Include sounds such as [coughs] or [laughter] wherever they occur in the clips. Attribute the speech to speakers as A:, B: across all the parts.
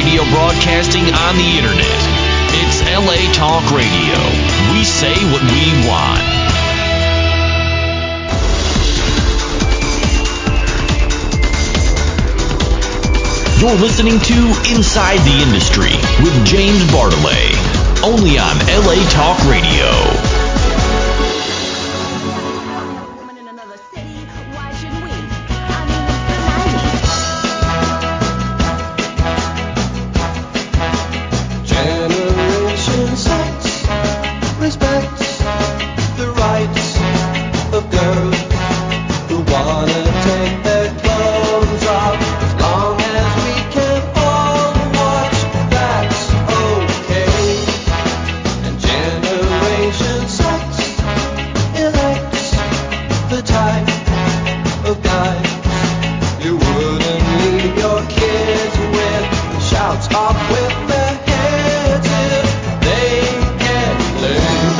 A: radio broadcasting on the internet. It's LA Talk Radio. We say what we want. You're listening to Inside the Industry with James Bartolet, only on LA Talk Radio.
B: Woman in another city, why should we? I mean, it's the 90s.
C: Generation sex respects the rights of girls who wanna take their clothes off. As long as we can all watch, that's okay. And generation sex elects the type of guy you wouldn't leave your kids with the shouts up with their heads if they can live.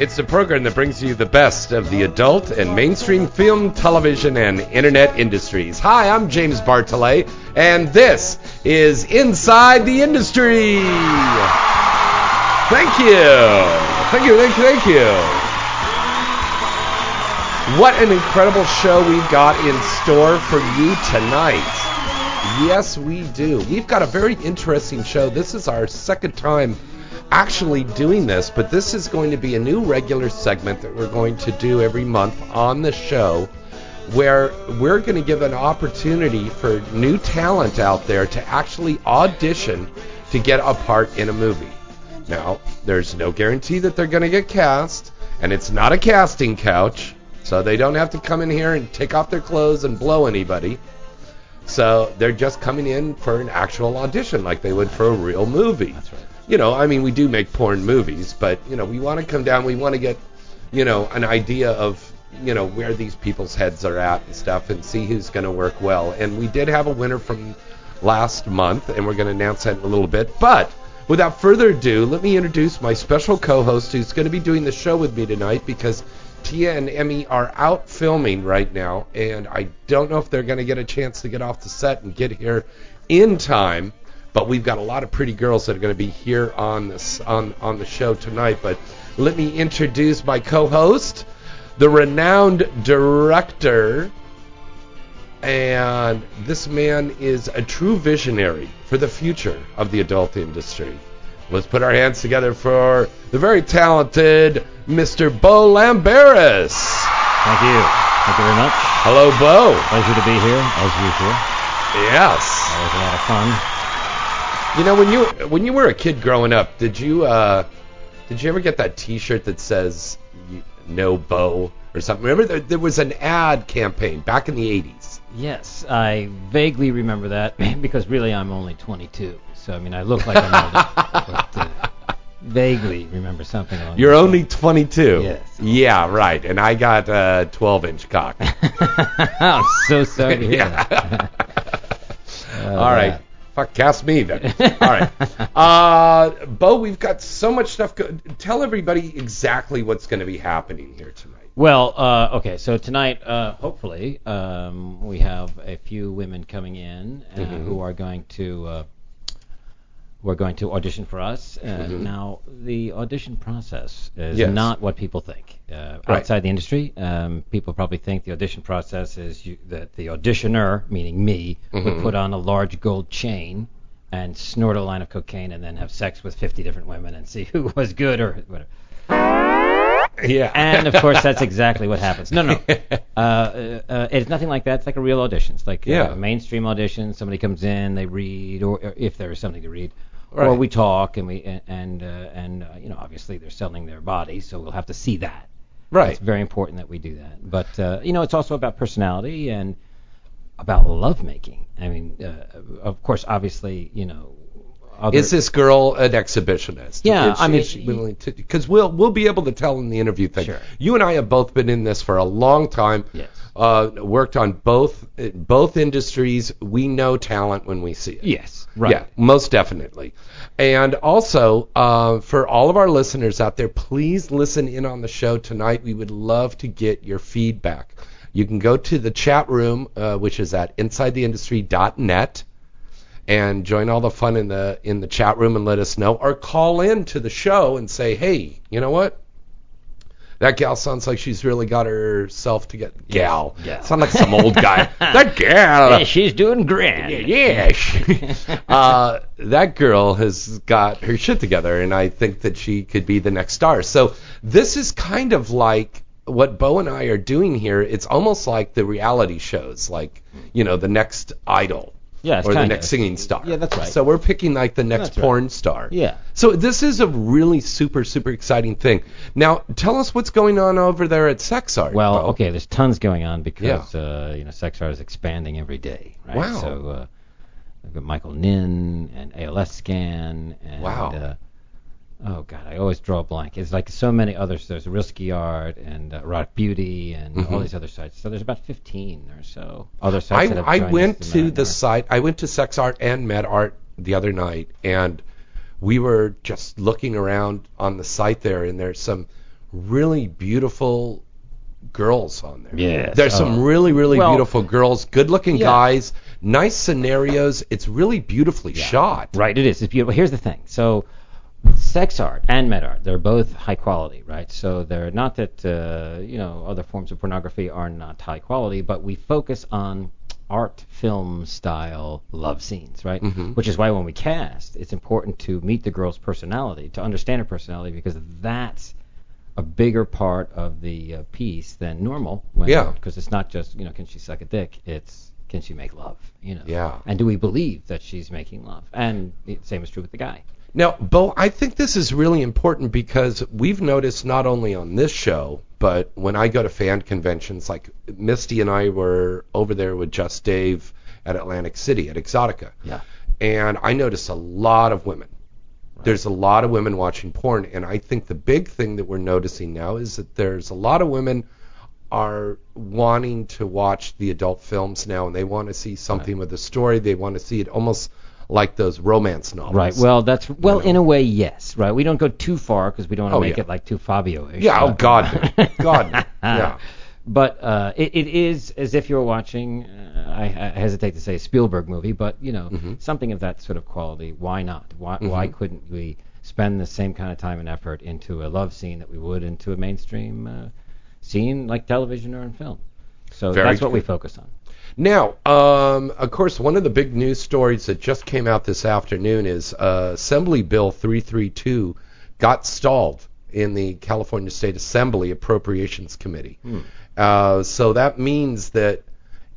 D: It's the program that brings you the best of the adult and mainstream film, television, and internet industries. Hi, I'm James Bartolet, and this is Inside the Industry. Thank you. Thank you, thank you, thank you. What an incredible show we've got in store for you tonight. Yes, we do. We've got a very interesting show. This is our second time actually doing this, but this is going to be a new regular segment that we're going to do every month on the show where we're going to give an opportunity for new talent out there to actually audition to get a part in a movie. Now, there's no guarantee that they're going to get cast, and it's not a casting couch, so they don't have to come in here and take off their clothes and blow anybody. So they're just coming in for an actual audition, like they would for a real movie. That's right. You know, I mean, we do make porn movies, but you know, we want to come down, we want to get, you know, an idea of, you know, where these people's heads are at and stuff, and see who's going to work well. And we did have a winner from last month, and we're going to announce that in a little bit. But without further ado, let me introduce my special co-host, who's going to be doing the show with me tonight because Tia and Emmy are out filming right now, and I don't know if they're going to get a chance to get off the set and get here in time. But we've got a lot of pretty girls that are going to be here on this on on the show tonight. But let me introduce my co-host, the renowned director and this man is a true visionary for the future of the adult industry. Let's put our hands together for the very talented Mr. Bo Lamberis.
E: Thank you. Thank you very much.
D: Hello, Bo.
E: Pleasure to be here, as usual.
D: Yes.
E: Always a lot of fun.
D: You know, when you when you were a kid growing up, did you uh, did you ever get that T-shirt that says y- "No Bo" or something? Remember, there, there was an ad campaign back in the '80s.
F: Yes, I vaguely remember that [laughs] because really I'm only 22. So I mean I look like I'm older, but uh, vaguely remember something along.
D: You're only 22.
F: Yes.
D: Yeah, right. And I got a 12-inch [laughs] cock.
F: I'm so sorry to hear that.
D: [laughs] All right. Fuck, cast me [laughs] then. All right. Uh, Bo, we've got so much stuff. Go- Tell everybody exactly what's going to be happening here tonight.
F: Well, uh, okay, so tonight, uh, hopefully, um, we have a few women coming in uh,
D: Mm-hmm.
F: who are going to uh, who are going to audition for us. Uh, Now, the audition process is
D: Mm-hmm. Yes.
F: not what people think. Uh,
D: Right.
F: Outside the industry, um, people probably think the audition process is you, that the auditioner, meaning me, would put on a large gold chain and snort a line of cocaine and then have sex with 50 different women and see [laughs] who was good or whatever.
D: Yeah.
F: And of course, that's exactly what happens. No, no, [laughs] uh, uh, uh, it's nothing like that. It's like a real audition. It's like uh,
D: Yeah.
F: a mainstream audition. Somebody comes in, they read, or, or if there is something to read,
D: Right.
F: or we talk, and we and and, uh, and uh, you know, obviously they're selling their body, so we'll have to see that.
D: right.
F: It's very important that we do that. But uh, you know, it's also about personality and about lovemaking. I mean, uh, of course, obviously, you know, other,
D: Is this girl an exhibitionist?
F: Yeah,
D: Is
F: I mean, y-
D: willing to because we'll we'll be able to tell in the interview thing.
F: Sure.
D: You and I have both been in this for a long time.
F: Yes.
D: Uh, worked on both both industries. We know talent when we see it.
F: yes, right.
D: Yeah, most definitely. And also, uh, for all of our listeners out there, please listen in on the show tonight. We would love to get your feedback. You can go to the chat room, uh, which is at insidetheindustry.net, and join all the fun in the in the chat room and let us know, or call in to the show and say, hey, you know what? That gal sounds like she's really got herself together. Gal,
F: Yeah.
D: sound like some
F: [laughs]
D: old guy. That gal,
F: Hey, she's doing grand.
D: yeah. [laughs] uh, that girl has got her shit together, and I think that she could be the next star. So this is kind of like what Bo and I are doing here. It's almost like the reality shows, like you know, the next Idol
F: Yeah, it's
D: or the
F: kinda.
D: next singing star.
F: Yeah, that's right.
D: So we're picking like the next
F: That's right.
D: porn star.
F: Yeah.
D: So this is a really super super exciting thing. Now tell us what's going on over there at Sex Art.
F: Well,
D: Bo.
F: okay, there's tons going on because uh, you know sex art is expanding every day. Right?
D: Wow.
F: So uh, we've got Michael Nin and ALS scan and
D: Wow.
F: Uh, oh God, I always draw a blank. It's like so many others. There's Risky Art and uh, Erotic Beauty and all
D: Mm-hmm.
F: these other sites. So there's about 15 or so other sites. that have
D: I, I
F: joined us
D: went
F: in
D: to
F: that
D: the
F: network.
D: site. I went to Sex Art and Med Art the other night, and we were just looking around on the site there, and there's some really beautiful girls on there.
F: Yes.
D: There's
F: Oh.
D: some really, really
F: Well-
D: beautiful girls, good-looking guys, nice scenarios. It's really beautifully shot.
F: Right, it is. It's beautiful. Here's the thing. So, sex art and med art, they're both high quality, right? So they're not that uh, you know other forms of pornography are not high quality, but we focus on art film style love scenes, right?
D: Mm-hmm.
F: Which is why when we cast, it's important to meet the girl's personality, to understand her personality, because that's a bigger part of the uh, piece than normal. When,
D: Yeah.
F: Because it's not just you know can she suck a dick? It's can she make love? You know.
D: Yeah.
F: And do we believe that she's making love? And the same is true with the guy.
D: Now, Bo, I think this is really important because we've noticed not only on this show, but when I go to fan conventions, like Misty and I were over there with Just Dave at Atlantic City at Exotica.
F: Yeah.
D: And I notice a lot of women. There's a lot of women watching porn, and I think the big thing that we're noticing now is that there's a lot of women are wanting to watch the adult films now, and they want to see something with a story. They want to see it almost like those romance novels.
F: Right. Well, that's well in a way, yes. Right. We don't go too far because we don't want to make
D: Oh, yeah.
F: it like too Fabio-ish.
D: Yeah. Oh
F: but-
D: God.
F: [laughs]
D: no. God. no. Yeah.
F: But uh, it, it is as if you were watching. Uh, I, I hesitate to say a Spielberg movie, but you know
D: Mm-hmm.
F: something of that sort of quality. Why not? Why why couldn't we spend the same kind of time and effort into a love scene that we would into a mainstream uh, scene like television or in film? So
D: Very
F: that's what we
D: true.
F: focus on.
D: Now, um, of course, one of the big news stories that just came out this afternoon is uh, Assembly Bill 332 got stalled in the California State Assembly Appropriations Committee.
F: Hmm.
D: Uh, so that means that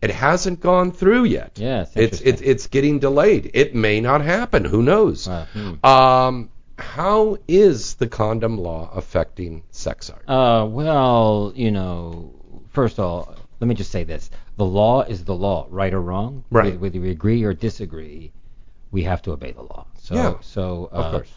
D: it hasn't gone through yet.
F: Yeah, it's
D: it's it's it's getting delayed. It may not happen. Who knows?
F: Wow, hmm.
D: Um, how is the condom law affecting sex art?
F: Uh, well, you know, first of all, let me just say this: the law is the law, right or wrong.
D: Right.
F: Whether- Whether we agree or disagree, we have to obey the law. So,
D: Yeah,
F: so uh,
D: of course.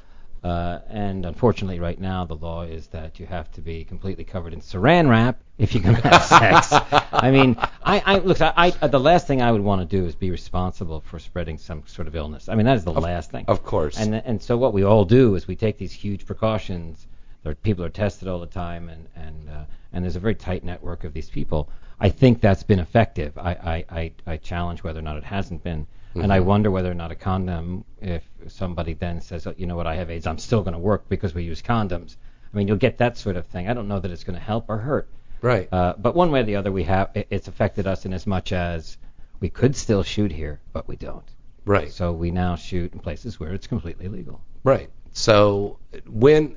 F: Uh, and unfortunately, right now the law is that you have to be completely covered in Saran wrap if you're going to have [laughs] sex. I mean, I, I look, I, I uh, the last thing I would want to do is be responsible for spreading some sort of illness. I mean, that is the last thing.
D: of course.
F: And and so what we all do is we take these huge precautions. There, people are tested all the time, and and uh, and there's a very tight network of these people. I think that's been effective. I I, I, I challenge whether or not it hasn't been, and
D: Mm-hmm.
F: I wonder whether or not a condom. If somebody then says, oh, you know what, I have AIDS, I'm still going to work because we use condoms. I mean, you'll get that sort of thing. I don't know that it's going to help or hurt.
D: right.
F: Uh, but one way or the other, we have it, it's affected us in as much as we could still shoot here, but we don't.
D: right.
F: So we now shoot in places where it's completely legal.
D: Right. So when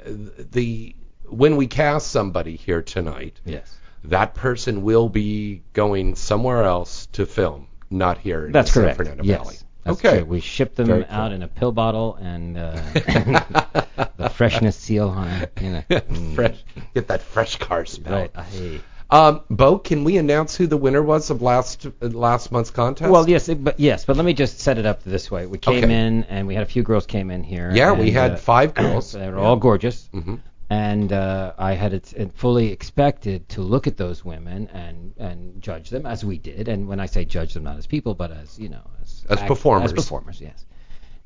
D: the when we cast somebody here tonight,
F: Yes.
D: that person will be going somewhere else to film, not here in
F: That's
D: San
F: correct.
D: Fernando
F: yes.
D: Valley.
F: That's
D: okay.
F: true. We ship them
D: Very cool.
F: out in a pill bottle and
D: [laughs]
F: uh, [laughs] the freshness seal on it. You know. Mm,
D: [laughs] Fresh, get that fresh car smell.
F: right. Aye.
D: Um, Bo, can we announce who the winner was of last uh, last month's contest?
F: Well, yes, it- but yes, but let me just set it up this way. We came
D: Okay.
F: in and we had a few girls came in here.
D: Yeah, we
F: and,
D: had
F: uh, [coughs]
D: five girls. Mm-hmm.
F: They were all gorgeous. And uh, I had it, it fully expected to look at those women and, and judge them as we did. And when I say judge them, not as people, but as you know, as
D: As performers.
F: As performers, yes.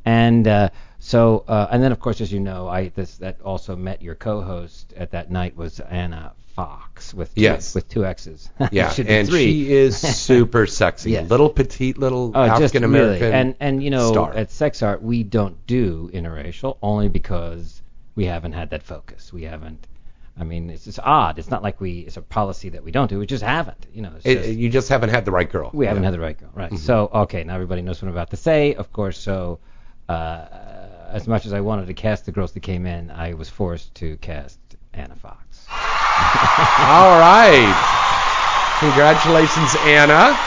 F: And uh, so, uh, and then of course, as you know, I this that also met your co-host at that night was Anna Fox with two,
D: Yes.
F: with two X's.
D: [laughs]
F: [laughs]
D: Yeah,
F: Should be
D: and
F: three.
D: she is super
F: [laughs]
D: sexy.
F: Yeah.
D: Little petite, little
F: Oh, just
D: African American.
F: Really. And and you know,
D: star.
F: at Sex Art, we don't do interracial only because we haven't had that focus. We haven't. I mean, it's just odd. It's not like we. It's a policy that we don't do. We just haven't. You know, it's
D: It-
F: just,
D: you just haven't had the right girl. Mm-hmm.
F: we haven't had the right girl. Right. So okay, now everybody knows what I'm about to say. Of course, so. Uh, as much as I wanted to cast the girls that came in, I was forced to cast Anna Fox. [laughs]
D: All right. Congratulations, Anna.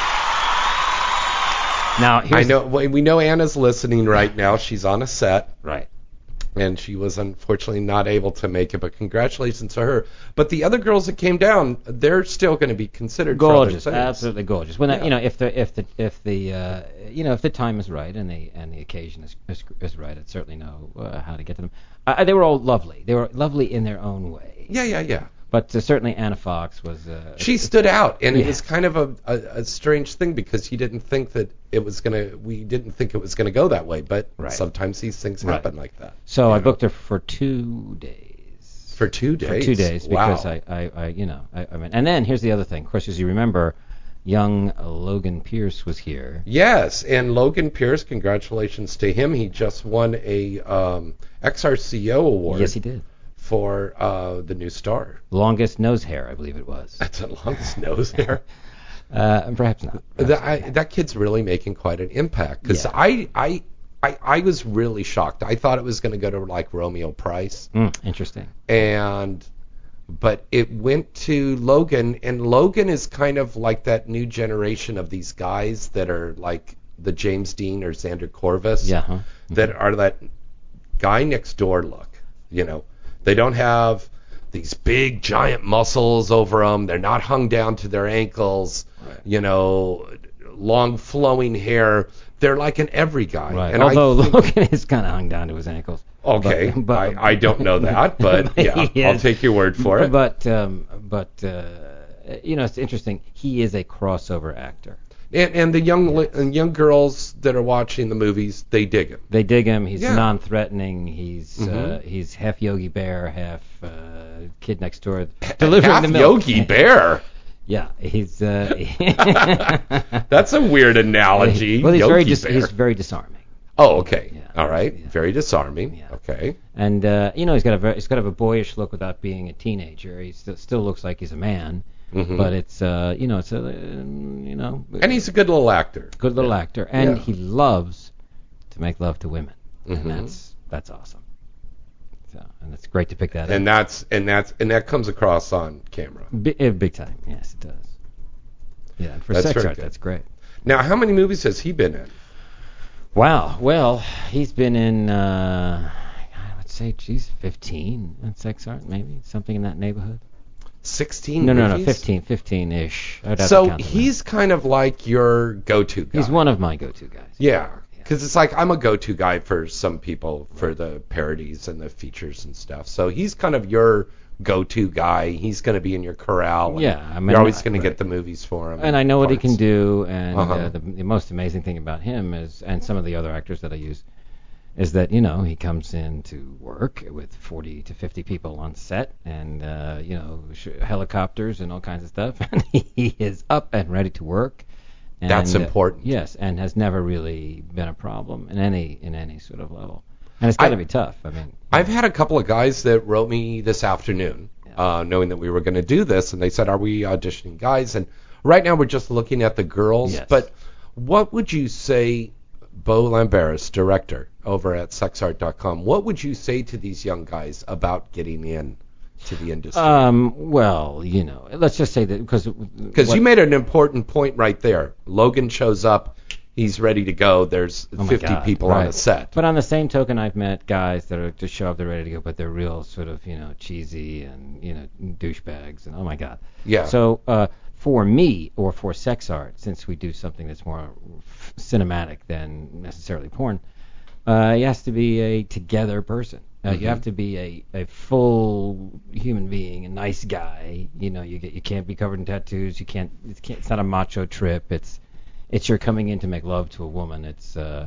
F: Now,
D: I
F: here's
D: know we we know Anna's listening right now. She's on a set.
F: right.
D: and she was unfortunately not able to make it. But congratulations to her. But the other girls that came down, they're still going to be considered for other
F: gorgeous,
D: things.
F: absolutely gorgeous. When that- you
D: Yeah.
F: know, if the if the if the uh, you know if the time is right and the and the occasion is is, is right, I certainly know uh, how to get to them. Uh, they were all lovely. They were lovely in their own way.
D: Yeah, yeah, yeah.
F: But uh, certainly Anna Fox was. Uh,
D: She stood out, and it
F: Yeah.
D: was kind of a, a, a strange thing because you didn't think that it was gonna. We didn't think it was gonna go that way, but
F: Right.
D: sometimes these things
F: Right.
D: happen like that.
F: so I booked her for two days.
D: For two days.
F: for two days
D: wow.
F: because I, I, I you know, I, I mean, and then here's the other thing. Of course, as you remember, young uh, Logan Pierce was here.
D: Yes, and Logan Pierce, congratulations to him. He just won a um, XRCO award
F: Yes, he did.
D: for uh, the new star.
F: Longest nose hair, I believe it was.
D: That's a long [laughs] nose there.
F: [laughs] Uh, perhaps not.
D: That, I, that kid's really making quite an impact because
F: Yeah.
D: I, I, I, I was really shocked. I thought it was going to go to like Romeo Price,
F: Mm, interesting.
D: and but it went to Logan, and Logan is kind of like that new generation of these guys that are like the James Dean or Xander Corvus,
F: Yeah. Huh?
D: that are that guy next door look. You know, they don't have these big giant muscles over them. They're not hung down to their ankles. You know, long flowing hair. They're like an every guy.
F: Right.
D: And I
F: Although
D: think-
F: Logan [laughs] is kind of hung down to his ankles.
D: okay,
F: but- [laughs] but-
D: I, I don't
F: [laughs]
D: know that, but yeah,
F: he
D: I'll
F: is.
D: take your word for it.
F: But um, but uh, you know, it's interesting. He is a crossover actor.
D: and, and the young li- and young girls that are watching the movies, they dig him.
F: They dig him. He's
D: Yeah. Mm-hmm.
F: non-threatening. He's uh, he's half Yogi Bear, half uh, kid next door, [laughs] delivering
D: Half
F: the milk.
D: Yogi Bear.
F: [laughs] Yeah, he's uh,
D: That's a weird
F: [laughs]
D: analogy.
F: well, he's
D: Yogi
F: very dis-
D: Bear.
F: he's very disarming.
D: Oh, okay.
F: Yeah.
D: All right.
F: Yeah.
D: Very disarming.
F: Yeah.
D: Okay.
F: And uh, you know, he's got a very, he's got a boyish look without being a teenager. He still, still looks like he's a man, but it's uh, you know, it's a, um, you know,
D: Mm-hmm. And he's a good little actor.
F: good little actor, and
D: Yeah. Mm-hmm.
F: he loves to make love to women, and that's that's awesome. So, and it's great to pick that
D: And
F: up.
D: that's and that's and that comes across on camera.
F: Bi- eh, big time, yes, it does. Yeah, and for
D: That's
F: sex
D: very
F: art,
D: good.
F: that's great.
D: Now, how many movies has he been in?
F: Wow. Well, he's been in, uh, I would say, geez, 15 in sex art, maybe something in that neighborhood.
D: 16
F: No, no, no,
D: movies?
F: 15, 15 ish.
D: So he's kind of like your go-to guy.
F: he's one of my go-to guys.
D: Yeah. Cuz it's like I'm a go-to guy for some people for the parodies and the features and stuff. So he's kind of your go-to guy. He's going to be in your corral. and
F: Yeah, I mean,
D: you're always
F: I-
D: going to
F: right.
D: get the movies for him.
F: And I know what he can
D: parts.
F: do. And
D: Uh-huh.
F: uh, the, the most amazing thing about him is, and some of the other actors that I use, is that you know he comes in to work with 40 to 50 people on set, and uh, you know sh- helicopters and all kinds of stuff. [laughs] And he is up and ready to work. And,
D: That's
F: uh,
D: important.
F: yes, and has never really been a problem in any in any sort of level. And it's got
D: I-
F: to be tough. I mean,
D: I've had a couple of guys that wrote me this afternoon, uh, knowing that we were going to do this, and they said, "Are we auditioning guys?" And right now we're just looking at the girls.
F: Yes.
D: But what would you say, Bo Lamberis, director over at SexArt.com? What would you say to these young guys about getting in to the industry?
F: um, well, you know, let's just say that because
D: Because you made an important point right there. Logan shows up, he's ready to go. There's 50
F: God,
D: people on
F: right.
D: a set.
F: But on the same token, I've met guys that are just show up, they're ready to go, but they're real sort of you know cheesy and you know douchebags and oh my god.
D: Yeah.
F: So uh, for me or for sex art, since we do something that's more f- cinematic than necessarily porn, uh, he has to be a together person. Uh,
D: Mm-hmm.
F: You have to be a, a full human being, a nice guy. You know, you get you can't be covered in tattoos. You can't. It's, can't, it's not a macho trip. It's it's you're coming in to make love to a woman. It's uh,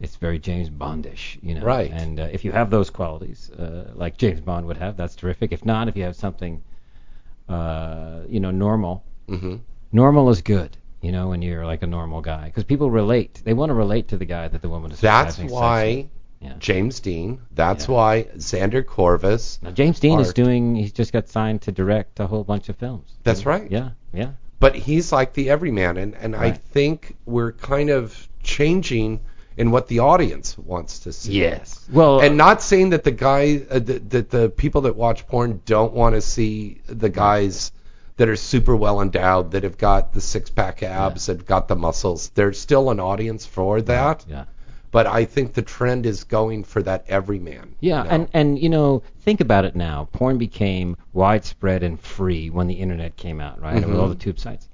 F: it's very James Bondish, you know.
D: Right.
F: And uh, if you have those qualities, uh, like James Bond would have, that's terrific. If not, if you have something, uh, you know, normal.
D: hmm
F: Normal is good, you know, when you're like a normal guy, because people relate. They want to relate to the guy that the woman is.
D: That's
F: having sex with.
D: why
F: Yeah.
D: James Dean. That's
F: Yeah.
D: why Xander Corvus.
F: Now, James Dean is
D: Art.
F: doing. He's just got signed to direct a whole bunch of films.
D: That's right.
F: Yeah. Yeah.
D: But he's like the everyman, and and I
F: Right.
D: think we're kind of changing in what the audience wants to see.
F: Well.
D: And not saying that the guy, uh, that, that the people that watch porn don't want to see the guys that are super well endowed, that have got the six pack abs, that have got the muscles. There's still an audience for that.
F: Yeah.
D: But I think the trend is going for that everyman.
F: Yeah,
D: now.
F: and and you know, think about it now. Porn became widespread and free when the internet came out, right? With all the tube sites.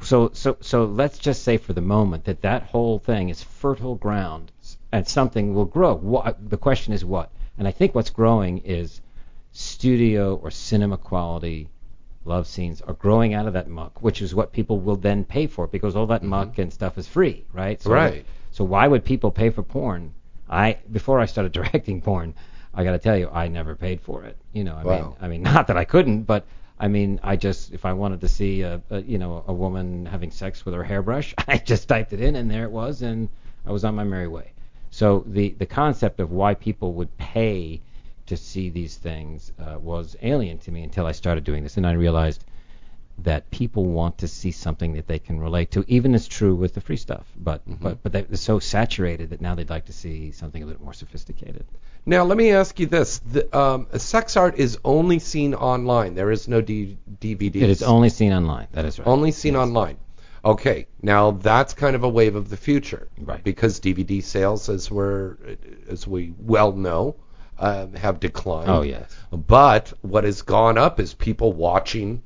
F: So so so let's just say for the moment that that whole thing is fertile ground, s- and something will grow. What the question is what? And I think what's growing is studio or cinema quality love scenes are growing out of that muck, which is what people will then pay for because all that muck and stuff is free, Mm-hmm. right? So,
D: Right.
F: So why would people pay for porn? I before I started [laughs] directing porn, I got to tell you, I never paid for it. You know, I mean,
D: Wow.
F: I mean, not that I couldn't, but I mean, I just if I wanted to see a, a you know a woman having sex with her hairbrush, [laughs] I just typed it in and there it was, and I was on my merry way. So the the concept of why people would pay to see these things uh, was alien to me until I started doing this, and I realized that people want to see something that they can relate to. Even it's true with the free stuff, but
D: Mm-hmm.
F: but but they're so saturated that now they'd like to see something a little more sophisticated.
D: Now, let me ask you this: the, um, sex art is only seen online. There is no D- DVD.
F: It is only seen online. That is right.
D: only seen online. Okay, now that's kind of a wave of the future,
F: Right.
D: Because DVD sales, as we're as we well know, um, have declined.
F: Oh yes.
D: But what has gone up is people watching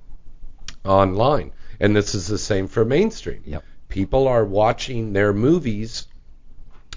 D: online, and this is the same for mainstream.
F: Yep.
D: People are watching their movies,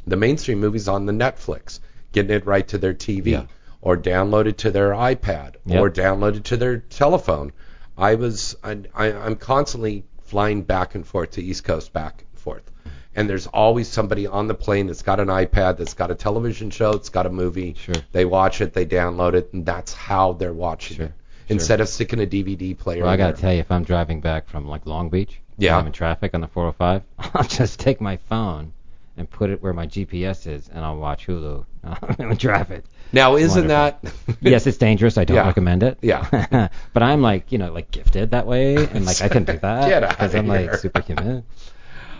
D: the mainstream movies on the Netflix, getting it right to their TV,
F: Yeah.
D: or downloaded to their iPad,
F: Yep.
D: or downloaded to their telephone. I was I, I, I'm constantly flying back and forth to East Coast, back and forth. And there's always somebody on the plane that's got an iPad, that's got a television show, that's got a movie.
F: Sure.
D: They watch it, they download it, and that's how they're watching it. Instead of sticking a DVD player.
F: Well, I
D: in
F: gotta
D: there.
F: tell you, if I'm driving back from like Long Beach,
D: Yeah.
F: and I'm in traffic on the 405, [laughs] I'll just take my phone and put it where my GPS is, and I'll watch Hulu [laughs] in traffic.
D: Now, isn't
F: Wonderful.
D: that?
F: yes, [laughs] it's dangerous. I don't
D: Yeah.
F: recommend it.
D: [laughs]
F: [laughs]
D: Yeah.
F: but I'm like, you know, like gifted that way, and like I can
D: [laughs]
F: do that
D: Get outta
F: because I'm like
D: here.
F: superhuman.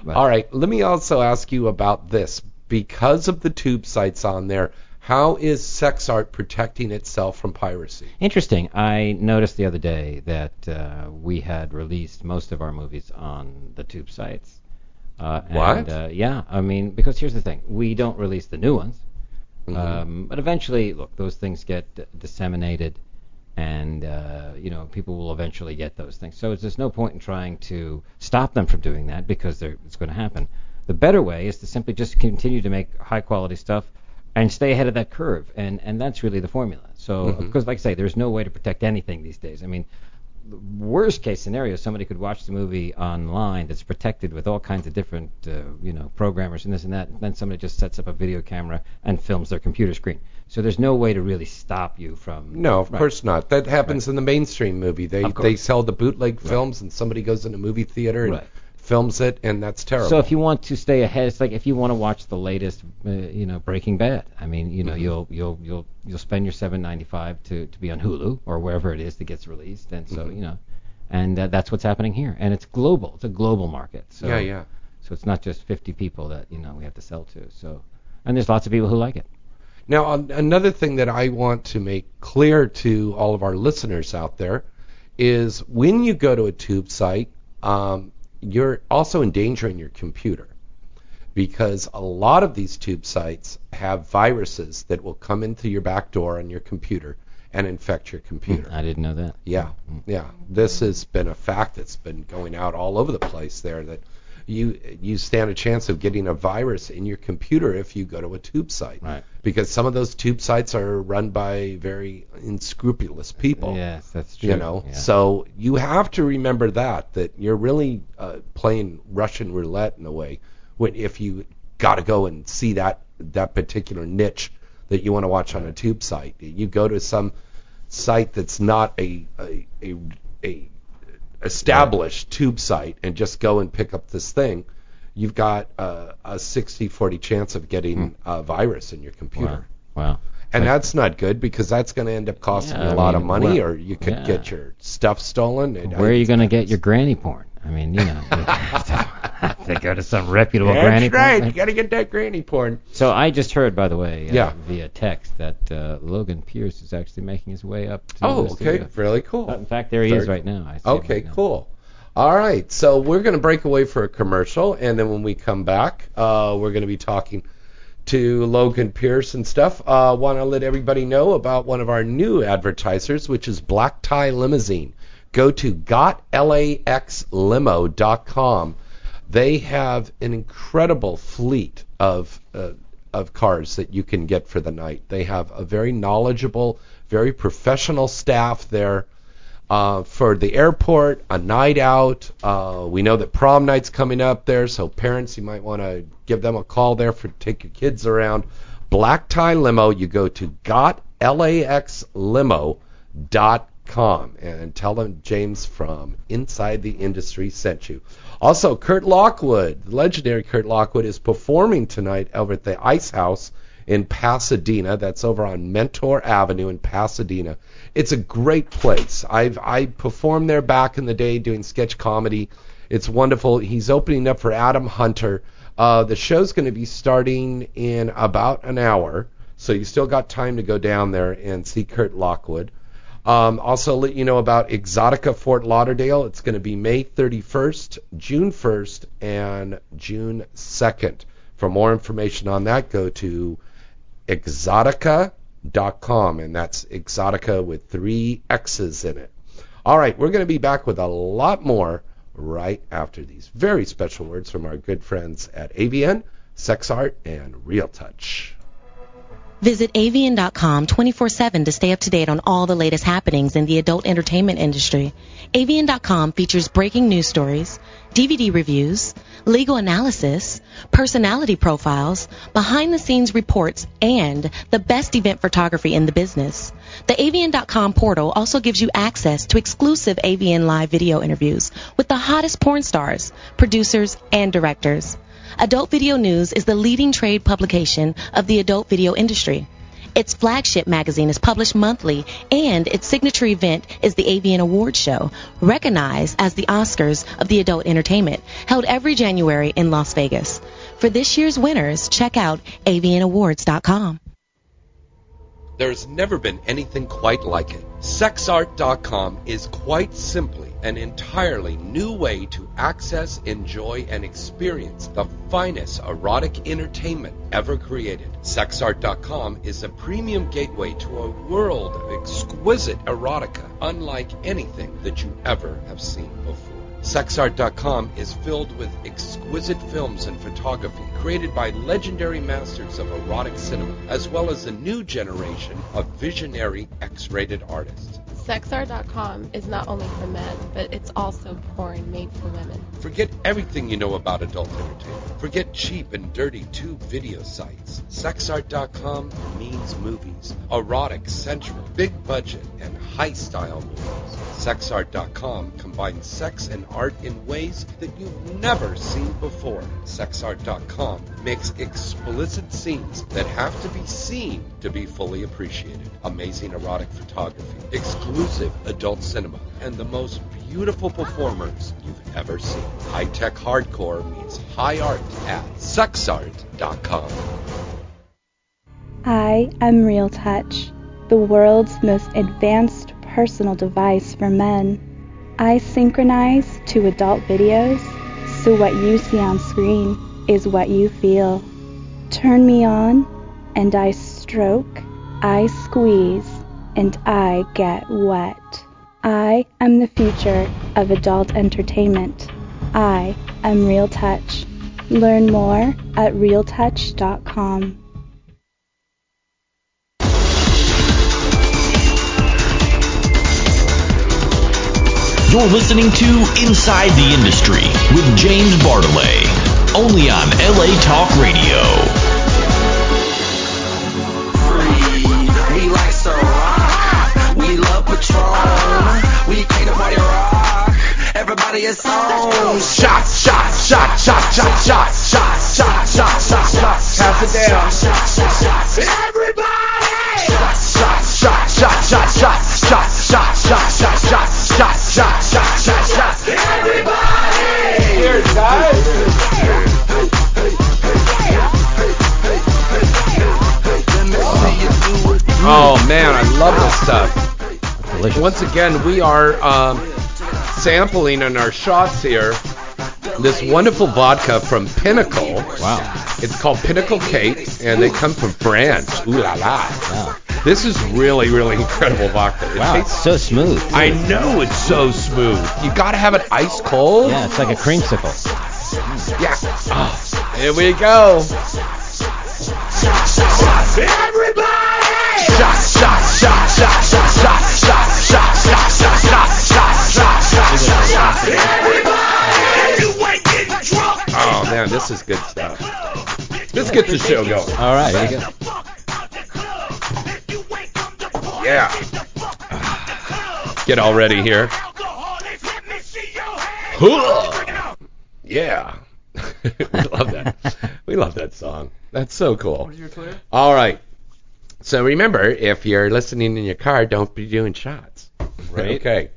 D: All right. Let me also ask you about this. Because of the tube sites on there, how is sex art protecting itself from piracy?
F: Interesting. I noticed the other day that uh, we had released most of our movies on the tube sites. Uh, and,
D: What?
F: uh, yeah, I mean, because here's the thing: we don't release the new ones, um, but eventually, look, those things get d- disseminated, and uh, you know, people will eventually get those things. So it's- there's no point in trying to stop them from doing that because they're, it's going to happen. The better way is to simply just continue to make high quality stuff and stay ahead of that curve, and and that's really the formula. So because, like I say, there's no way to protect anything these days. I mean, worst case scenario, somebody could watch the movie online that's protected with all kinds of different, uh, you know, programmers and this and that. And then somebody just sets up a video camera and films their computer screen. So there's no way to really stop you from.
D: No, of
F: Right.
D: course not. That happens in the mainstream movie. They
F: Of course.
D: they sell the bootleg films, and somebody goes in a movie theater and
F: Right.
D: films it, and that's terrible.
F: So if you want to stay ahead, it's like if you want to watch the latest, uh, you know, Breaking Bad. I mean, you know,
D: Mm-hmm.
F: you'll you'll you'll you'll spend your 7.95 to to be on Hulu or wherever it is that gets released, and
D: Mm-hmm.
F: so you know, and uh, that's what's happening here, and it's global. It's a global market. So
D: yeah, yeah.
F: So it's not just 50 people that you know we have to sell to. So, and there's lots of people who like it.
D: Now, an another thing that I want to make clear to all of our listeners out there is when you go to a tube site, um, you're also endangering your computer because a lot of these tube sites have viruses that will come in through your back door on your computer and infect your computer.
F: Hmm, I didn't know that.
D: Yeah, yeah. This has been a fact that's been going out all over the place there that you you stand a chance of getting a virus in your computer if you go to a tube site.
F: Right.
D: Because some of those tube sites are run by very unscrupulous people.
F: Yes, that's true.
D: You know,
F: Yeah.
D: so you have to remember that that you're really uh, playing Russian roulette in a way when if you got to go and see that that particular niche that you want to watch on a tube site. You go to some site that's not a a, a, a established tube site and just go and pick up this thing. You've got uh, a 60-40 chance of getting a virus in your computer.
F: Hmm. Wow.
D: And that's not good because that's going to end up costing
F: Yeah,
D: you a
F: I
D: lot
F: mean,
D: of money,
F: where-
D: or you could
F: yeah.
D: get your stuff stolen. And
F: Where are you going to get your granny porn? I mean, you
D: [laughs]
F: know, you have to go to some reputable granny
D: right.
F: porn.
D: You got to get that granny porn.
F: So I just heard, by the way, uh,
D: Yeah.
F: via text that uh, Logan Pierce is actually making his way up. to
D: Oh,
F: the
D: okay.
F: studio.
D: Really
F: Uh, In
D: cool.
F: fact, there he is
D: Very
F: right now. I see him
D: Okay,
F: right now.
D: cool. All right. So we're going to break away for a commercial, and then when we come back, uh, we're going to be talking to Logan Pierce and stuff. Uh, Want to let everybody know about one of our new advertisers, which is Black Tie Limousine. Go to gotlaxlimo.com. They have an incredible fleet of uh, of cars that you can get for the night. They have a very knowledgeable, very professional staff there uh, for the airport, a night out. Uh, we know that prom night's coming up there, so parents, you might want to give them a call there for take your kids around. Black Tie Limo, you go to gotlaxlimo.com and tell them James from Inside the Industry sent you. Also, Kurt Lockwood, the legendary Kurt Lockwood, is performing tonight over at the Ice House in Pasadena. That's over on Mentor Avenue in Pasadena. It's a great place. I've I performed there back in the day doing sketch comedy. It's wonderful. He's opening up for Adam Hunter. Uh, the show's going to be starting in about an hour, so you still got time to go down there and see Kurt Lockwood. Um, also, let you know about Exotica Fort Lauderdale. It's going to be May 31st, June 1st, and June 2nd. For more information on that, go to exotica.com, and that's Exotica with three X's in it. All right, we're going to be back with a lot more right after these very special words from our good friends at AVN, Sex Art, and Real Touch.
G: Visit avian.com 24/7 to stay up to date on all the latest happenings in the adult entertainment industry. avian.com features breaking news stories, DVD reviews, legal analysis, personality profiles, behind-the-scenes reports, and the best event photography in the business. The avian.com portal also gives you access to exclusive avian live video interviews with the hottest porn stars, producers, and directors. Adult Video News is the leading trade publication of the adult video industry. Its flagship magazine is published monthly, and its signature event is the Avian Awards Show, recognized as the Oscars of the adult entertainment, held every January in Las Vegas. For this year's winners, check out avianawards.com.
D: There's never been anything quite like it. SexArt.com is quite simply an entirely new way to access, enjoy, and experience the finest erotic entertainment ever created. SexArt.com is a premium gateway to a world of exquisite erotica unlike anything that you ever have seen before. SexArt.com is filled with exquisite films and photography created by legendary masters of erotic cinema, as well as a new generation of visionary X-rated artists.
H: Sexar.com is not only for men, but it's also porn made for women.
D: Forget everything you know about adult entertainment. Forget cheap and dirty tube video sites. Sexart.com means movies. Erotic, sensual, big budget, and high style movies. Sexart.com combines sex and art in ways that you've never seen before. Sexart.com makes explicit scenes that have to be seen to be fully appreciated. Amazing erotic photography, exclusive adult cinema, and the most beautiful performers you've ever seen. High tech hardcore means high art at sexart.com.
I: I am Real Touch, the world's most advanced personal device for men. I synchronize to adult videos, so what you see on screen is what you feel. Turn me on, and I stroke, I squeeze, and I get wet. I am the future of adult entertainment. I am Real Touch. Learn more at realtouch.com.
A: You're listening to Inside the Industry with James Bartolet, only on LA Talk Radio.
D: Oh man, I love this stuff.
F: Delicious.
D: Once again, we are um, sampling in our shots here this wonderful vodka from Pinnacle.
F: Wow.
D: It's called Pinnacle Cake, and they come from France. Ooh la la. This is really, really incredible vodka. It
F: Wow. It's
D: tastes-
F: so smooth.
D: I know it's so smooth. You gotta have it ice cold.
F: Yeah, it's like a creamsicle.
D: Yeah. Ah, here we go. Oh man, this is good stuff. [laughs] Let's get the show going.
F: All right, here you go.
D: Yeah. Get all ready here. [laughs] Huh.
F: [laughs]
D: Yeah. we love that. We love that song. That's so cool. All right. So remember, if you're listening in your car, don't be doing shots.
F: Right.
D: okay.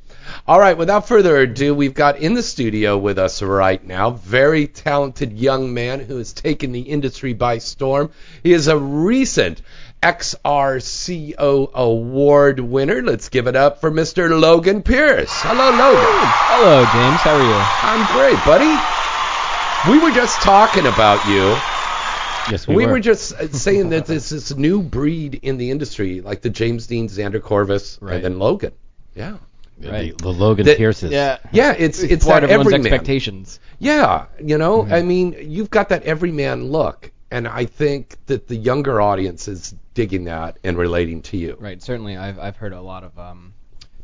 D: All right. Without further ado, we've got in the studio with us right now very talented young man who has taken the industry by storm. He is a recent XRCO award winner. Let's give it up for Mr. Logan Pierce. Hello, Logan.
E: Hello, James. How are you?
D: I'm great, buddy. We were just talking about you.
F: Yes, we,
D: We, were. just uh, saying that there's this new breed in the industry, like the James Dean, Xander Corvus,
E: Right.
D: and then Logan. Yeah.
F: Right.
E: The, the Logan
D: The-
F: Pierce's.
E: Yeah.
D: Yeah, it's it's
E: Part
D: that
E: of everyone's
D: everyman.
E: expectations.
D: Yeah, you know, I mean, you've got that everyman look, and I think that the younger audience is digging that and relating to you.
J: Right. Certainly, I've I've heard a lot of um,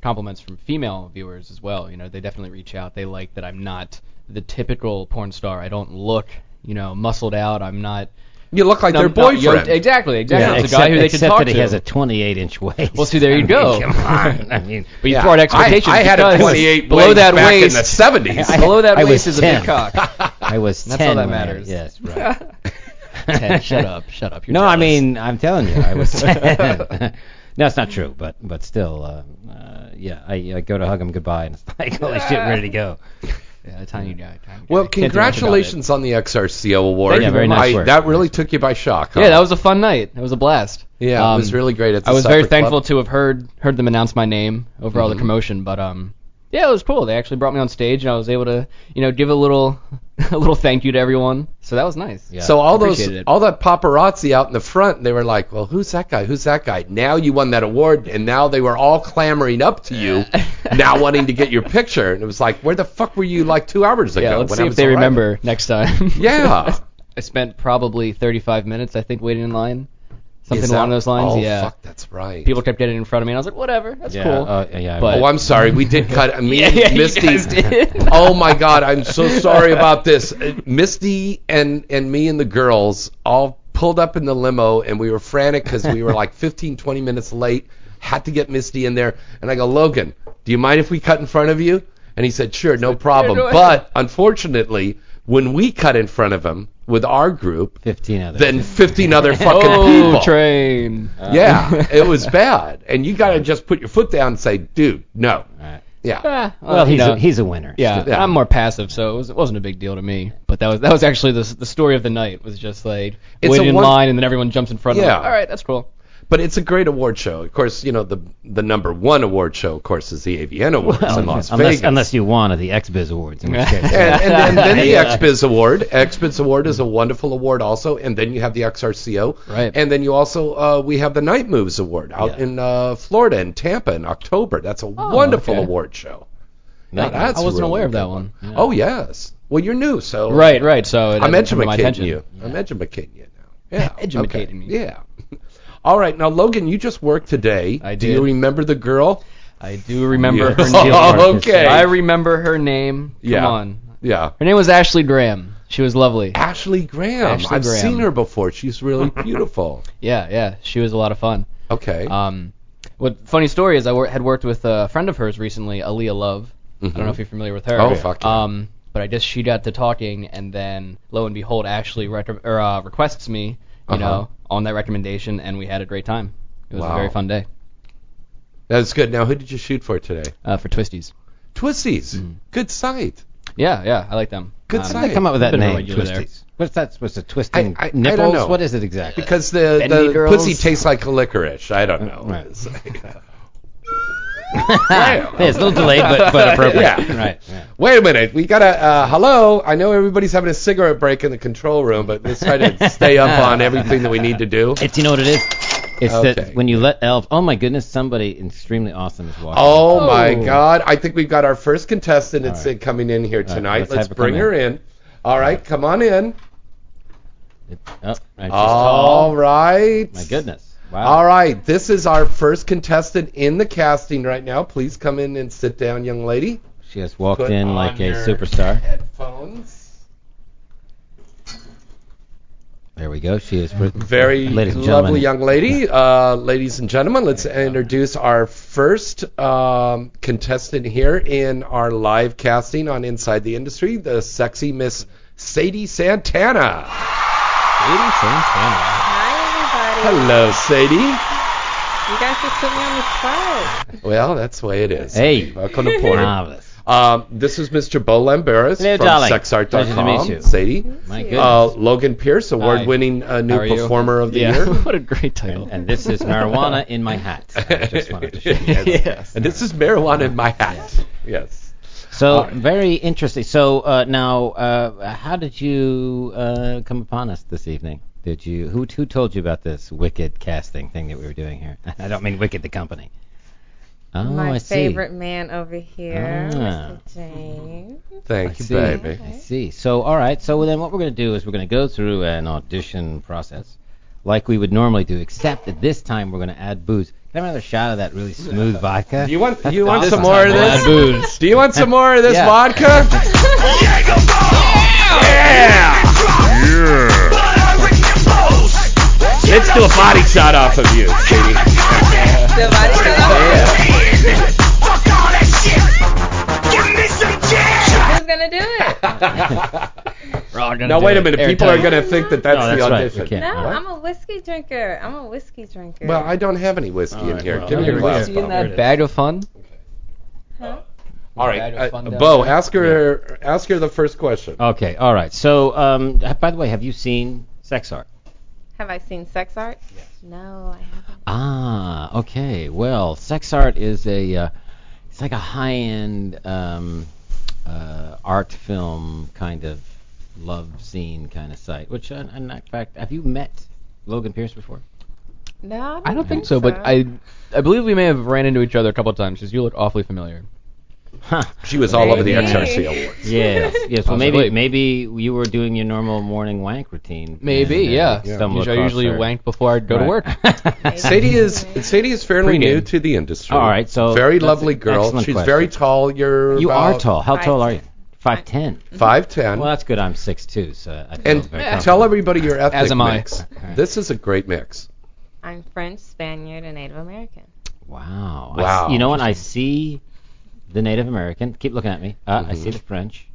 J: compliments from female viewers as well. You know, they definitely reach out. They like that I'm not the typical porn star. I don't look, you know, muscled out. I'm not.
D: You look like their
J: I'm not
D: boyfriend.
J: yoked. exactly. Exactly. it's a
F: except
J: guy who they can
F: except
J: talk
F: that
J: to.
F: he has a 28-inch waist.
J: Well, see,
F: [laughs]
J: there you
F: I mean,
J: go.
F: Come on. I
J: [laughs]
F: mean,
J: but you
D: Yeah.
J: throw out
D: I-
J: expectations.
D: I, had a
J: because
D: 28
J: below
D: waist
J: that
D: back
J: waist.
D: in the 70s.
J: below
F: [laughs]
J: that
F: I was
J: waist is a
F: 10.
J: big cock.
F: [laughs] I was
J: That's
F: 10
J: all that
F: when I-
J: matters.
F: yes, right.
J: Ted, shut up. Shut up.
F: [laughs]
J: You're
F: no, I
J: jealous.
F: mean, I'm telling you, I
J: [laughs]
F: was [laughs] 10. no, it's not true, but but still, uh, uh, yeah, I, I go to hug him goodbye, and it's [laughs] like, holy shit, ready to go.
J: [laughs] Yeah, tiny guy. Tiny
D: Well,
J: guy. Can't do much about it.
D: congratulations on the XRCO award.
J: Thank you very
F: nice
D: I-
F: work.
D: That really took you by shock. huh?
J: Yeah, that was a fun night. It was a blast.
D: Yeah, it was
J: Um,
D: really great. At the
J: I was very
D: Supper Club. Mm-hmm.
J: thankful to have heard heard them announce my name over all the commotion, but um, yeah, it was cool. They actually brought me on stage, and I was able to, you know, give a little [laughs] a little thank you to everyone. So that was nice.
F: Yeah.
D: So all those,
J: Appreciated it.
D: all that paparazzi out in the front, they were like, "Well, who's that guy? Who's that guy?" Now you won that award, and now they were all clamoring up to you, now wanting to get your picture. And it was like, "Where the fuck were you like two hours ago?"
J: [laughs] Yeah, let's
D: when I
J: see if
D: was
J: they
D: arriving?"
J: remember
D: [laughs]
J: next time. [laughs]
D: Yeah,
J: I spent probably 35 minutes, I think, waiting in line, something
D: Is that-
J: along those lines.
D: Oh,
J: yeah,
D: fuck, that's right.
J: people kept getting in front of me, and I was like, whatever, that's
F: yeah,
J: cool.
F: uh, yeah,
J: But-
D: oh, I'm sorry, we
J: [laughs]
D: did cut. Me and
J: yeah, you
D: Misty.
J: guys did.
D: oh my God, I'm so sorry about this. Uh, Misty and and me and the girls all pulled up in the limo, and we were frantic because we were
J: [laughs]
D: like 15, 20 minutes late. Had to get Misty in there, and I go, Logan, do you mind if we cut in front of you? And he said, Sure, no problem.
J: go ahead.
D: But unfortunately, when we cut in front of him with our group,
F: 15 others.
D: then 15 other fucking
J: oh,
D: people.
J: train. Uh.
D: Yeah, it was bad, and you gotta just put your foot down and say, "Dude, no."
F: All right.
D: [laughs] Yeah.
J: Ah,
F: Well,
J: you
F: he's
J: know.
F: a, he's a winner.
J: Yeah,
D: Yeah.
J: I'm more passive, so it, was, it wasn't a big deal to me. But that was that was actually the the story of the night was just like
D: It's
J: waiting
D: a
J: in
D: one-
J: line and then everyone jumps in front of
D: Yeah.
J: them. All right, that's cool.
D: But it's a great award show. Of course, you know the the number one award show, of course, is the AVN Awards in
F: unless,
D: Las Vegas.
F: unless you won at the XBiz Awards,
J: [laughs]
F: in which case.
D: and, and then, then the XBiz Award. XBiz Award is a wonderful award also, and then you have the XRCO.
J: Right.
D: And then you also uh, we have the Night Moves Award out
F: Yeah.
D: in uh, Florida in Tampa in October. That's a wonderful
J: Oh, okay.
D: award show.
F: Night
D: Now, that's
J: I wasn't
D: really
J: aware of
D: good
J: that one.
D: Oh yes. Well, you're new, so
J: Right, right. So it
D: I'm
J: hasn't come to my
D: edumacating
J: attention.
D: you. I'm edumacating you now.
J: [laughs]
D: Yeah.
J: Edumacating me.
D: Yeah. [laughs] All right, now Logan, you just worked today.
J: I
D: Do you
J: did.
D: remember the girl?
J: I do
D: [laughs]
J: remember
D: Yes.
J: her name.
D: Oh, okay.
J: I remember her name. Come
D: Yeah.
J: on.
D: Yeah.
J: Her name was Ashley Graham. She was lovely.
D: Ashley Graham.
J: Ashley
D: I've
J: Graham.
D: seen her before. She's
J: [laughs]
D: really beautiful.
J: Yeah, yeah. She was a lot of fun.
D: Okay.
J: Um, what funny story is I wor- had worked with a friend of hers recently, Aaliyah Love. I don't know if you're familiar with her.
D: Oh, fuck yeah.
J: Um, but I just she got to talking, and then lo and behold, Ashley rec- or, uh, requests me, you
D: Uh-huh.
J: know, on that recommendation, and we had a great time. It was
D: Wow.
J: a very fun day.
D: That's good. Now, who did you shoot for today?
J: Uh, for Twisties. Mm.
D: Twisties. Good sight.
J: Yeah, yeah, I like them.
D: Good
J: Um,
F: How did they come up with that
J: been a
F: name?
J: regular there.
F: Twisties. What's that supposed to twisting
D: I, I, I
F: nipples?
D: don't know.
F: What is it exactly?
D: Because the,
F: Bendy
D: the
F: girls? [laughs] Uh,
D: pussy tastes like licorice. I don't know.
F: Right.
D: It's like-
F: [laughs] Hey, it's a little delayed, but,
D: [laughs]
F: but appropriate.
D: Yeah.
F: Right. yeah.
D: Wait a minute. We got to uh, hello. I know everybody's having a cigarette break in the control room, but let's try to stay up
F: [laughs]
D: on everything that we need to do.
F: It's you know what it is. It's
D: Okay.
F: that when you let elves. Oh my goodness, somebody extremely awesome is watching.
D: Oh, my God! I think we've got our first contestant that's uh coming in here tonight.
F: let's have
D: let's
F: her
D: bring
F: come
D: her in. All right, come on in.
F: Oh, I just
D: All
F: called.
D: right.
F: My goodness. Wow.
D: All right, this is our first contestant in the casting right now. Please come in and sit down, young lady.
F: She has walked
D: Put
F: in
D: on
F: like a
D: your
F: superstar.
D: Headphones.
F: There we go. She is pre- [laughs]
D: Very
F: Ladies and
D: lovely
F: gentlemen.
D: young lady. Uh, ladies and gentlemen, let's introduce our first um, contestant here in our live casting on Inside the Industry, the sexy Miss Sadie Santana.
F: Lady Santana.
K: Hi, everybody.
D: Hello, Sadie.
K: You guys just put me on the spot.
D: Well, that's the way it is.
F: Hey.
D: welcome to porn.
F: Marvelous.
D: Um, this is Mr. Bo Lamberis
F: Hello,
D: from
F: darling. Pleasure to meet
D: sexart.com.
F: you.
D: Sadie.
F: My goodness.
D: Uh, Logan Pierce, award-winning uh, new
J: How are you?
D: performer of
F: [laughs]
D: the
J: yeah.
D: year.
J: what a great title.
F: and this is marijuana in my hat. I just wanted
D: [laughs]
F: to show you. guys.
J: yes.
D: And this is marijuana in my hat. Yes.
F: So very interesting. So uh, now, uh, how did you uh, come upon us this evening? Did you who who told you about this wicked casting thing that we were doing here? [laughs] I don't mean wicked the company. Oh,
K: My
F: I see.
K: favorite man over here,
F: Ah.
K: Mr. James.
F: I
D: Thank you,
F: see.
D: baby.
F: I see. So, all right. So then, what we're going to do is we're going to go through an audition process, like we would normally do, except that this time we're going to add booze. Can I have another shot of that really
D: [laughs]
F: smooth vodka?
D: You want you want
J: This
D: some
J: is
D: more of
J: my
D: this?
J: booze.
D: Do you want some more
F: [laughs]
D: of this
J: Yeah.
D: vodka? Yeah. Let's do a body shot off of you, Sadie.
K: Somebody Who's gonna do it?
D: Now wait a minute. People are gonna think that that's,
F: No, that's
D: the
F: right.
D: audition.
F: We can't.
K: No,
F: What?
K: I'm a whiskey drinker. I'm a whiskey drinker.
D: Well, I don't have any whiskey in here. Give
J: Give
D: me
J: me
D: your
J: a
D: glass.
J: whiskey in
D: Bob.
J: that bag of fun.
D: All right,
J: Bag of
D: uh,
J: fun down
D: Bo,
J: there.
D: ask her ask her the first question.
F: Okay. All right. So, um, h- by the way, have you seen Sex Art?
K: Have I seen sex art? Yes. No, I haven't.
F: Ah. Okay. Well, Sex Art is a uh, it's like a high-end um, uh, art film kind of love scene kind of site. Which, uh, in fact, have you met Logan Pierce before?
K: No, I don't,
J: I don't think so, but I I believe we may have ran into each other a couple of times because you look awfully familiar.
F: Huh.
D: She was all over the
K: Maybe.
D: XRC awards.
F: Yes, yes. Well, maybe
J: Possibly.
F: maybe you were doing your normal morning wank routine. and,
J: Maybe,
F: uh,
J: yeah.
F: stumbled
J: Usually- I
F: across
J: usually
F: her.
J: wanked before I'd go to
F: Right.
J: work. [laughs]
D: Sadie is Sadie is fairly
J: Pre-game.
D: new to the industry.
F: All right, so
D: very
F: that's
D: lovely
F: an
D: girl.
F: excellent
D: She's
F: question.
D: very tall. You're
F: You
D: about Mm-hmm.
F: are tall. How
K: Five
F: tall are you?
K: ten.
F: Five ten.
D: five ten.
F: Well, that's good. I'm six two, so I feel
D: and
F: very
D: tell
F: confident.
D: everybody your ethnic
J: As am I.
D: mix.
F: Alright.
D: This is a great mix.
K: I'm French, Spaniard, and Native American.
F: Wow.
D: Wow.
F: Oh, I s- you know what? I see the Native American. Keep looking at me. Uh, I
D: Mm-hmm.
F: see the French.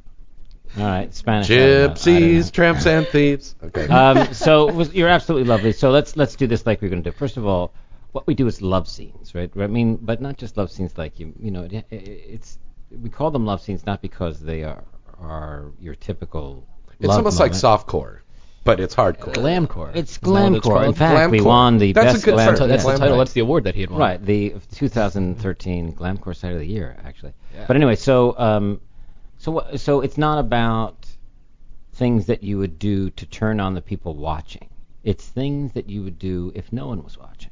F: All right, Spanish. I don't know. I don't know.
D: Gypsies, tramps, and thieves. Okay.
F: um, so it was, you're absolutely lovely. So let's let's do this like we're going to do. First of all, what we do is love scenes, right? I mean, but not just love scenes. Like you, you know, it, it, it's we call them love scenes not because they are are your typical.
D: it's
F: love
D: almost
F: moment.
D: like softcore, but it's hardcore.
J: Glamcore.
F: It's
J: Is that what it's
F: glamcore. In
J: called?
F: fact, we
D: Glamcore.
F: won the
D: That's a
F: best
D: good
F: glam-
D: term.
J: So that's
D: Glam-
J: the title.
D: right.
J: That's the award that he had won.
F: Right, the 2013 Glamcore Side of the Year, actually. But anyway, so um, so what- so it's not about things that you would do to turn on the people watching. It's things that you would do if no one was watching,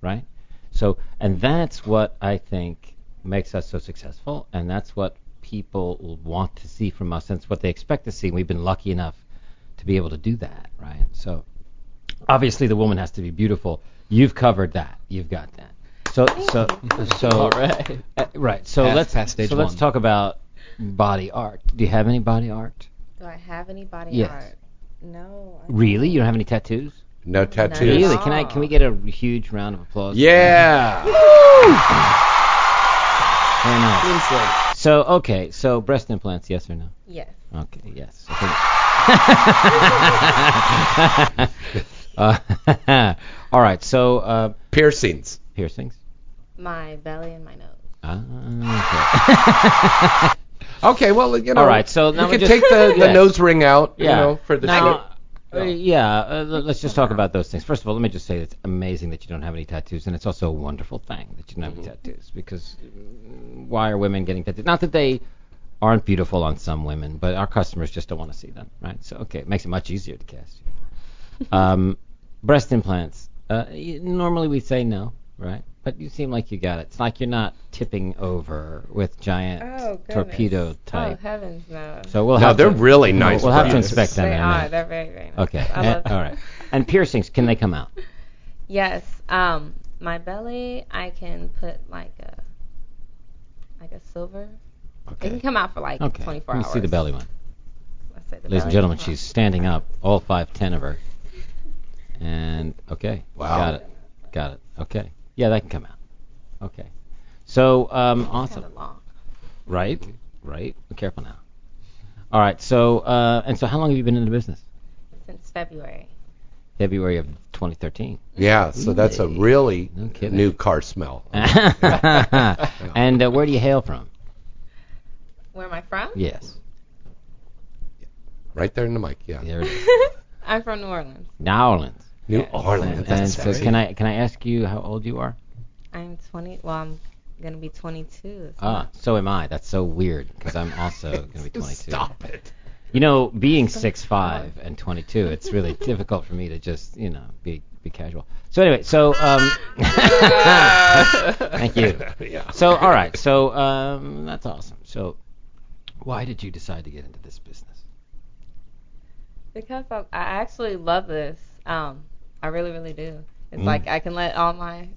F: right? So and that's what I think makes us so successful, and that's what people will want to see from us, and it's what they expect to see. We've been lucky enough to be able to do that, right? So obviously the woman has to be beautiful. You've covered that. You've got that. So so so
J: All right.
F: uh, right. So
J: Past-
F: let's
J: past stage
F: so let's
J: one.
F: talk about body art. Do you have any body art?
K: Do I have any body
F: Yes.
K: art? No. I
F: Really? You don't have any tattoos?
D: No
K: Yes.
D: tattoos.
F: Really? Can I can we get a huge round of applause?
D: Yeah.
F: Very nice. So okay, so breast implants, yes or no?
K: Yes.
F: Okay, yes. I think- [laughs] Uh, [laughs] all right, so uh,
D: piercings.
F: Piercings.
K: My belly and my nose.
F: [laughs] Ah,
D: okay. okay, well, you know.
F: All right, so now
D: you
F: we
D: can
F: just-
D: take
F: [laughs]
D: the, the
F: Yeah.
D: nose ring out,
F: Yeah.
D: you know, for the
F: Now-
D: show.
F: Uh, yeah, uh, l- let's just talk about those things. First of all, let me just say it's amazing that you don't have any tattoos, and it's also a wonderful thing that you don't have any
D: Mm-hmm.
F: tattoos because mm, why are women getting tattoos? Not that they aren't beautiful on some women, but our customers just don't want to see them, right? So okay, it makes it much easier to cast you. Um, breast implants. Uh, y- normally we say no, right? But you seem like you got it. It's like you're not tipping over with giant
K: Oh, goodness.
F: torpedo type.
K: Oh, heavens no.
F: So we'll
D: No,
F: have
D: they're
F: to,
D: really
F: we'll-
D: nice
F: We'll have to
D: products.
F: inspect them.
K: They
F: in a
K: are.
F: minute.
K: They're very, very nice.
F: Okay.
K: I love
F: Eh,
K: them.
F: all right. And piercings, can they come out?
K: Yes. Um, my belly, I can put like a like a silver. It can come out for like
F: okay.
K: 24
F: Let me
K: hours.
F: see the belly one.
K: Let's say the
F: Ladies and
K: belly.
F: gentlemen, she's standing up, all five ten of her. And okay,
D: Wow.
F: got it, got it. Okay, yeah, that can come out. Okay, so um, awesome. Right, right. Be careful now. All right, so uh, and so, how long have you been in the business?
K: since February.
F: February of 2013.
D: Yeah, so that's a really
F: kidding.
D: new car smell.
F: [laughs] and uh, where do you hail from?
K: Where am I from?
F: Yes.
D: Right there in the mic, yeah.
F: There it is.
K: [laughs] I'm from New Orleans.
F: New Orleans.
D: New Orleans.
F: And,
D: That's
F: and so,
D: sexy.
F: can I can I ask you how old you are?
K: I'm 20. Well, I'm gonna be 22. this
F: Ah,
K: month.
F: so am I. That's so weird because I'm also
D: [laughs]
F: going to be 22.
D: Stop it.
F: You know, being 6'5 and 22, it's
D: [laughs]
F: really difficult for me to just, you know, be be casual. So anyway, so um [laughs] Thank you.
D: [laughs] Yeah.
F: So all right, so um that's awesome. So why did you decide to get into this business?
K: Because I, I actually love this. Um, I really, really do. It's
F: Mm.
K: like I can let all my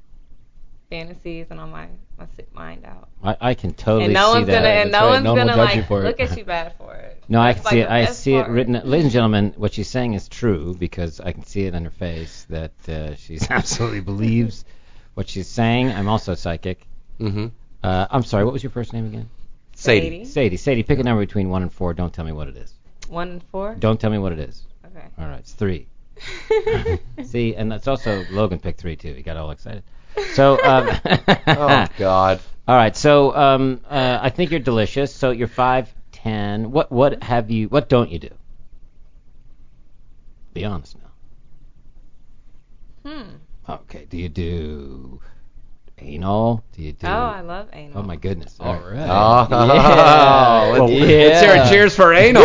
K: fantasies and all my my sick mind out.
F: I, I can totally
K: and no
F: see
K: one's
F: that.
K: gonna and no one's
J: No one will
K: gonna
J: judge you
K: like
J: for it.
F: [laughs]
K: look at you bad for it.
F: No, I
K: That's
F: can see
K: like
F: it.
K: the
F: I
K: best
F: see
K: part.
F: it written. Ladies and gentlemen, what she's saying is true because I can see it in her face that uh, she [laughs] absolutely believes what she's saying. I'm also psychic.
D: Mm-hmm.
F: Uh, I'm [laughs] sorry. What was your first name again?
K: Sadie. Sadie.
F: Sadie. Sadie. Pick a number between one and four. Don't tell me what it is.
K: One and four.
F: Don't tell me what it is.
K: Okay.
F: All right, it's
D: [laughs]
F: three. see, and that's also Logan picked three too. He got all
D: [laughs]
F: excited. So. Um,
D: Oh, God.
F: All right, so um, uh, I think you're delicious. So you're five ten. What what have you? What don't you do? Be honest now.
K: Hmm.
F: Okay, do you do anal? Do you
C: Uh,
F: do?
K: Oh, I love anal.
F: Oh, my goodness! All right.
D: Oh,
F: Yeah.
D: let's,
F: Yeah.
D: let's hear a cheers for anal.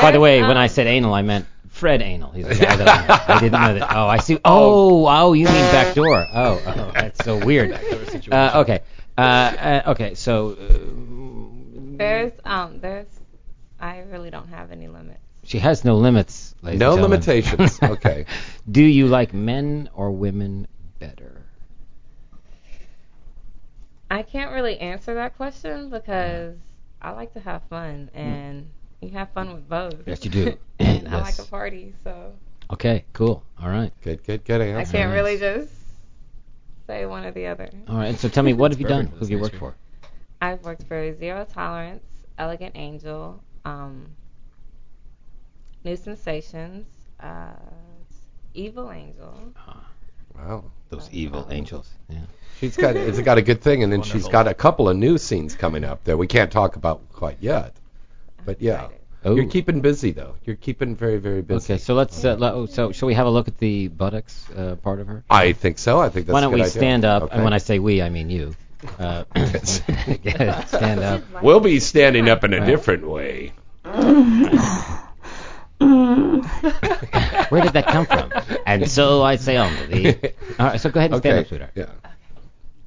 F: By the way, when I said anal, I meant Fred Anal.
J: [laughs]
F: He's the guy that I, I didn't know that. Oh, I see. Oh, oh, you mean back door. Oh, oh that's so weird. Uh, okay. Uh, uh, okay, so uh,
K: There's um there's I really don't have any limits.
F: she has no limits. ladies and
D: No
F: gentlemen. [laughs]
D: limitations. Okay.
F: Do you like men or women better?
K: I can't really answer that question because I like to have fun and you have fun with both.
F: Mm. Yes, you do.
K: [laughs] and I
F: Yes.
K: like a party, so
F: Okay, cool. All right.
D: Good, good, good
K: I
D: answer.
K: can't really just say one or the other.
F: All right. So tell me, what have you done?
J: perfect for
F: Who
J: this
F: have you
J: next
F: worked for?
K: I've worked for Zero Tolerance, Elegant Angel, um, New Sensations, uh, Evil Angel.
D: Wow.
F: Those evil angels. Yeah.
D: [laughs] She's got it's got a good thing, and then she's
J: Wonderful.
D: got a couple of new scenes coming up that we can't talk about quite yet. But yeah,
F: Oh.
D: you're keeping busy though. You're keeping very, very busy.
F: Okay, so let's. Uh, le- oh, so shall we have a look at the buttocks uh, part of her?
D: I think so. I think that's
F: Why don't
D: a good
F: we
D: idea.
F: stand up?
D: Okay.
F: And when I say we, I mean you. Uh, [laughs] stand up.
D: we'll be standing [laughs] up in a different way.
F: [laughs] Where did that come from? And so I say on to thee.
D: [laughs]
F: All right, so go ahead and stand
D: Okay.
F: up, sweetheart.
D: Yeah.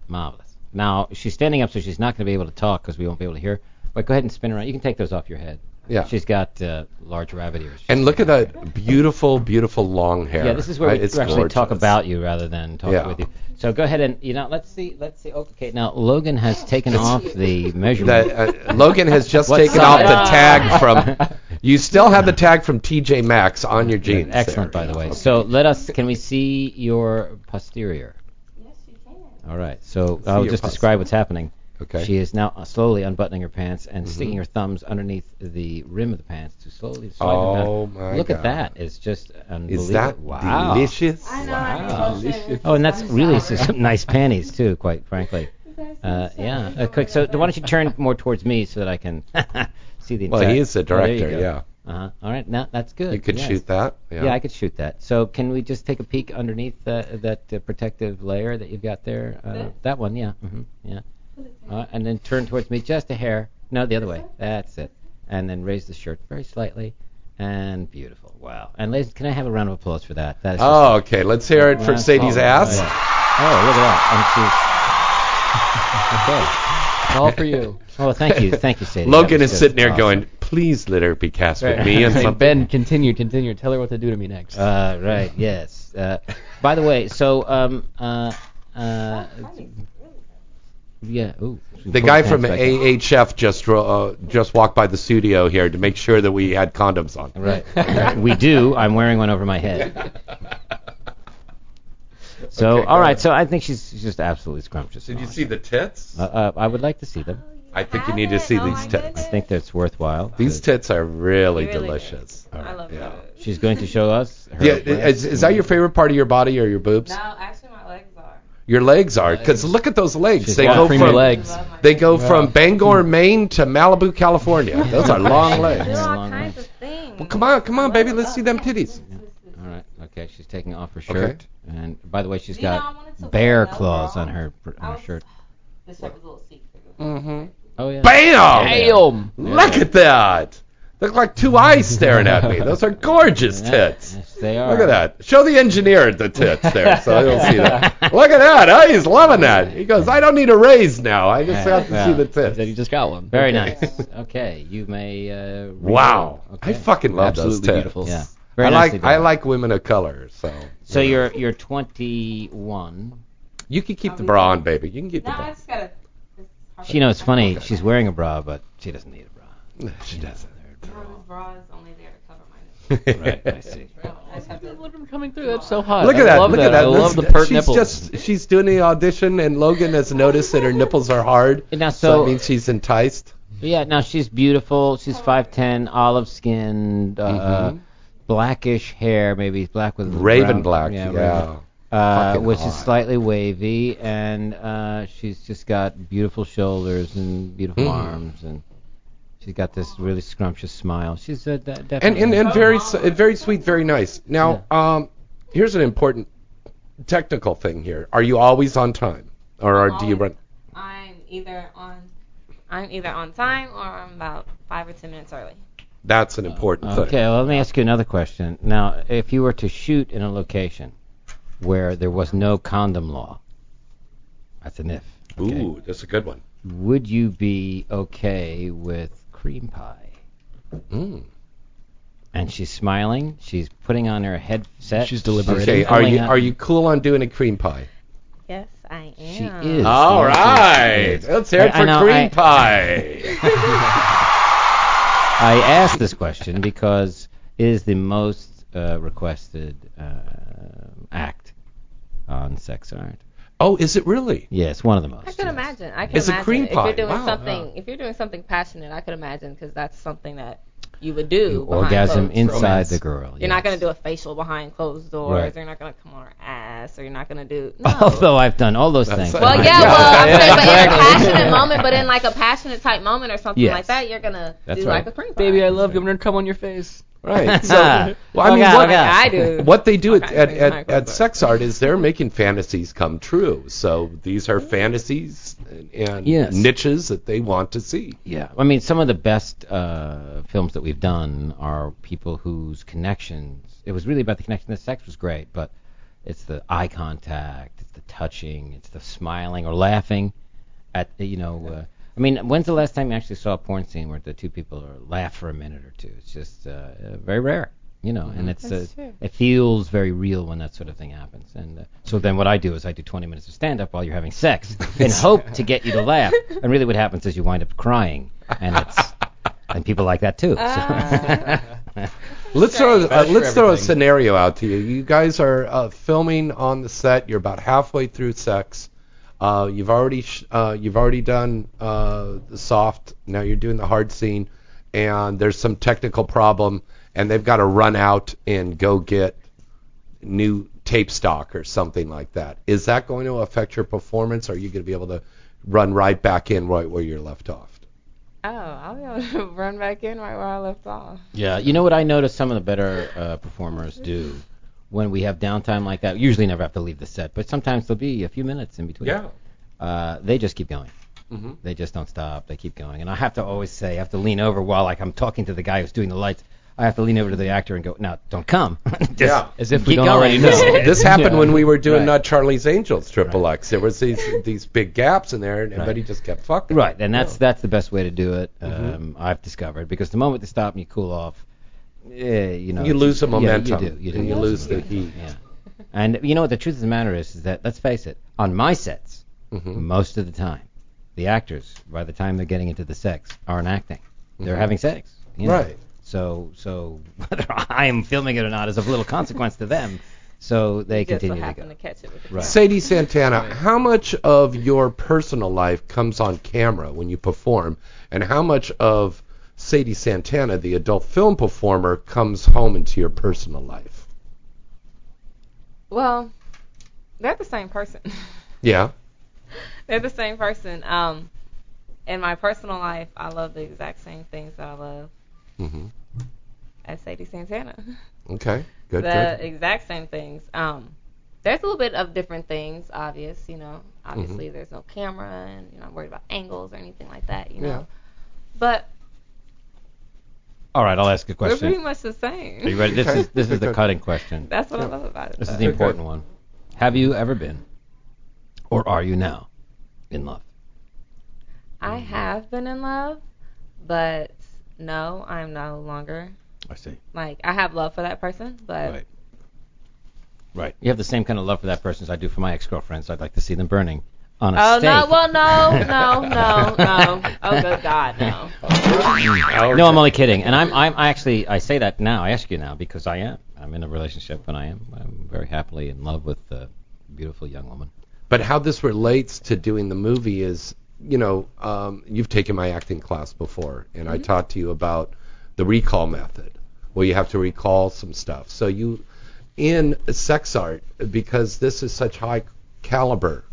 F: Marvelous. Now she's standing up, so she's not going to be able to talk because we won't be able to hear. her. But go ahead and spin around. You can take those off your head.
D: Yeah.
F: She's got uh, large rabbit ears.
D: And look at that beautiful, beautiful long hair.
F: Yeah, this is where
D: right?
F: we
D: It's
F: actually talk
D: gorgeous.
F: about you rather than talk
D: Yeah.
F: with you. So go ahead and you know, let's see, let's see. Okay, now Logan has taken off the measurement.
D: that uh, Logan has just
F: What
D: taken off
F: size? Ah.
D: the tag
F: [laughs]
D: from. You still have the tag from TJ Maxx on your jeans.
F: Excellent,
D: there.
F: by the way. So let us. Can we see your posterior? Yes, you can. All right. So I'll
D: your
F: just
D: posterior.
F: describe what's happening.
D: Okay. Mm-hmm.
F: She is now uh, slowly unbuttoning her pants and sticking her thumbs underneath the rim of the pants to slowly swipe them down.
D: Oh, my
F: Look at
D: God.
F: that. It's just unbelievable.
D: Is that
F: wow.
D: delicious?
F: I
D: know, I
F: Wow.
D: told you. Delicious.
F: Oh, and that's
D: I'm
F: really
D: sorry.
F: some nice panties too, quite
D: [laughs]
F: frankly. Uh, yeah, uh, quick. So why don't you turn more towards me so that I can [laughs] see the
D: Well,
F: entire-
D: he is the
F: Oh, there you
D: director,
F: go.
D: yeah.
F: Uh-huh. All right, now that's good.
D: You could
F: yes.
D: shoot that, yeah.
F: I could shoot that. So can we just take a peek underneath uh, that uh, protective layer that you've got there? Uh,
L: There?
F: that one, yeah. hmm yeah. Uh, and then turn towards me just a hair. No, the other way. That's it. And then raise the shirt very slightly. And beautiful. Wow. And ladies, can I have a round of applause for that? That's
D: Oh, okay. Let's hear it for
F: Wow.
D: Sadie's
F: Oh,
D: ass.
F: yeah. Oh, look at that. And she's okay. All for you. [laughs] Oh, thank you, thank you, Sadie.
D: Logan
F: That
D: is
F: was
D: sitting there
F: awesome.
D: going, please let her be cast with
F: [laughs]
D: me and
J: Hey,
D: something.
J: Ben, continue, continue. Tell her what to do to me next.
F: Uh, right. Yes. Uh, by the way, so um uh uh yeah. Ooh.
D: The guy from
F: Back up.
D: AHF just uh, just walked by the studio here to make sure that we had condoms on.
F: Right. we do. I'm wearing one over my
D: [laughs]
F: head. So
D: Okay, go
F: all right.
D: ahead.
F: So I think she's, she's just absolutely scrumptious.
D: Did you see the tits?
F: Uh, uh, I would like to see them.
D: I think you need to
K: Oh,
D: see these tits.
F: I think that's worthwhile.
D: These tits are
F: Really
D: really,
F: good.
D: delicious.
K: I love
D: yeah.
F: She's going to show us. Her
D: Yeah,
F: breasts.
D: is, is that your favorite part of your body or your boobs?
K: No, actually, my legs are.
D: Your legs are, because look at those legs.
J: She's
D: they
J: got
D: go
J: creamy
D: from
J: legs.
D: they go
J: Yeah.
D: from Bangor, Maine to
F: [laughs]
D: Malibu, California.
F: Oh,
D: Those are long legs. Well, come on, come on, baby, let's see them titties.
F: All right. Okay. She's taking off her
D: Okay.
F: shirt. And by the way, she's
K: You know, I
F: got
K: wanted to
F: bear
K: wear that
F: claws
K: bra.
F: on her on her shirt.
K: This shirt was a little secret.
D: Mm-hmm.
F: Oh yeah.
D: Bam!
J: Bam!
D: Look at that. Look like two eyes staring at me. Those are gorgeous tits.
F: They are.
D: Look at that. Show the engineer the tits there, so he'll
F: [laughs]
D: see that. Look at that. Oh, he's loving that. He goes, I don't need a raise now. I just have to see the tits.
J: He just got one.
F: Very nice. okay. You may. Uh, read
D: Wow.
F: it.
D: I fucking love those
J: Absolutely
D: tits.
J: beautiful.
F: Yeah.
D: I
F: Very nicely
D: like
F: done.
D: I like women of color, so
F: So you're you're 21.
D: you can keep the bra on, baby. You can keep the
K: No, I
D: bra.
K: just gotta. This
F: She knows it's funny. She's wearing a bra, but she doesn't need a bra.
D: [laughs] She doesn't.
K: bra is only there to cover my.
F: right. I
D: [laughs]
F: see.
K: I just have to
J: Look at him coming through. That's so hot.
D: Look at
J: I
D: that!
J: Love
D: look
J: that.
D: at that!
J: I
D: This-
J: love the pert
D: she's
J: nipples.
D: just she's doing the audition, and Logan has noticed that her nipples are hard.
F: now,
D: so
F: so-
D: that means she's enticed.
F: Yeah. Now she's beautiful. She's 5'10, olive skinned, uh,
D: Mhm.
F: blackish hair, maybe black with
D: Raven
F: brown-
D: black,
F: Yeah.
D: yeah.
F: raven. Uh,
D: Fucking
F: which
D: hot.
F: is slightly wavy, and uh, she's just got beautiful shoulders and beautiful
D: Mhm.
F: arms, and she's got this really scrumptious smile. She's uh, de-
D: and
F: definitely
D: and, and very s-
F: Oh.
D: and very sweet, very nice. Now, um, here's an important technical thing here. Are you always on time, or are, do you run?
K: I'm either on. I'm either on time or I'm about five or ten minutes early.
D: That's an important thing.
F: Okay, well, let me ask you another question. Now, if you were to shoot in a location where there was no condom law, that's an if. okay,
D: Ooh, that's a good one.
F: Would you be okay with cream pie?
D: Mm.
F: And she's smiling. She's putting on her headset.
J: She's
F: deliberating.
D: Okay, are you are you cool on doing
F: [laughs]
D: a cream pie?
K: Yes, I am.
F: She is.
D: All
F: Yes, she
D: right,
F: is.
D: let's hear it
F: I- I
D: for
F: know,
D: cream
F: I-
D: pie.
F: I asked this question because it is the most uh, requested uh, act on sex art.
D: oh, is it really?
F: Yes, one of the most.
K: I could imagine. I could
D: It's a
K: imagine
D: cream
K: if
D: pie.
K: you're doing
D: Wow.
K: something. If you're doing something passionate, I could imagine because that's something that you would do.
F: You
K: behind
F: orgasm
K: closed
F: inside
K: doors.
F: the girl.
K: You're not gonna do a facial behind closed doors.
F: Right. Oh,
K: You're not gonna come on her ass, or you're not
F: [laughs]
K: gonna do. No.
F: Although I've done all those things.
K: Well, yeah, well, I'm saying, but in
F: [laughs]
K: a passionate moment, but in like a passionate type moment or something
F: Yes.
K: like that, you're gonna
F: That's
K: do
F: right.
K: like a cream pie.
J: Baby, I love you. I'm gonna come on your face.
D: Right. [laughs] So, Oh, well, I mean,
F: Okay,
D: what,
F: okay.
K: I do.
D: what they do at,
K: Okay,
D: at,
K: it's my
D: at,
K: fault.
D: at sex art is they're making fantasies come true. So these are fantasies and, and
F: Yes.
D: niches that they want to see.
F: Yeah, I mean, some of the best uh, films that we've done are people whose connections. It was really about the connection. The sex was great, but it's the eye contact, it's the touching, it's the smiling or laughing at the, you know. Uh, I mean, when's the last time you actually saw a porn scene where the two people are, laugh for a minute or two? It's just uh, uh, very rare, you know, and it's uh,
L: That's true.
F: it feels very real when that sort of thing happens. And uh, so then what I do is I do 20 minutes of stand up while you're having sex in hope to get you to laugh. And really what happens is you wind up crying, and it's and people like that too. So- [laughs]
D: Let's throw uh,
J: Best for
D: let's throw a
J: everything.
D: scenario out to you. You guys are uh, filming on the set. You're about halfway through sex. Uh, you've already sh- uh, you've already done uh, the soft. Now you're doing the hard scene, and there's some technical problem, and they've got to run out and go get new tape stock or something like that. Is that going to affect your performance? Or are you going to be able to run right back in right where you're left off?
K: Oh, I'll be able to [laughs] run back in right where I left off.
F: Yeah, you know what I noticed some of the better uh, performers do when we have downtime like that. Usually never have to leave the set, but sometimes there'll be a few minutes in between.
D: Yeah. Mm-hmm.
F: Uh, they just keep going. They just don't stop. They keep going, and I have to always say, I have to lean over while like I'm talking to the guy who's doing the lights. I have to lean over to the actor and go, "Now, don't come." [laughs] Just
D: yeah,
F: as if we keep don't going. already know.
D: this
F: [laughs]
D: happened
F: Yeah.
D: when we were doing
F: Right.
D: Not Charlie's Angels Triple X. There was these these big gaps in there, and everybody just kept fucking.
F: Right, and that's that's the best way to do it. Um,
D: Mm-hmm.
F: I've discovered because the moment they stop and you cool off, eh, you know,
D: You lose the
F: yeah, you
D: momentum,
F: do, you do.
D: and you lose the
F: momentum,
D: heat.
F: Yeah. And you know what the truth of the matter is is that let's face it, on my sets,
D: Mm-hmm.
F: most of the time, the actors by the time they're getting into the sex aren't acting; they're
D: Mhm.
F: having sex. you know.
D: Right.
F: So so [laughs] whether I am filming it or not is of little consequence to them. So they
K: just so
F: continue to go.
K: happen to catch it with the
F: Right.
D: Sadie Santana, how much of your personal life comes on camera when you perform, and how much of Sadie Santana, the adult film performer, comes home into your personal life?
K: Well, they're the same person. [laughs]
D: Yeah.
K: they're the same person. Um, in my personal life, I love the exact same things that I love
D: Mm-hmm.
K: as Sadie
F: [laughs]
K: Santana.
D: Okay. Good.
K: the
D: good.
K: exact same things. Um, there's a little bit of different things, obvious, you know. Obviously,
F: Mm-hmm.
K: there's no camera, and you know, I'm worried about angles or anything like that, you know.
F: Yeah.
K: But
F: All right, I'll ask a
K: they're pretty
F: question.
K: much the same.
F: Are you ready? This is this is the cutting question.
K: That's what I love about it.
F: This is
K: though.
F: the important one. Have you ever been, or are you now, in love? Mm-hmm.
K: I have been in love, but no, I'm no longer.
F: I see.
K: Like I have love for that person, but
F: Right. Right. You have the same kind of love for that person as I do for my ex-girlfriends. I'd like to see them burning on a
K: oh
F: stake.
K: no,
F: [laughs]
K: well no, no, no, no. Oh good God, no.
F: No, I'm only kidding. And I'm, I'm I actually, I say that now. I ask you now because I am. I'm in a relationship and I am. I'm very happily in love with a beautiful young woman.
D: But how this relates to doing the movie is, you know, um, you've taken my acting class before, and I taught to you about the recall method, where you have to recall some stuff. So you, in sex art, because this is such high caliber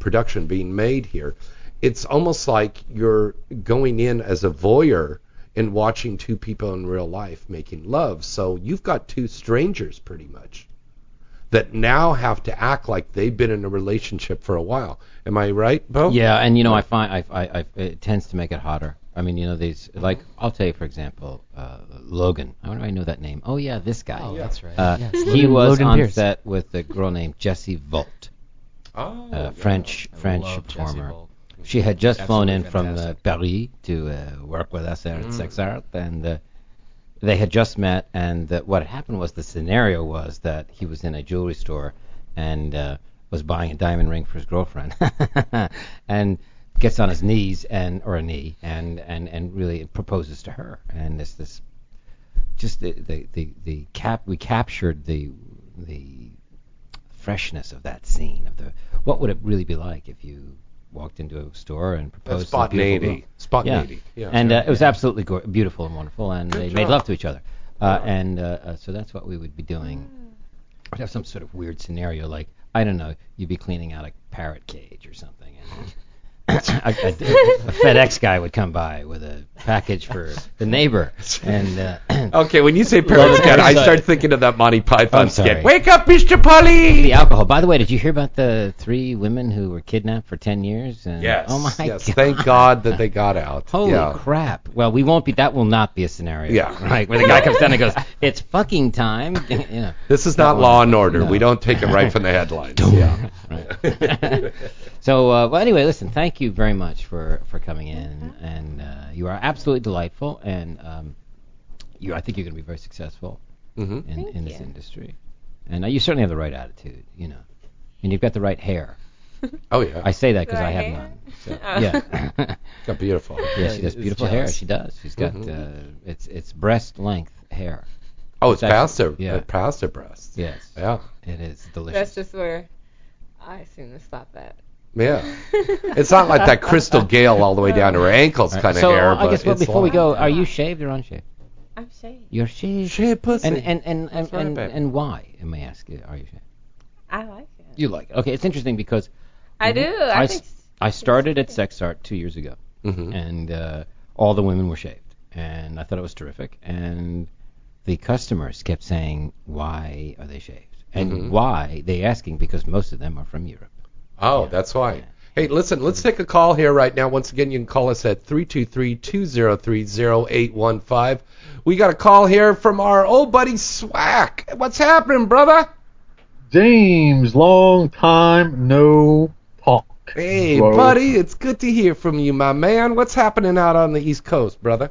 D: production being made here, it's almost like you're going in as a voyeur and watching two people in real life making love. So you've got two strangers pretty much that now have to act like they've been in a relationship for a while. Am I right,
J: Oh.
D: Bo?
F: Yeah, and you know, I find I, I, I, it tends to make it hotter. I mean, you know, these like I'll tell you for example, uh, Logan. How do I know that name? Oh yeah, this guy.
J: Oh, Yeah. that's right.
F: Uh,
J: Yes,
F: he
J: Logan-
F: was
J: Logan
F: on
J: Pierce.
F: set with a girl named Jessie Volt.
D: Oh.
F: uh, French
J: I
F: French
J: love Jessie
F: performer.
J: Volt.
F: She had just flown
J: Absolutely Mm.
F: in from uh, Paris to uh, work with us there at Sex Art, and uh, they had just met. And uh, what happened was the scenario was that he was in a jewelry store and uh, was buying a diamond ring for his girlfriend, [laughs] and gets on his knees and or a knee and and and really proposes to her. And this this just the the the, the cap we captured the the freshness [laughs] of that scene of the what would it really be like if you walked into a store and proposed to a beautiful
D: spontaneity.
F: girl?
D: Spontaneity.
F: yeah.
D: Yeah.
F: and uh,
D: Yeah.
F: it was absolutely go- beautiful and wonderful and they made
D: job.
F: love to each other uh, and uh, uh, so that's what we would be doing we'd have some sort of weird scenario like I don't know you'd be cleaning out a parrot cage or something and [coughs] a, a- a FedEx guy would come by with a package for the
D: [laughs]
F: neighbor and uh,
D: Okay, when you say parrot scat, I start thinking of that Monty Python
F: I'm sorry.
D: skit. Wake up, Mr. Polly!
F: the alcohol. By the way, did you hear about the three women who were kidnapped for 10 years? And,
D: Yes.
F: Oh my
D: yes.
F: God.
D: Thank God that they got out.
F: Holy
D: yeah.
F: crap. Well, we won't be. That will not be a scenario.
D: Yeah.
F: [laughs] Right. Where the guy comes down and goes, "It's fucking time." [laughs] you know.
D: This is not Law and Order. We don't take it right
F: [laughs]
D: from the headlines. yeah.
F: So, uh, well, anyway, listen. Thank you very much for for coming in, and uh, you are absolutely delightful, and um, you. I think you're going to be very successful
D: Mm-hmm.
F: in, in this industry, and uh, you certainly have the right attitude, you know, and you've got the right
K: [laughs]
F: hair.
D: Oh yeah.
F: I say that because
K: The
F: I have
K: right hair?
F: none. So,
K: [laughs] Oh.
F: yeah.
D: Got beautiful. Mm-hmm.
F: Yeah, she does
J: it's
F: beautiful hair.
J: jealous.
F: She does. She's got
J: Mhm.
F: uh, it's it's breast length hair.
D: Oh, it's
F: It's actually-
D: past their
F: yeah.
D: past their breasts.
F: Yes.
D: Yeah.
F: It is delicious.
K: That's just where I seem to stop at.
D: Yeah. It's not like that Crystal Gale all the way down to her ankles kind of
F: so
D: hair.
F: uh, I
D: but
F: guess well,
D: it's
F: before we
D: long.
F: go, are you shaved or unshaved?
K: I'm shaved.
F: You're shaved.
D: Shaved pussy.
F: And and and and,
K: right,
F: and,
K: babe.
F: and why? I may ask you. Are you shaved?
K: I like it.
F: You like it. Okay, it's interesting because
K: I
D: Mm-hmm.
K: do. I,
F: I
K: think
F: s- I started at Sex Art two years ago,
D: Mm-hmm.
F: and uh, all the women were shaved, and I thought it was terrific. And the customers kept saying, "Why are they shaved?" And
D: Mhm.
F: why they asking because most of them are from Europe.
D: Oh, that's why. Hey, listen, let's take a call here right now. Once again, you can call us at 323-203-0815. We got a call here from our old buddy Swack. What's happening, brother?
L: James, long time no talk.
D: Hey,
L: Hello.
D: buddy, it's good to hear from you, my man. What's happening out on the East Coast, brother?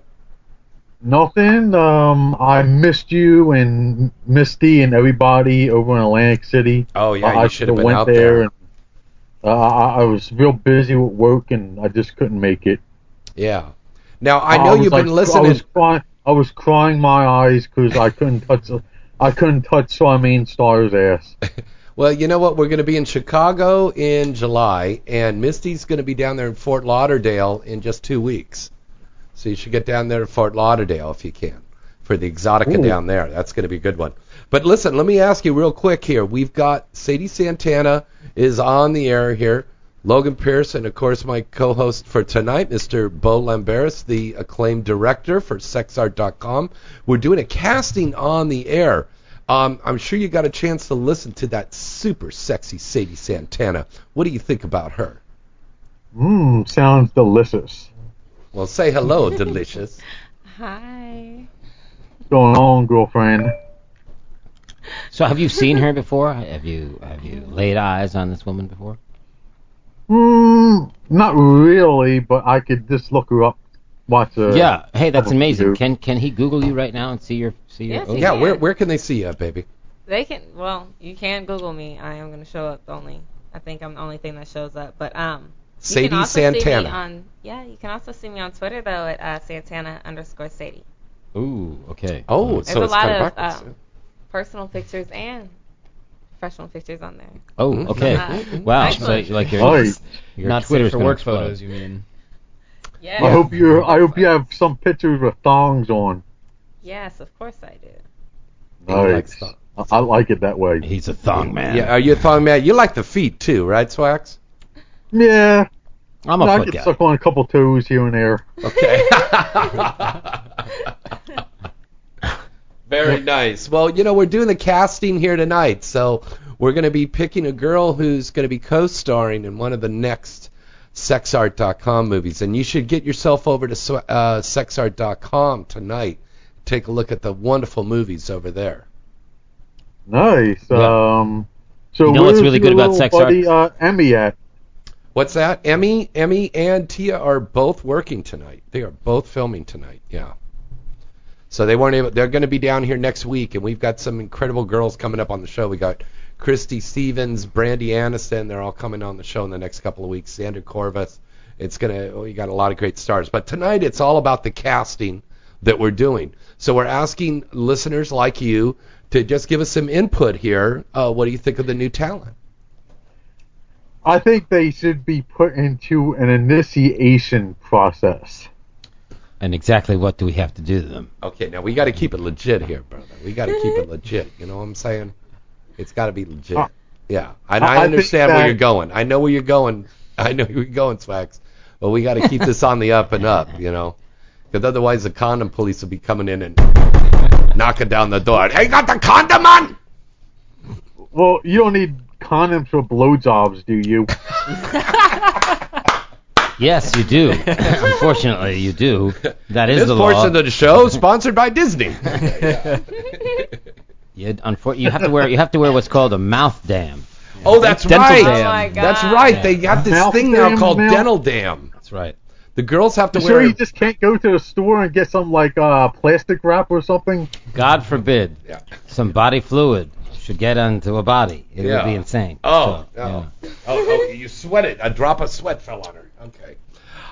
L: Nothing. Um, I missed you and Misty and everybody over in Atlantic City.
D: Oh yeah,
L: I,
D: you
L: I
D: should
L: shoulda
D: have been
L: went
D: out
L: there.
D: there.
L: And, uh, I, I was real busy with work and I just couldn't make it.
D: Yeah. Now, I know
L: was,
D: you've
L: like,
D: been
L: Oh, I
D: listening.
L: was crying. I was crying my eyes because I couldn't touch. I couldn't touch Charmaine Star's ass.
D: Well, you know what? We're going to be in Chicago in July, and Misty's going to be down there in Fort Lauderdale in just two weeks. So you should get down there to Fort Lauderdale if you can for the Exotica
M: Ooh.
D: down there. That's going to be a good one. But listen, let me ask you real quick here. We've got Sadie Santana is on the air here. Logan Pierce, and of course, my co host for tonight, Mr. Bo Lamberis, the acclaimed director for sexart.com. We're doing a casting on the air. Um, I'm sure you got a chance to listen to that super sexy Sadie Santana. What do you think about her?
L: Mmm, sounds delicious.
D: Well, say hello, [laughs] delicious.
K: hi.
L: What's going on, girlfriend?
F: So have you seen her before? Have you have you laid eyes on this woman before?
L: Mm, not really, but I could just look her up, watch her.
F: yeah. Hey, that's amazing. Can can he Google you right now and see your see your?
K: Yes, he Yeah, where- can.
D: where can they see you, baby?
K: They can. Well, you can Google me. I am going to show up. the Only I think I'm the only thing that shows up. But um, you
D: Sadie
K: can also see me
D: Santana.
K: on yeah, you can also see me on Twitter though at uh, Santana underscore Sadie.
F: Ooh, okay.
D: Oh,
K: There's
D: so
K: a
D: it's
K: lot
D: kind
K: of
D: of uh, backwards.
K: um, personal pictures and professional pictures on there.
F: Oh,
D: Hmm?
L: Mm-hmm.
K: Mhm.
F: okay.
L: [laughs]
K: Uh,
F: [laughs] wow. So
K: excellent.
F: like your,
L: Nice.
F: your
J: Not fit
F: Twitter's
J: for
F: gonna
J: work
F: explode.
J: photos, you mean?
K: Yeah.
L: I hope you. I hope you have some pictures with thongs on.
K: Yes, of course I do.
L: Nice. I, I like it that way.
F: He's a thong man.
D: Yeah, are you a thong man? You like the feet too, right, Swax?
L: Yeah.
D: I'm a
L: I
D: foot
L: could
D: guy.
L: suck on a couple toes here and there.
D: Okay. Very nice. Well, you know, we're doing the casting here tonight, so we're going to be picking a girl who's going to be co-starring in one of the next sexart.com movies, and you should get yourself over to sw- uh, sexart.com tonight. Take a look at the wonderful movies over there.
L: Nice. Um. So
D: You know what's
L: where's
D: really
L: your
D: good about
L: little
D: sex
L: buddy, Uh, Emmy at?
D: What's that? Emmy, Emmy, and Tia are both working tonight. They are both filming tonight. Yeah. So they weren't able. They're going to be down here next week, and we've got some incredible girls coming up on the show. We got Christy Stevens, Brandy Aniston. They're all coming on the show in the next couple of weeks. Sandra Corvus. It's gonna. We got a lot of great stars. But tonight it's all about the casting that we're doing. So we're asking listeners like you to just give us some input here. Uh, what do you think of the new talent?
L: I think they should be put into an initiation process.
F: And exactly what do we have to do to them?
D: Okay, now we got to keep it legit here, brother. We got to keep [laughs] it legit. You know what I'm saying? It's got to be legit.
L: Uh,
D: yeah, and
L: I- I
D: I,
L: think
D: understand
L: that-
D: where you're going. I know where you're going. [laughs] I know where you're going, Swax. But we got to keep this on the up and up, you know, because otherwise the condom police will be coming in and knocking down the door. Hey, got the condom on?
L: Well, you don't need condoms for blowjobs, do you?
F: Yes, you
D: [laughs]
F: do. Unfortunately, you do. That is
D: this
F: the law.
D: portion of the show is sponsored by Disney.
F: [laughs] you, unfor- you have to wear you have to wear what's called a mouth dam.
D: Oh, that's
F: Dental
D: right.
F: dam. Oh, my
D: That's
F: God.
D: right. They got this
L: Mouth
D: thing now
L: dam,
D: called
L: mouth-
D: dental dam. That's right. The [laughs] girls have to
L: You
D: wear.
L: sure you just can't go to the store and get some like uh, plastic wrap or something?
F: God forbid, some body fluid should get onto a body. It
D: Yeah.
F: would be insane.
D: Oh,
F: So,
D: oh, oh, oh, you sweated. A drop of sweat fell on her. Okay.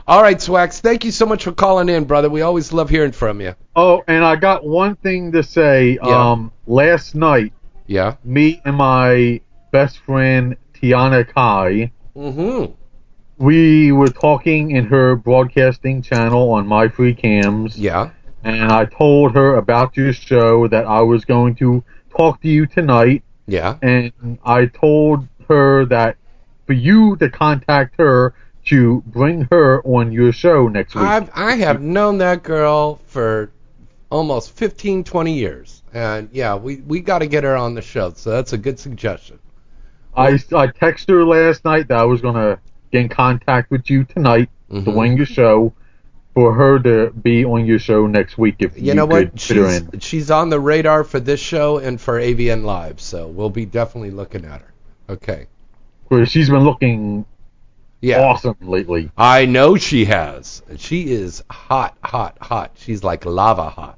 D: All right, Swax. Thank you so much for calling in, brother. We always love hearing from you.
L: Oh, and I got one thing to say.
D: Yeah.
L: Um, last night,
D: yeah,
L: me and my best friend Tiana Kai
D: Mm-hmm.
L: we were talking in her broadcasting channel on my free cams.
D: Yeah.
L: And I told her about your show that I was going to talk to you tonight.
D: Yeah.
L: And I told her that for you to contact her to bring her on your show next week.
D: I've, I have known that girl for almost 15, 20 years. And yeah, we, we got to get her on the show. So that's a good suggestion.
L: I, I texted her last night that I was going to get in contact with you tonight
D: Mm-hmm.
L: to win your show for her to be on your show next week if you,
D: You, know
L: could
D: what?
L: fit her
D: She's,
L: in.
D: she's on the radar for this show and for AVN Live. So we'll be definitely looking at her. Okay.
L: 'Cause she's been looking
D: Yeah.
L: awesome lately.
D: I know she has. She is hot, hot, hot. She's like lava hot.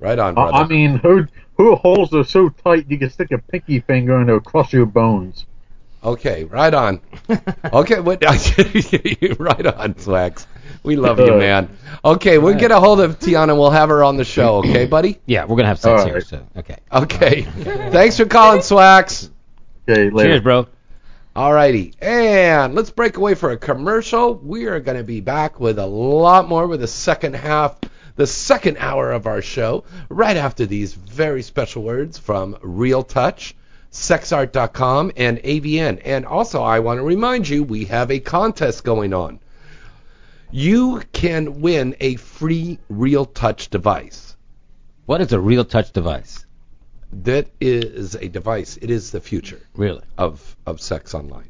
D: Right on,
L: I,
D: brother.
L: I mean, her her holes are so tight you can stick a pinky finger and it'll crush your bones.
D: Okay,
F: [laughs]
D: right on. okay, what, [laughs] right on, Swax. We love you,
L: Uh,
D: man. Okay, we'll get a hold of Tiana. We'll have her on the show, okay, buddy?
F: Yeah, we're gonna have
D: sex
F: sex here. So okay.
D: Okay. Thanks for calling, Swax.
L: Okay,
F: later. Cheers, bro.
D: Alrighty, and let's break away for a commercial. We are going to be back with a lot more with the second half, the second hour of our show, right after these very special words from Real Touch, sexart.com, and AVN. And also, I want to remind you, we have a contest going on. You can win a free Real Touch device.
F: What is a Real Touch device?
D: That is a device. It is the future.
F: Really?
D: Of of sex online.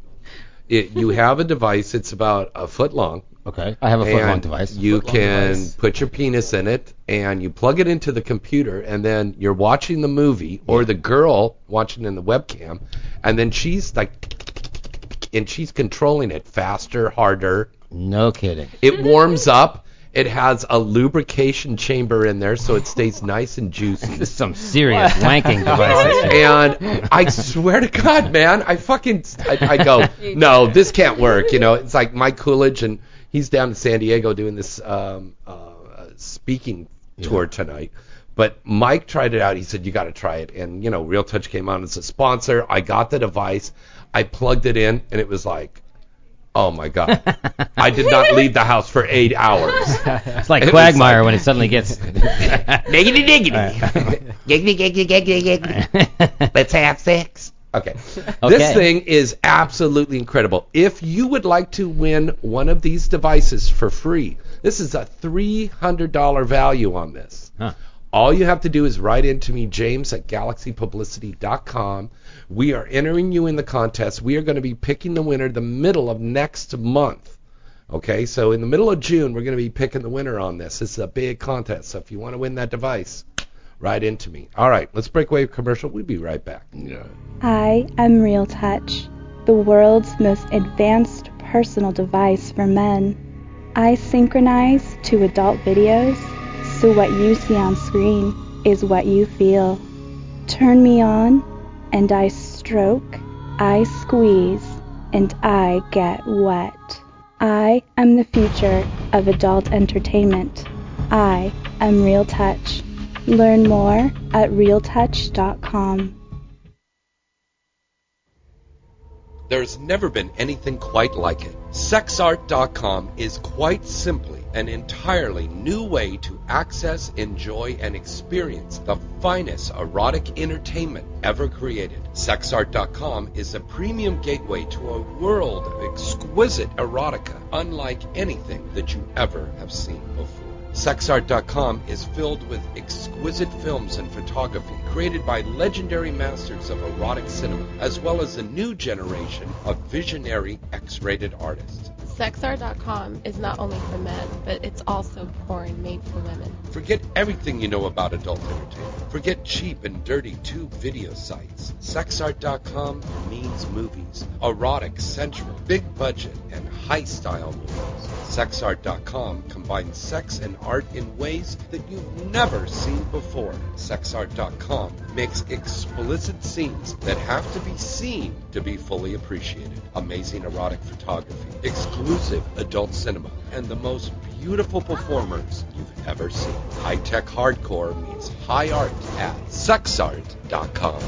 D: It, you have a device. It's about a foot long.
F: Okay. I have a foot long
D: and
F: device.
D: You
F: Foot long
D: can
F: device.
D: put your penis in it, and you plug it into the computer, and then you're watching the movie or the girl watching in the webcam, and then she's like, and she's controlling it faster, harder.
F: No kidding.
D: It warms up. It has a lubrication chamber in there, so it stays nice
F: [laughs]
D: and juicy. This
F: is some serious
D: [laughs]
F: wanking device.
D: And I swear to God, man, I fucking I, I go, no, this can't work. You know, it's like Mike Coolidge, and he's down in San Diego doing this um, uh, speaking tour tonight. But Mike tried it out. He said, "You got to try it." And you know, Real Touch came on as a sponsor. I got the device. I plugged it in, and it was like, "Oh my god!" I did not leave the house for eight hours.
F: It's like
D: [laughs] It was
F: Quagmire when it suddenly gets.
D: Diggity
F: [laughs]
D: Let's have sex. Okay. This
F: Okay.
D: thing is absolutely incredible. If you would like to win one of these devices for free, this is a $300 value on this.
F: Huh.
D: All you have to do is write in to me, James at galaxypublicity.com. We are entering you in the contest. We are going to be picking the winner the middle of next month. Okay, so in the middle of June, we're going to be picking the winner on this. This is a big contest. So if you want to win that device, write into me. All right, let's break away from commercial. We'll be right back. Yeah.
I: I am Real Touch, the world's most advanced personal device for men. I synchronize to adult videos, so what you see on screen is what you feel. Turn me on, and I stroke, I squeeze, and I get wet. I am the future of adult entertainment. I am Real Touch. Learn more at realtouch.com.
D: There's never been anything quite like it. SexArt.com is quite simply an entirely new way to access, enjoy, and experience the finest erotic entertainment ever created. SexArt.com is a premium gateway to a world of exquisite erotica unlike anything that you ever have seen before. Sexart.com is filled with exquisite films and photography created by legendary masters of erotic cinema, as well as a new generation of visionary X-rated artists.
H: Sexar.com is not only for men, but it's also porn made for women.
D: Forget everything you know about adult entertainment. Forget cheap and dirty tube video sites. Sexart.com means movies. Erotic, sensual, big budget, and high style movies. Sexart.com combines sex and art in ways that you've never seen before. Sexart.com makes explicit scenes that have to be seen to be fully appreciated. Amazing erotic photography, exclusive adult cinema, and the most beautiful performers you've ever seen. High tech hardcore means high art at sexart.com.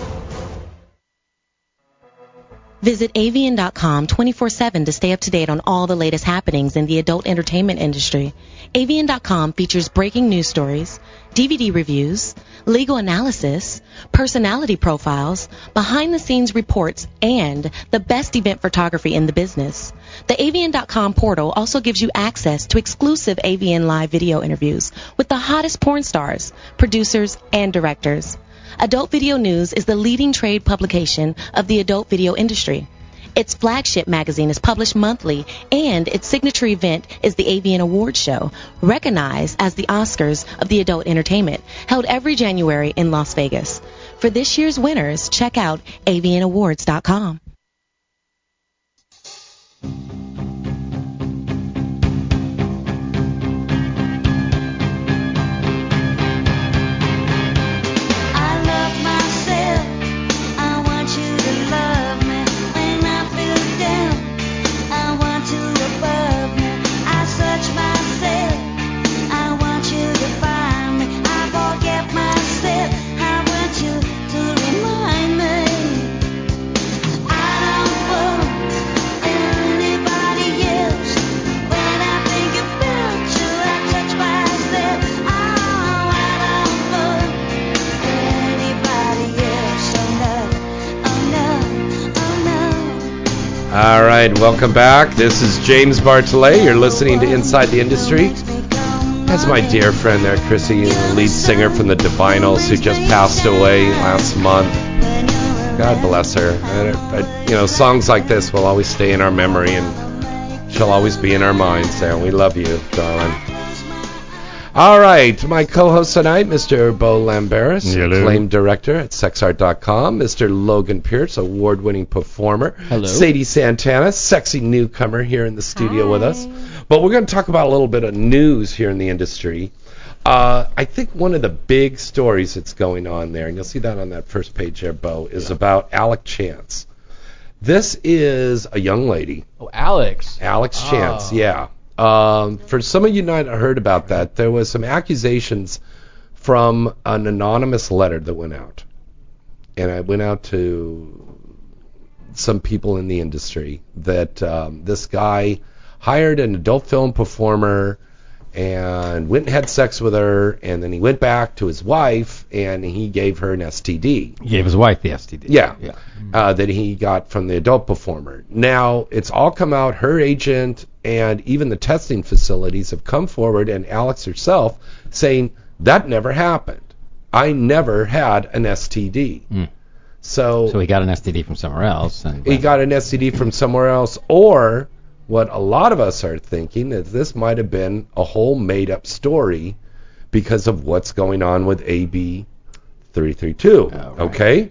G: Visit avian.com 24/7 to stay up to date on all the latest happenings in the adult entertainment industry. avian.com features breaking news stories, DVD reviews, legal analysis, personality profiles, behind-the-scenes reports, and the best event photography in the business. The avian.com portal also gives you access to exclusive avian live video interviews with the hottest porn stars, producers, and directors. Adult Video News is the leading trade publication of the adult video industry. Its flagship magazine is published monthly, and its signature event is the Avian Awards Show, recognized as the Oscars of the adult entertainment, held every January in Las Vegas. For this year's winners, check out avianawards.com.
B: I love myself. I want you to love me when I feel down. I want you above me. I search myself. I want you to find me. I forget myself. I want you to remind me. I don't want anybody else. When I think about you, I touch myself. Oh, I don't want. Anybody else? Oh no, oh no, oh no.
D: All right, welcome back. This is James Bartolet. You're listening to Inside the Industry. That's my dear friend there, Chrissy, the lead singer from the Divinals, who just passed away last month. God bless her. And, uh, you know, songs like this will always stay in our memory and she'll always be in our minds. There, we love you, darling. All right, my co-host tonight, Mr. Bo Lamberis,
M: Hello.
D: acclaimed director at sexart.com, Mr. Logan Pierce, award-winning performer,
M: Hello.
D: Sadie Santana, sexy newcomer here in the studio with us. But we're going to talk about a little bit of news here in the industry. Uh, I think one of the big stories that's going on there, and you'll see that on that first page there, Bo, is about Alec Chance. This is a young lady.
J: Oh, Alex.
D: Alex
J: Oh.
D: Chance, yeah. Um, for some of you not heard about that, there was some accusations from an anonymous letter that went out, and it went out to some people in the industry that um, this guy hired an adult film performer and went and had sex with her, and then he went back to his wife and he gave her an STD.
F: He gave his wife the STD.
D: Yeah. Uh, that he got from the adult performer. Now, it's all come out. Her agent and even the testing facilities have come forward, and Alex herself saying, that never happened. I never [laughs] had an STD. So,
F: Hmm. So he got an STD from somewhere else. And
D: he got an STD from somewhere else, or what a lot of us are thinking is this might have been a whole made up story because of what's going on with AB 332.
J: Oh,
D: Okay?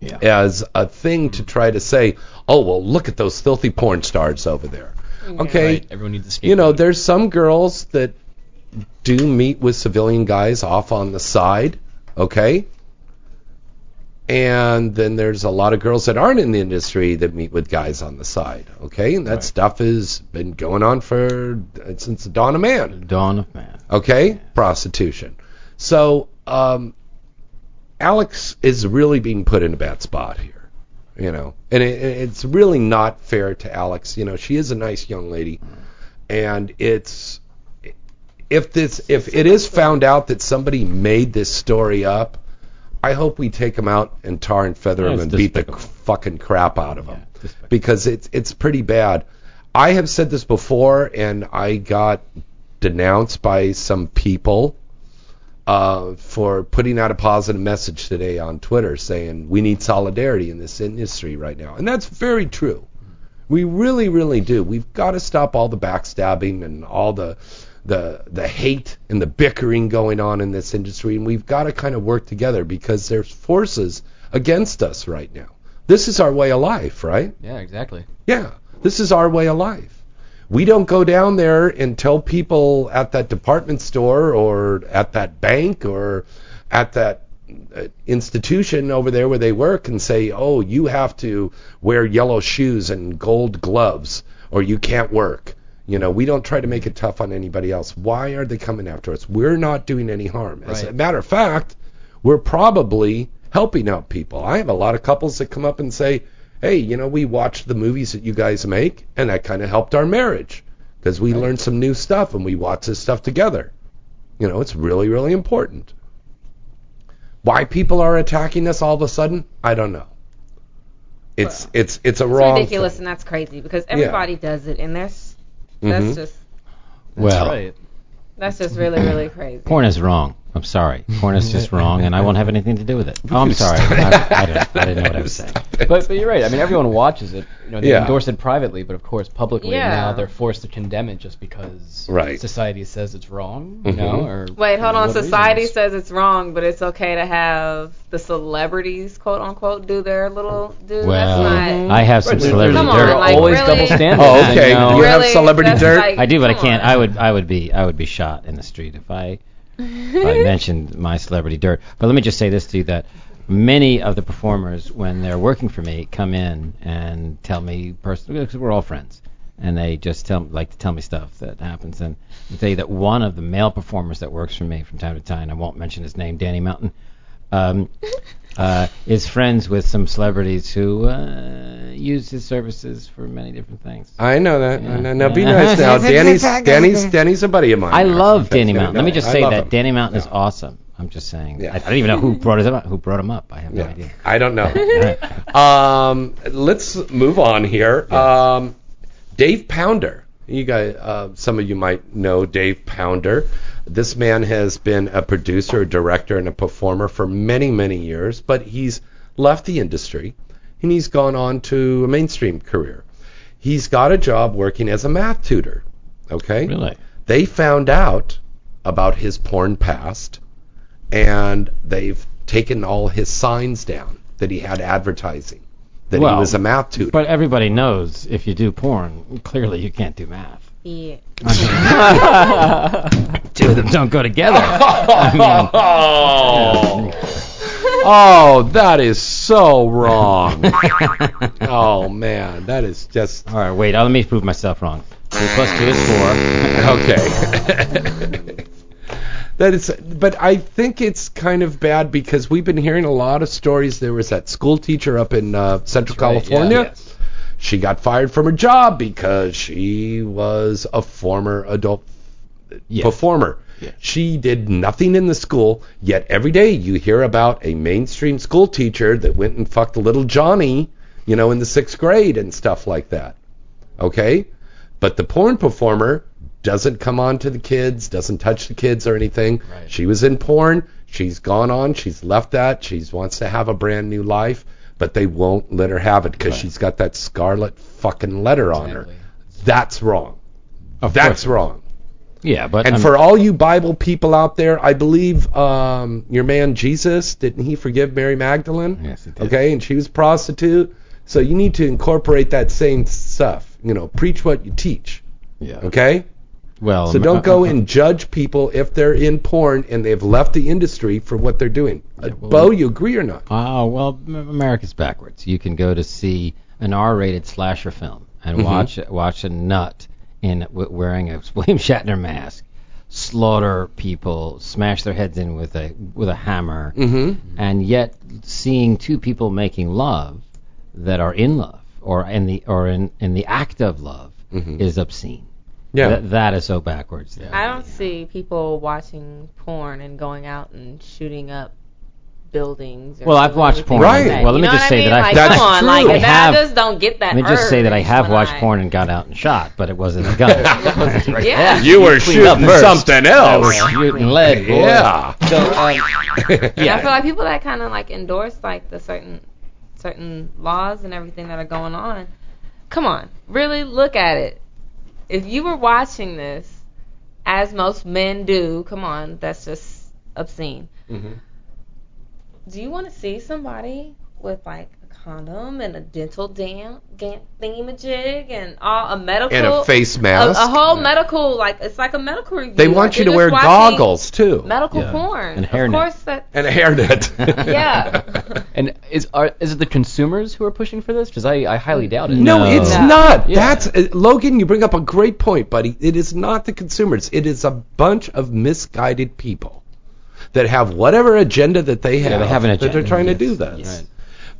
F: Yeah.
D: As a thing to try to say, oh, well, look at those filthy porn stars over there. Okay.
J: Right, Everyone needs to skate.
D: You know, there's some girls that do meet with civilian guys off on the side, okay? And then there's a lot of girls that aren't in the industry that meet with guys on the side, okay? And that stuff has been going on for uh, since the dawn of man.
F: Dawn of man.
D: Okay? Prostitution. So, um, Alex is really being put in a bad spot here, you know, and it, it's really not fair to Alex. You know, she is a nice young lady, and it's if this if it is found out that somebody made this story up, I hope we take him out and tar and feather
F: Yeah,
D: him
F: it's
D: and beat the fucking crap out of him because it's it's pretty bad. I have said this before, and I got denounced by some people uh, for putting out a positive message today on Twitter saying we need solidarity in this industry right now. And that's very true. We really, really do. We've got to stop all the backstabbing and all the the the hate and the bickering going on in this industry and we've got to kind of work together because there's forces against us right now. This is our way of life, right?
J: Yeah, exactly.
D: Yeah, this is our way of life. We don't go down there and tell people at that department store or at that bank or at that uh, institution over there where they work and say, "Oh, you have to wear yellow shoes and gold gloves or you can't work." You know, we don't try to make it tough on anybody else. Why are they coming after us? We're not doing any harm. As a
M: Right.
D: matter of fact, we're probably helping out people. I have a lot of couples that come up and say, hey, you know, we watched the movies that you guys make, and that kind of helped our marriage because we learned some new stuff and we watched this stuff together. You know, it's really, really important. Why people are attacking us all of a sudden, I don't know. It's it's it's a
K: It's
D: wrong.
K: ridiculous and that's crazy because
D: Yeah.
K: everybody does it and that's that's
D: Mhm.
K: just
F: Well,
K: that's just really really crazy.
F: porn is wrong. I'm sorry. Porn is just wrong, and I won't have anything to do
D: [laughs]
F: with it. Oh, I'm
J: You
F: sorry.
J: stop
F: I,
J: it.
F: I, don't, I didn't know what I was saying.
J: But but you're right. I mean, everyone watches it. You know, they
F: Yeah.
J: endorse it privately, but of course, publicly
K: Yeah.
J: now they're forced to condemn it just because
D: Right.
J: society says it's wrong.
F: Mm-hmm.
J: You know,
D: Mhm.
J: or
K: Wait, hold
J: for
K: on.
J: what reason.
K: Society says it's wrong, but it's okay to have the celebrities, quote unquote, do their little do.
F: Well,
K: [laughs] that's not.
F: I have some
K: Right,
F: celebrity
K: Come on,
F: dirt.
K: like,
J: Always
K: really?
J: double standard.
D: Oh,
F: [laughs]
D: okay. You have Really? celebrity That's dirt? like-
F: I do, but I
K: come
F: can't.
K: on.
F: I would. I would be. I would be shot in the street if [laughs] I. if
D: [laughs]
F: [laughs] I mentioned my celebrity dirt. But let me just say this to you that many of the performers, when they're working for me, come in and tell me personally because we're all friends, and they just tell like to tell me stuff that happens. And I'll tell you that one of the male performers that works for me from time to time, and I won't mention his name, Danny Mountain. Um, uh, is friends with some celebrities who uh, use his services for many different things.
D: I know that. I know. Now be
F: Yeah.
K: [laughs]
D: nice. Now Danny's Danny's Danny's a buddy of mine.
F: I love Danny
D: Danny
F: Mountain. Let me
D: Mountain.
F: just
D: I
F: say
D: love
F: that
D: him.
F: Danny Mountain is awesome. I'm just saying.
D: Yeah.
F: I, I don't even know who brought him up. Who brought him up? I have no
D: Yeah.
F: idea.
D: I don't know. um, let's move on here. Um, Dave Pounder. You guys, uh, some of you might know Dave Pounder. This man has been a producer, a director, and a performer for many, many years, but he's left the industry and he's gone on to a mainstream career. He's got a job working as a math tutor. Okay?
F: Really?
D: They found out about his porn past and they've taken all his signs down that he had advertising that
F: Well,
D: he was a math tutor.
F: But everybody knows if you do porn, clearly you can't do math.
K: Yeah.
F: Two of them don't go
D: [laughs]
F: together.
D: oh. oh, that is so
F: [laughs]
D: wrong. [laughs] oh man, that is just.
F: All right, wait. I'll- Let me prove myself wrong. Two plus two is
D: [laughs]
F: four.
D: okay. that is, but I think it's kind of bad because we've been hearing a lot of stories. There was that school teacher up in uh, Central California. She got fired from her job because she was a former adult performer. She did nothing in the school, yet every day you hear about a mainstream school teacher that went and fucked little Johnny, you know, in the sixth grade and stuff like that. Okay? But the porn performer doesn't come on to the kids, doesn't touch the kids or anything. She was in porn. She's gone on. She's left that. She wants to have a brand new life, but they won't let her have it because she's got that scarlet fucking letter on her. That's wrong. That's wrong.
F: Yeah, but
D: and
F: I'm-
D: for all you Bible people out there, I believe um, your man Jesus didn't he forgive Mary Magdalene? Yes, he did. Okay, and she was a prostitute. So you need to incorporate that same stuff. You know, preach what you teach.
F: Yeah.
D: Okay.
F: well,
D: So
F: um,
D: don't
F: uh,
D: go
F: uh,
D: and judge people if they're in porn and they've left the industry for what they're doing. Uh, Bo, you agree or not?
F: Oh, well, M- America's backwards. You can go to see an R-rated slasher film and
D: Mhm.
F: watch watch a nut in w- wearing a [laughs] William Shatner mask slaughter people, smash their heads in with a with a hammer, and yet seeing two people making love that are in love or in the or in in the act of love is obscene.
D: Yeah.
F: That- that is so backwards.
K: I don't see people watching porn and going out and shooting up buildings. Or
F: Well, I've
K: doing
F: watched
K: anything
F: porn.
K: like that.
F: Well, let
K: You
F: me
K: know
F: just
K: what
F: say
K: I mean?
F: that I-
K: like,
F: That's
K: come on,
F: true.
K: like
F: I
K: that-
F: have-
K: I just don't get that.
F: Let me just say that I
K: urge
F: have
K: when
F: watched
K: I-
F: porn and got out and shot, but it wasn't
K: [laughs]
F: a gun. [laughs]
K: Yeah.
D: [laughs] You were
F: cleaned up
D: shooting
F: first.
D: something
F: I was
D: else.
F: shooting lead. boy.
D: Yeah.
F: So, um,
K: And I feel
F: yeah.
K: like people that kind of like endorse like the certain certain laws and everything that are going on. Come on, really look at it. If you were watching this, as most men do, come on, that's just obscene.
F: um,
J: [laughs]
K: Do you want to see somebody with like a condom and a dental dam, gam, thingamajig and all a medical
D: And a face
K: a-
D: mask.
K: a, whole medical like it's like a medical review.
D: They
K: Like,
D: want you
K: you're
D: to wear
K: just watching
D: goggles too.
K: Medical porn,
J: And
K: of
J: hairnet.
K: course that
D: And a hairnet.
K: yeah.
J: And is are is it the consumers who are pushing for this? Because I, I highly doubt it.
D: No, it's not. That's uh, Logan. You bring up a great point, buddy. It is not the consumers. It is a bunch of misguided people that have whatever agenda that they have.
F: they have an
D: That they're
F: agenda,
D: trying
F: yes,
D: to do this.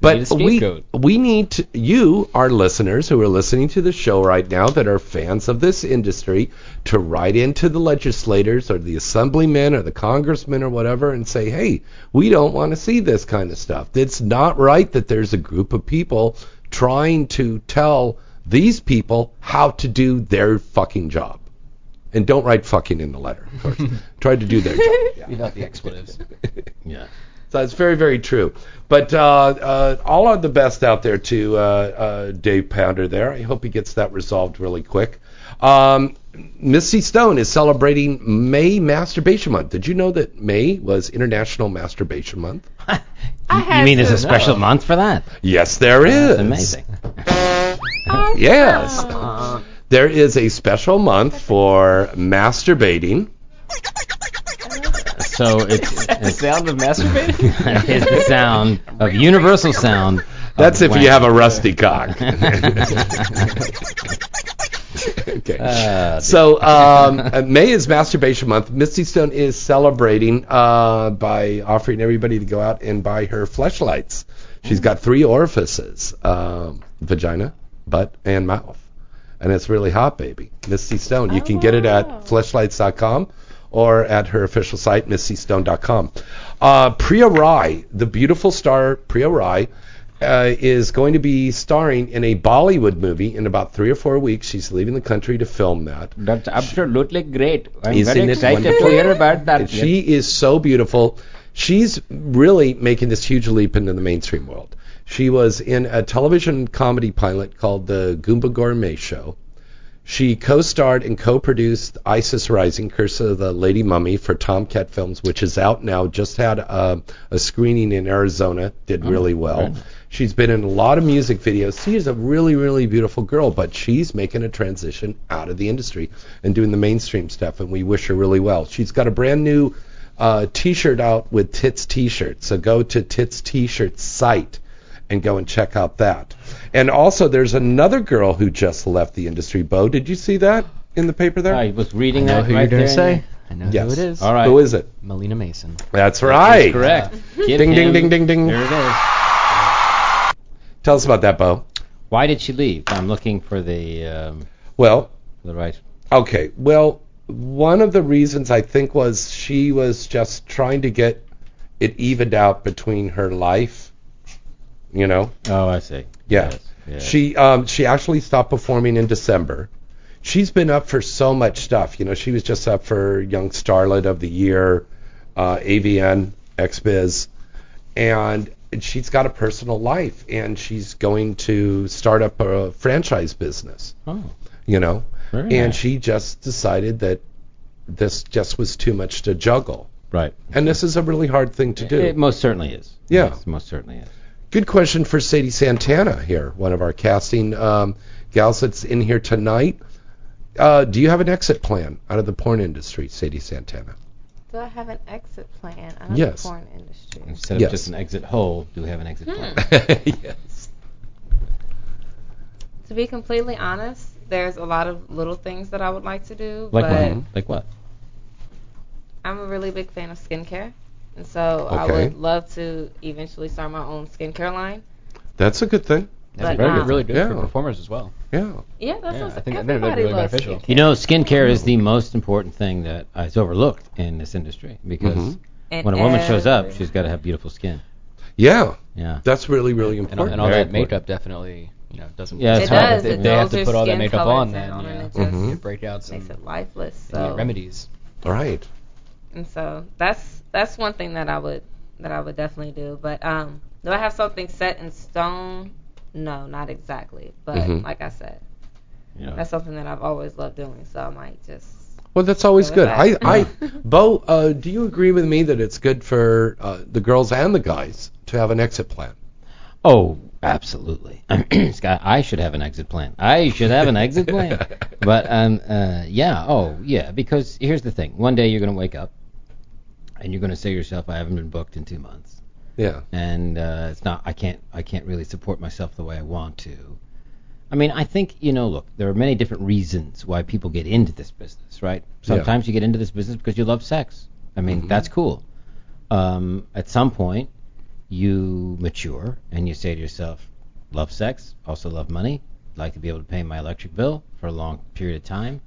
D: But we, we need to, you, our listeners who are listening to the show right now that are fans of this industry, to write into the legislators or the assemblymen or the congressmen or whatever and say, hey, we don't want to see this kind of stuff. It's not right that there's a group of people trying to tell these people how to do their fucking job. And don't write fucking in the letter, of course. Try to do their job.
J: Without the expletives.
F: yeah.
D: So it's very, very true. But uh, uh, all are the best out there to uh, uh, Dave Pounder there. I hope he gets that resolved really quick. Um, Missy Stone is celebrating May Masturbation Month. Did you know that May was International Masturbation Month?
F: you mean there's a special month for that?
D: Yes, there is.
F: That's amazing.
D: Yes. There is a special month for masturbating.
F: So it's,
J: the sound of [laughs] masturbating?
F: it's the sound of universal sound.
D: That's
F: of
D: if you
F: wank.
D: have a
F: [laughs]
D: rusty cock. [laughs] [laughs] okay. so um, uh, May is Masturbation Month. Misty Stone is celebrating uh, by offering everybody to go out and buy her fleshlights. She's got three orifices: um, vagina, butt, and mouth. And it's really hot, baby. Misty Stone. You can get it at fleshlights.com or at her official site, missystone.com. Uh, Priya Rai, the beautiful star Priya Rai, uh, is going to be starring in a Bollywood movie in about three or four weeks. She's leaving the country to film that.
M: That's absolutely great. I'm
D: Isn't
M: very
D: it
M: excited to
D: wonderful?
M: hear about that.
D: She is so beautiful. She's really making this huge leap into the mainstream world. She was in a television comedy pilot called The Goomba Gourmet Show. She co-starred and co-produced Isis Rising, Curse of the Lady Mummy for Tomcat Films, which is out now. Just had a, a screening in Arizona, did really well. She's been in a lot of music videos. She is a really, really beautiful girl, but she's making a transition out of the industry and doing the mainstream stuff, and we wish her really well. She's got a brand new uh, t-shirt out with Tits T-shirt, so go to Tits T-shirt site and go and check out that. And also, there's another girl who just left the industry. Bo, did you see that in the paper there?
F: I was reading
J: I know
F: that
J: who you're
F: right
J: gonna
F: there.
J: say. I know
D: Yes.
J: who it is.
D: All right. Who is it?
J: Melina Mason.
D: That's right.
F: correct. Get
D: ding,
F: him.
D: ding, ding, ding, ding.
F: There it is.
D: Tell us about that, Bo.
F: Why did she leave? I'm looking for the um,
D: Well,
F: the right.
D: Okay. Well, one of the reasons I think was she was just trying to get it evened out between her life, you know.
F: Oh, I see.
D: Yeah. She um she actually stopped performing in December. She's been up for so much stuff. You know, she was just up for Young Starlet of the Year, uh, AVN, XBiz, and she's got a personal life, and she's going to start up a franchise business
F: Oh.
D: you know
F: Very
D: and
F: nice.
D: she just decided that this just was too much to juggle
F: right
D: and this is a really hard thing to do
F: It most certainly is.
D: Yeah.
F: Yes, most certainly is.
D: good question for sadie santana here one of our casting um, gals that's in here tonight uh, do you have an exit plan out of the porn industry sadie santana
K: Do I have an exit plan out of
D: Yes.
K: the porn industry?
F: Instead
D: Yes.
F: of just an exit hole, do we have an exit plan? [laughs]
D: yes.
K: To be completely honest, there's a lot of little things that I would like to do,
F: Like
K: but
F: what? Like what?
K: I'm a really big fan of skincare, and so I
D: Okay.
K: would love to eventually start my own skincare line.
D: that's a good thing
K: That's But, very good, um,
J: really good
D: yeah.
J: for performers as well.
D: yeah
K: Yeah, that's
J: Yeah,
K: what I'm
J: I think- I
K: saying.
J: think that'd be
K: Everybody
J: really
K: loves
J: beneficial.
K: skincare.
F: You know, skincare is the most important thing that is overlooked in this industry because
D: Mhm.
K: And
F: when a woman shows up,
K: every-
F: she's got to have beautiful skin.
D: yeah
F: Yeah.
D: that's really really
J: And, all-
D: important
J: and all
F: Very
J: that makeup definitely, you know, doesn't.
F: Yeah,
K: it
F: that's right.
K: does.
J: If
K: it
J: they have
K: dulls
J: to
K: your
J: put all that
K: skin
J: makeup
K: colors down,
J: on, then you
K: and
J: know,
K: it just
F: Mm-hmm.
D: Mhm.
J: get breakouts
K: makes
J: and
K: it lifeless.
J: you
F: uh,
K: So
J: get remedies.
D: all right
K: And so that's that's one thing that I would that I would definitely do. But um, do I have something set in stone? No, not exactly. But
D: Mhm.
F: Mm-hmm.
K: like I said,
F: Yeah.
K: that's something that I've always loved doing. So I might just
D: Well, that's always
K: Go
D: good.
K: with
D: I,
K: that.
D: I, Bo, uh, do you agree with me that it's good for uh, the girls and the guys to have an exit plan?
F: Oh, absolutely. [clears throat] Scott, I should have an exit plan. I should have an exit
D: [laughs]
F: plan. But um, uh, yeah. Oh, yeah. Because here's the thing: one day you're going to wake up, and you're going to say to yourself, "I haven't been booked in two months."
D: Yeah.
F: and uh, it's not I can't I can't really support myself the way I want to. I mean, I think you know. Look, there are many different reasons why people get into this business, right?
D: Yeah. Mm-hmm.
F: Sometimes you get into this business because you love sex. I mean, that's cool. Um, at some point, you mature and you say to yourself, love sex, also love money, like to be able to pay my electric bill for a long period of time.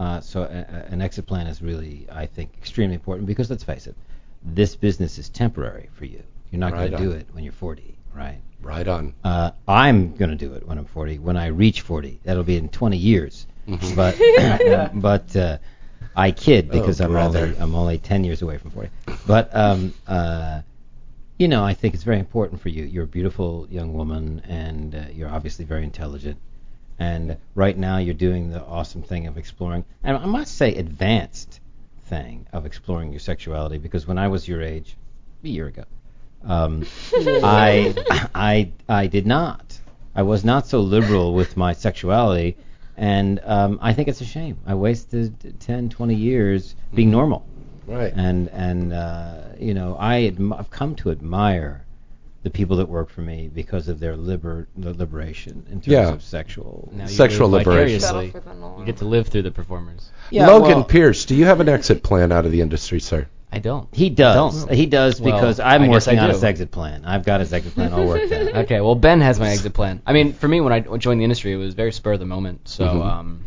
F: Uh, so a, a- an exit plan is really, I think, extremely important because let's face it, this business is temporary for you. You're not
D: Right
F: going to do
D: on.
F: it when you're 40, right?
D: Right on.
F: Uh, I'm going to do it when I'm 40. When I reach 40, that'll be in 20 years.
D: Mhm.
F: But but uh, I kid
D: Oh,
F: because I'm
D: brother.
F: only I'm only 10 years away from 40. But um, uh, you know, I think it's very important for you. You're a beautiful young woman, and uh, you're obviously very intelligent. And right now, you're doing the awesome thing of exploring, and I must say, advanced thing of exploring your sexuality. Because when I was your age, a year ago,
D: [laughs]
F: um, I, I, I did not. I was not so liberal with my sexuality, and um, I think it's a shame. I wasted 10, 20 years being normal.
D: Mm-hmm. Right.
F: And and uh, you know, I adm- I've come to admire the people that work for me because of their liber the liberation in terms
D: Yeah.
F: of sexual
D: Now you Sexual live liberation. vicariously.
J: You get to live through the performers.
D: Logan Pierce, do you have an exit plan out of the industry, sir?
J: I don't.
F: He does.
J: I don't.
F: He does
J: Well,
F: because I'm
J: I guess
F: working
J: I
F: on
J: do.
F: his exit plan. I've got his exit plan all
D: [laughs]
F: worked out.
J: okay, well Ben has my exit plan. I mean, for me when I joined the industry, it was very spur of the moment. So,
F: Mm-hmm.
D: Mhm.
J: um,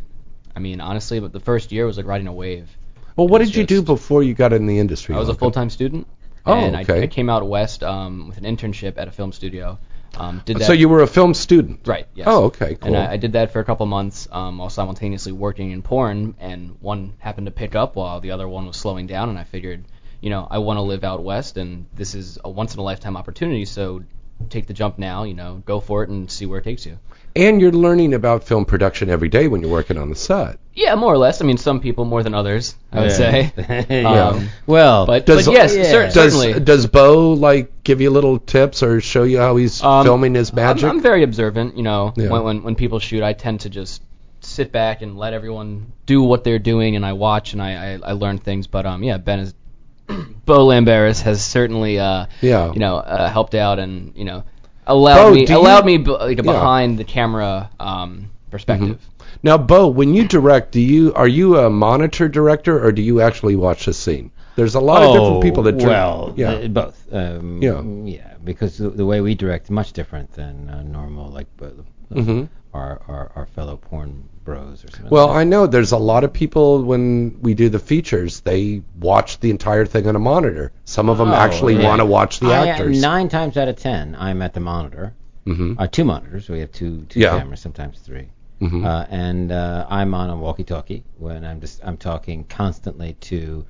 J: I mean, honestly, but the first year was like riding a wave.
D: Well, what did you do before you got in the industry?
J: I was a
D: Logan?
J: full time student.
D: Oh,
J: and I,
D: okay.
J: I came out west um, with an internship at a film studio. Um, did that
D: So you were a film student.
J: Right. Yes.
D: Oh, okay, cool.
J: And I, I did that for a couple months um, while simultaneously working in porn, and one happened to pick up while the other one was slowing down, and I figured, you know, I want to live out west, and this is a once in a lifetime opportunity, so take the jump now, you know, go for it and see where it takes you.
D: And you're learning about film production every day when you're working on the set.
J: Yeah, more or less. I mean, some people more than others, I would
D: Yeah.
J: say.
D: [laughs] Yeah.
F: well,
J: but, Um, but yes, cer-
D: does,
J: certainly.
D: Does Bo like give you little tips or show you how he's
J: Um,
D: filming his magic?
J: I'm, I'm very observant, you know.
D: Yeah.
J: When, when when people shoot, I tend to just sit back and let everyone do what they're doing, and I watch and I I, I learn things. But um, yeah, Ben is [clears throat] Bo Lamberis has certainly uh
D: Yeah.
J: you know uh, helped out and you know allowed
D: Bo,
J: me
D: do you-
J: allowed me b- like a
D: Yeah.
J: behind the camera um perspective.
D: Now, Bo, when you direct, do you are you a monitor director or do you actually watch the scene? There's a lot of different people that direct.
F: well,
D: yeah.
F: uh, both. Um,
D: Yeah.
F: yeah, because the, the way we direct is much different than uh, normal, like uh,
D: Mhm.
F: our, our our fellow porn bros or something. like
D: Well,
F: that.
D: I know there's a lot of people when we do the features, they watch the entire thing on a monitor. Some of them
F: Oh,
D: actually
F: yeah.
D: want to watch the
F: I, uh,
D: actors.
F: Nine times out of ten, I'm at the monitor.
D: Mhm.
F: Uh, two monitors. We have two two
D: Yeah.
F: cameras, sometimes 3
D: Mhm.
F: Uh, and uh, I'm on a walkie-talkie when I'm just I'm talking constantly to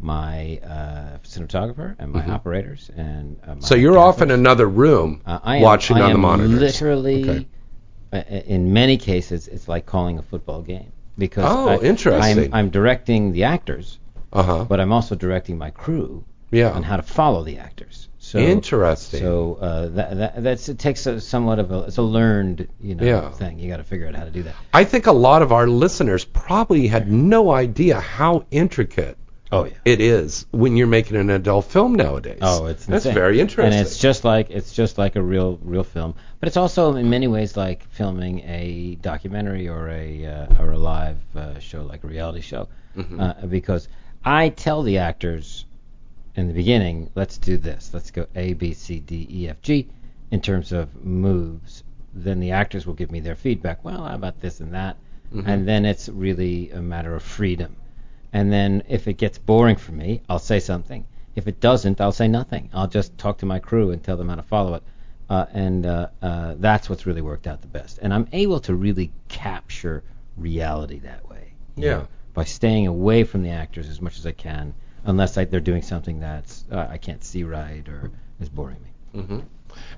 F: my uh, cinematographer and my
D: Mhm.
F: operators and uh, my
D: so you're off in another room
F: Uh, I am,
D: watching
F: I
D: on the
F: am
D: monitors.
F: Literally,
D: Okay.
F: uh, in many cases, it's like calling a football game because
D: Oh,
F: I,
D: interesting.
F: I'm, I'm directing the actors,
D: uh-huh.
F: but I'm also directing my crew
D: Yeah.
F: on how to follow the actors. So
D: Interesting.
F: So uh, that, that that's it takes a somewhat of a it's a learned you know
D: Yeah.
F: thing. You got to figure out how to do that.
D: I think a lot of our listeners probably had no idea how intricate
F: Oh, yeah.
D: it is when you're making an adult film nowadays.
F: Oh, it's
D: that's
F: insane.
D: very interesting.
F: And it's just like it's just like a real real film, but it's also in many ways like filming a documentary or a uh, or a live uh, show like a reality show,
D: Mm-hmm.
F: uh, because I tell the actors in the beginning, let's do this, let's go A B C D E F G in terms of moves. Then the actors will give me their feedback. Well, how about this and that,
D: Mhm.
F: and then it's really a matter of freedom. And then if it gets boring for me, I'll say something. If it doesn't, I'll say nothing. I'll just talk to my crew and tell them how to follow it. Uh, and uh, uh, that's what's really worked out the best. And I'm able to really capture reality that way. you
D: Yeah.
F: know, by staying away from the actors as much as I can, unless I, they're doing something that's uh, I can't see right or is boring me.
D: hmm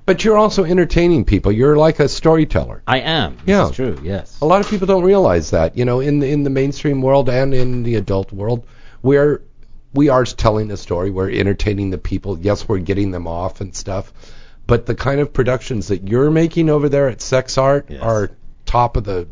D: But you're also entertaining people. You're like a storyteller.
F: I am. This
D: Yeah.
F: is true. Yes.
D: A lot of people don't realize that. You know, in the, in the mainstream world and in the adult world, we're we are telling a story. We're entertaining the people. Yes, we're getting them off and stuff. But the kind of productions that you're making over there at Sex Art are top of the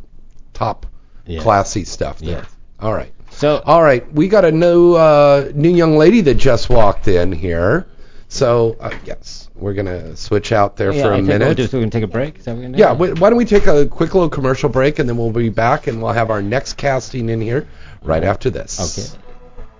D: top
F: Yes.
D: classy stuff. There.
F: Yes.
D: All right.
F: So
D: all right, we got a new uh, new young lady that just walked in here. So uh, yes, we're gonna switch out there
F: Yeah,
D: for
F: I oh,
D: a
F: think what
D: minute.
F: We'll do is we're gonna take a break. Is that what we're gonna do?
D: Yeah, wh- why don't we take a quick little commercial break and then we'll be back and we'll have our next casting in here right after this. Okay.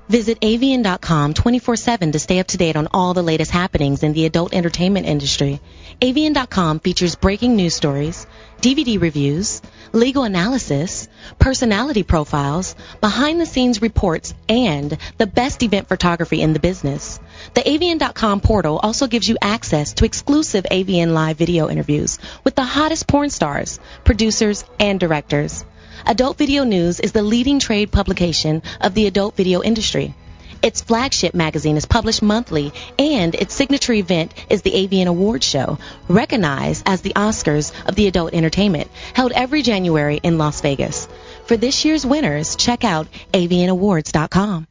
G: Visit avian.com 24/7 to stay up to date on all the latest happenings in the adult entertainment industry. avian.com features breaking news stories, DVD reviews, legal analysis, personality profiles, behind-the-scenes reports, and the best event photography in the business. The avian.com portal also gives you access to exclusive avian live video interviews with the hottest porn stars, producers, and directors. Adult Video News is the leading trade publication of the adult video industry. Its flagship magazine is published monthly, and its signature event is the Avian Awards Show, recognized as the Oscars of the adult entertainment, held every January in Las Vegas. For this year's winners, check out avianawards.com.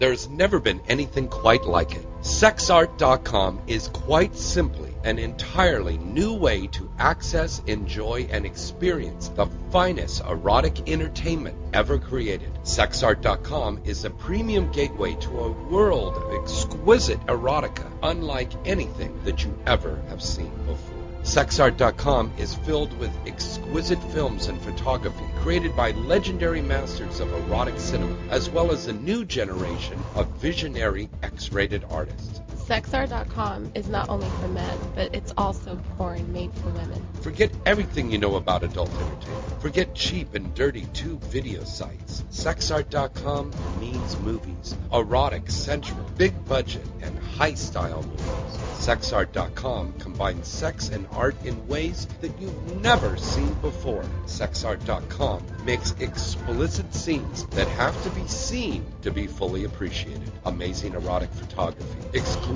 D: There's never been anything quite like it. SexArt.com is quite simply an entirely new way to access, enjoy, and experience the finest erotic entertainment ever created. SexArt.com is a premium gateway to a world of exquisite erotica unlike anything that you ever have seen before. SexArt.com is filled with exquisite films and photography created by legendary masters of erotic cinema, as well as the new generation of visionary X-rated artists.
H: Sexr.com is not only for men, but it's also porn made for women.
D: Forget everything you know about adult entertainment. Forget cheap and dirty tube video sites. Sexart.com means movies. Erotic, sensual, big budget, and high style movies. Sexart.com combines sex and art in ways that you've never seen before. Sexart.com makes explicit scenes that have to be seen to be fully appreciated. Amazing erotic photography, exclusive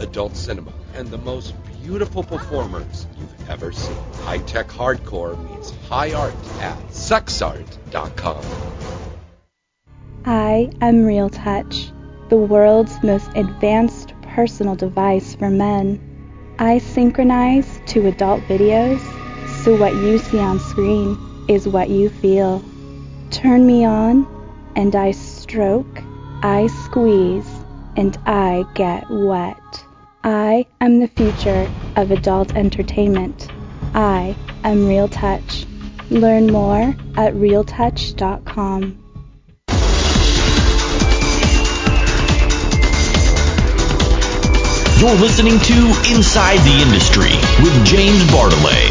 D: adult cinema, and the most beautiful performers you've ever seen. High tech hardcore means high art at sexart.com.
I: I am Real Touch, the world's most advanced personal device for men. I synchronize to adult videos, so what you see on screen is what you feel. Turn me on, and I stroke, I squeeze, and I get wet. I am the future of adult entertainment. I am Real Touch. Learn more at realtouch.com.
A: You're listening to Inside the Industry with James Bartolet,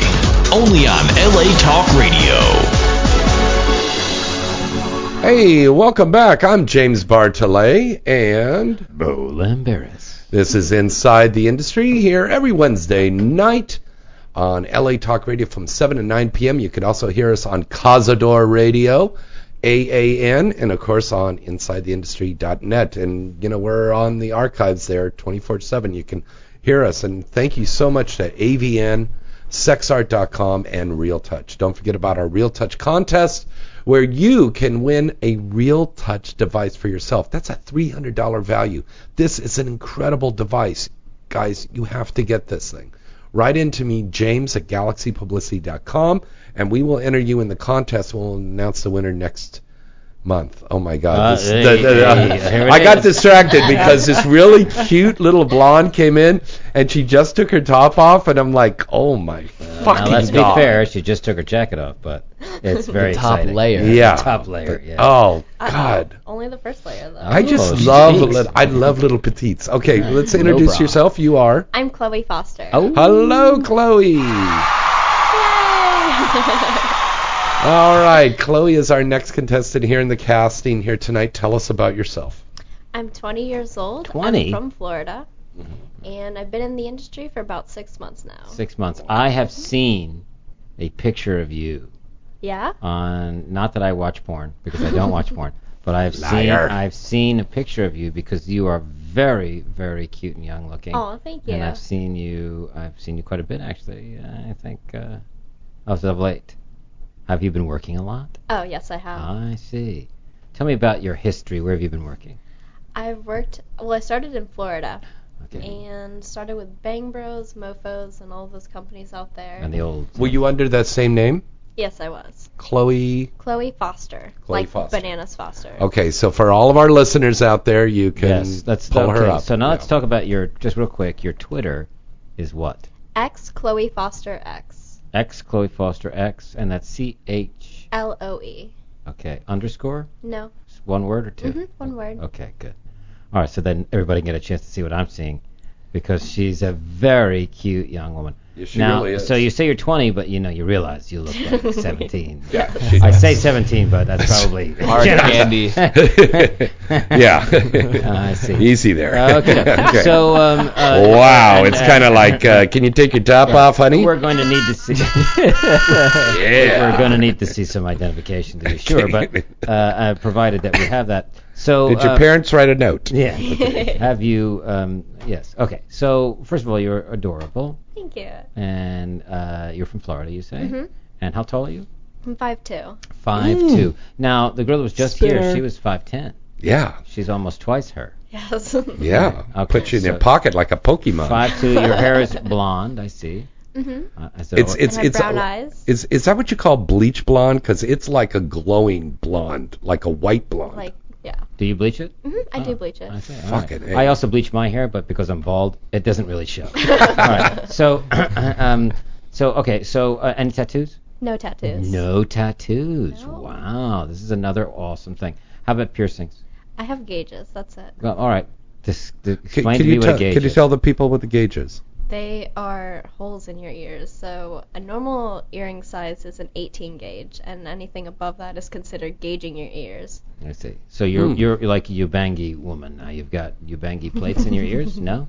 A: only on LA Talk Radio.
D: Hey, welcome back. I'm James Bartolet and Bo Lamberis. This is Inside the Industry here every Wednesday night on LA Talk Radio from 7 to 9 p.m. You can also hear us on Cazador Radio, AAN, and of course on InsideTheIndustry.net. And, you know, we're on the archives there 24 7. You can hear us. And thank you so much to AVN, SexArt.com, and Real Touch. Don't forget about our Real Touch contest where you can win a Real Touch device for yourself. That's a $300 value. This is an incredible device. Guys, you have to get this thing write in to me, James at galaxypublicity.com, and we will enter you in the contest. We'll announce the winner next month. Oh my God!
F: Uh,
D: This-
F: hey,
D: the- the-
F: hey,
D: uh,
F: here it
D: I got
F: is.
D: distracted because this really cute little blonde came in, and she just took her top off, and I'm like, oh my fucking
F: now, let's be
D: God.
F: fair, she just took her jacket off, but it's
D: The
F: very
D: top
F: exciting.
D: layer. Yeah.
F: The top layer. Yeah.
D: Oh God.
K: Only the first layer, though.
D: I just
F: Oh,
D: love
J: [laughs]
F: jeez.
D: little, I love little petites. Okay, let's
K: No
D: introduce
K: bra.
D: yourself. You are
N: I'm Chloe Foster.
D: Oh.
F: Oh.
D: hello, Chloe. All right, Chloe is our next contestant here in the casting here tonight. Tell us about yourself.
N: [laughs] I'm 20 years old.
F: 20?
N: I'm from Florida.
D: Mm-hmm.
N: And I've been in the industry for about six months now.
F: Six months. I have seen a picture of you
N: Yeah?
F: on. Not that I watch porn because I don't watch
D: [laughs]
F: porn, but I've seen
N: Liar.
F: I've seen a picture of you because you are very very cute and young looking.
N: Aw, Oh, thank
F: And
N: you.
F: I've seen you I've seen you quite a bit actually. I think uh, as of late. Have you been working a lot?
N: Oh, yes, I have.
F: I see. Tell me about your history. Where have you been working?
N: I've worked, well, I started in Florida. And started with Bang Bros, Mofos, and all those companies out there.
F: And the old.
D: Were you under that same name,
N: Yes, I was.
D: Chloe?
N: Chloe Foster.
D: Chloe
N: like
D: Foster.
N: Bananas Foster.
D: Okay, so for all of our listeners out there, you can
F: Yes, that's
D: pull her
F: okay,
D: up.
F: So now let's talk about your just real quick. Your Twitter is what?
N: X Chloe Foster X.
F: X Chloe Foster X, and that's C H
N: L O E.
F: Okay. Underscore?
N: No.
F: Just One word or 2
N: Mhm, one word.
F: Okay, good. All right, so then everybody can get a chance to see what I'm seeing because she's a very cute young woman.
D: Yeah, she
F: now,
D: really is.
F: so you say you're 20, but you know you realize you look like 17. [laughs]
D: Yeah, she
F: I
D: does.
F: say 17, but that's probably
D: [laughs]
F: [laughs]
D: Hard candy. Yeah.
F: Ah, I see.
D: Easy there.
F: Okay.
D: [laughs] Okay.
F: So um, uh,
D: wow,
F: and,
D: it's
F: uh,
D: kind of like, uh, can you take your top
F: Yeah.
D: off, honey?
F: We're going to need to see.
J: [laughs]
D: Yeah.
F: We're going to need to see some identification to be sure,
D: [laughs]
F: but uh, uh, provided that we have that. So
D: Did your
F: uh,
D: parents write a
N: [laughs]
D: note?
F: Yeah. have you? Um, yes. Okay. So first of all, you're adorable,
N: Thank you.
F: and uh, you're from Florida, you say.
N: Mhm.
F: And how tall are you?
N: I'm five two.
F: Five
N: Mm.
F: two. Now the girl that was just here,
N: Spinner.
F: she was five ten.
D: Yeah.
F: She's almost twice her.
N: Yes.
D: Yeah. I'll put you in your
F: so-
D: pocket like a Pokemon.
F: Five two. Your hair
D: [laughs]
F: is blonde. I see.
N: Mhm.
F: Uh, so
D: It's
N: And
D: it's
N: have
D: it's
N: brown eyes.
D: is is that what you call bleach blonde? Because it's like a glowing blonde, like a white
N: [laughs]
D: blonde.
N: Like yeah.
F: Do you bleach it?
N: hmm I
F: Uh,
N: do bleach it.
F: Okay, all right.
D: Fucking A.
F: I also bleach my hair, but because I'm bald, it doesn't really
N: [laughs]
F: show. all right. So, [clears throat] um, so okay. So, uh, any tattoos?
N: No tattoos.
F: No tattoos. Wow, this is another awesome thing. How about piercings?
N: I have gauges. That's it.
F: Well, all right. This, this
D: Can,
F: explain
D: can
F: to me
D: you
F: what
D: tell,
F: a gauge
D: can you
F: is.
D: tell the people what the gauge is?
N: They are holes in your ears. So a normal earring size is an 18 gauge, and anything above that is considered gauging your ears.
F: I see. So you're
N: Hmm.
F: you're like a Ubangi woman now. You've got Ubangi plates in your
N: [laughs]
F: ears? No.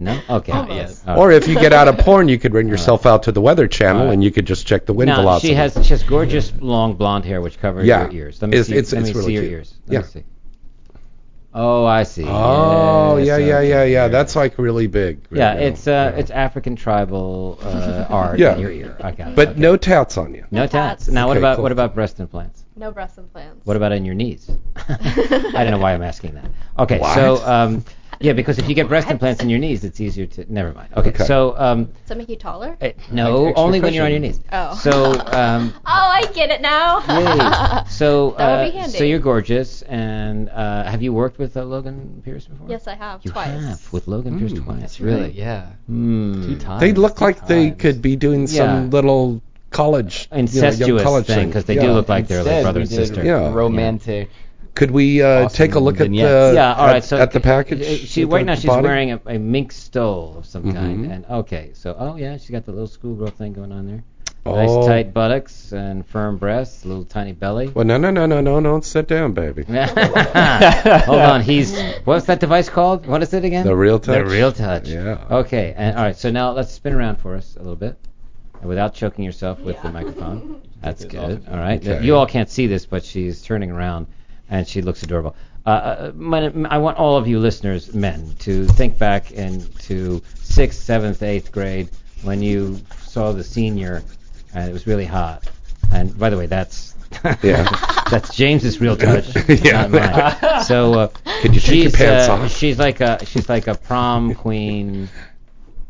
F: No. Okay.
N: Almost.
F: yeah, all
D: Or
F: right.
D: if you get out
F: [laughs]
D: of porn, you could run yourself out to the weather channel and you could just check the wind
F: now,
D: velocity.
F: She has she has gorgeous long blonde hair which covers
D: Yeah.
F: your ears. Let me
D: It's-
F: see,
D: it's-
F: let
D: it's
F: me
D: really
F: see your
D: cute.
F: ears. Let
D: Yeah.
F: me see. Oh, I see.
D: Oh,
F: Yes,
D: yeah,
F: okay.
D: yeah, yeah, yeah. That's like really big. right
F: Yeah,
D: now.
F: it's uh, it's African tribal uh, art
D: [laughs] Yeah.
F: in your ear. I got it.
D: But no tats on you.
F: No tats. Now, what
D: Okay,
F: about
D: cool.
F: what about breast implants?
N: No breast implants.
F: What about in your
N: [laughs]
F: knees? I don't know why I'm asking that. Okay,
D: What?
F: so um, yeah, because if you
N: [laughs]
F: get breast implants in your knees, it's easier to. Never mind. Okay,
D: Okay.
F: so um,
N: Does that make you taller?
F: no,
D: Extra
F: only when you're on your knees.
D: cushion.
N: Oh.
F: So um,
N: oh, I get it now.
F: yay. so
N: That would be
F: uh, so
N: handy.
F: you're gorgeous, and uh, have you worked with uh, Logan Pierce before?
N: yes, I have
F: You
N: twice.
F: have with Logan Pierce twice.
J: That's
F: really?
J: right, yeah.
F: Hmm.
J: Two times.
D: They look like they could be doing some
F: Yeah.
D: little college you know, young
F: Incestuous
D: college
F: thing, 'cause they do
D: Yeah.
F: look like they're like
J: Instead,
F: brother
J: we
F: and
J: did
F: sister.
D: Yeah.
J: Romantic.
D: Could we uh, take a look at the
J: vignettes.
F: yeah, all
D: at-
F: right. so
D: at the package?
F: uh, She
D: At
F: right
D: the
F: now she's
D: body?
F: wearing a, a mink stole of some kind,
D: Mhm.
F: and okay, so oh yeah, she's got the little schoolgirl thing going on there.
D: Oh.
F: Nice tight buttocks and firm breasts, little tiny belly.
D: Well, no, no, no, no, no, no. Sit
F: [laughs]
D: down, baby.
F: Hold on, he's what's that device called? What is it again?
D: The Real Touch?
F: The real touch.
D: Yeah.
F: Okay, and all right, so now let's spin around for us a little bit, and without choking yourself with the microphone. That's good. All right,
D: Okay.
F: you all can't see this, but she's turning around, and she looks adorable. Uh, Uh, my, I want all of you listeners, men, to think back into sixth, seventh, eighth grade when you saw the senior, and it was really hot. And by the way, that's
D: Yeah.
F: [laughs] that's James's real touch,
D: [laughs] Yeah.
F: not mine. So uh,
D: [laughs] Could you take your
F: she's,
D: pants
F: uh,
D: off?
F: She's like a she's like a prom queen.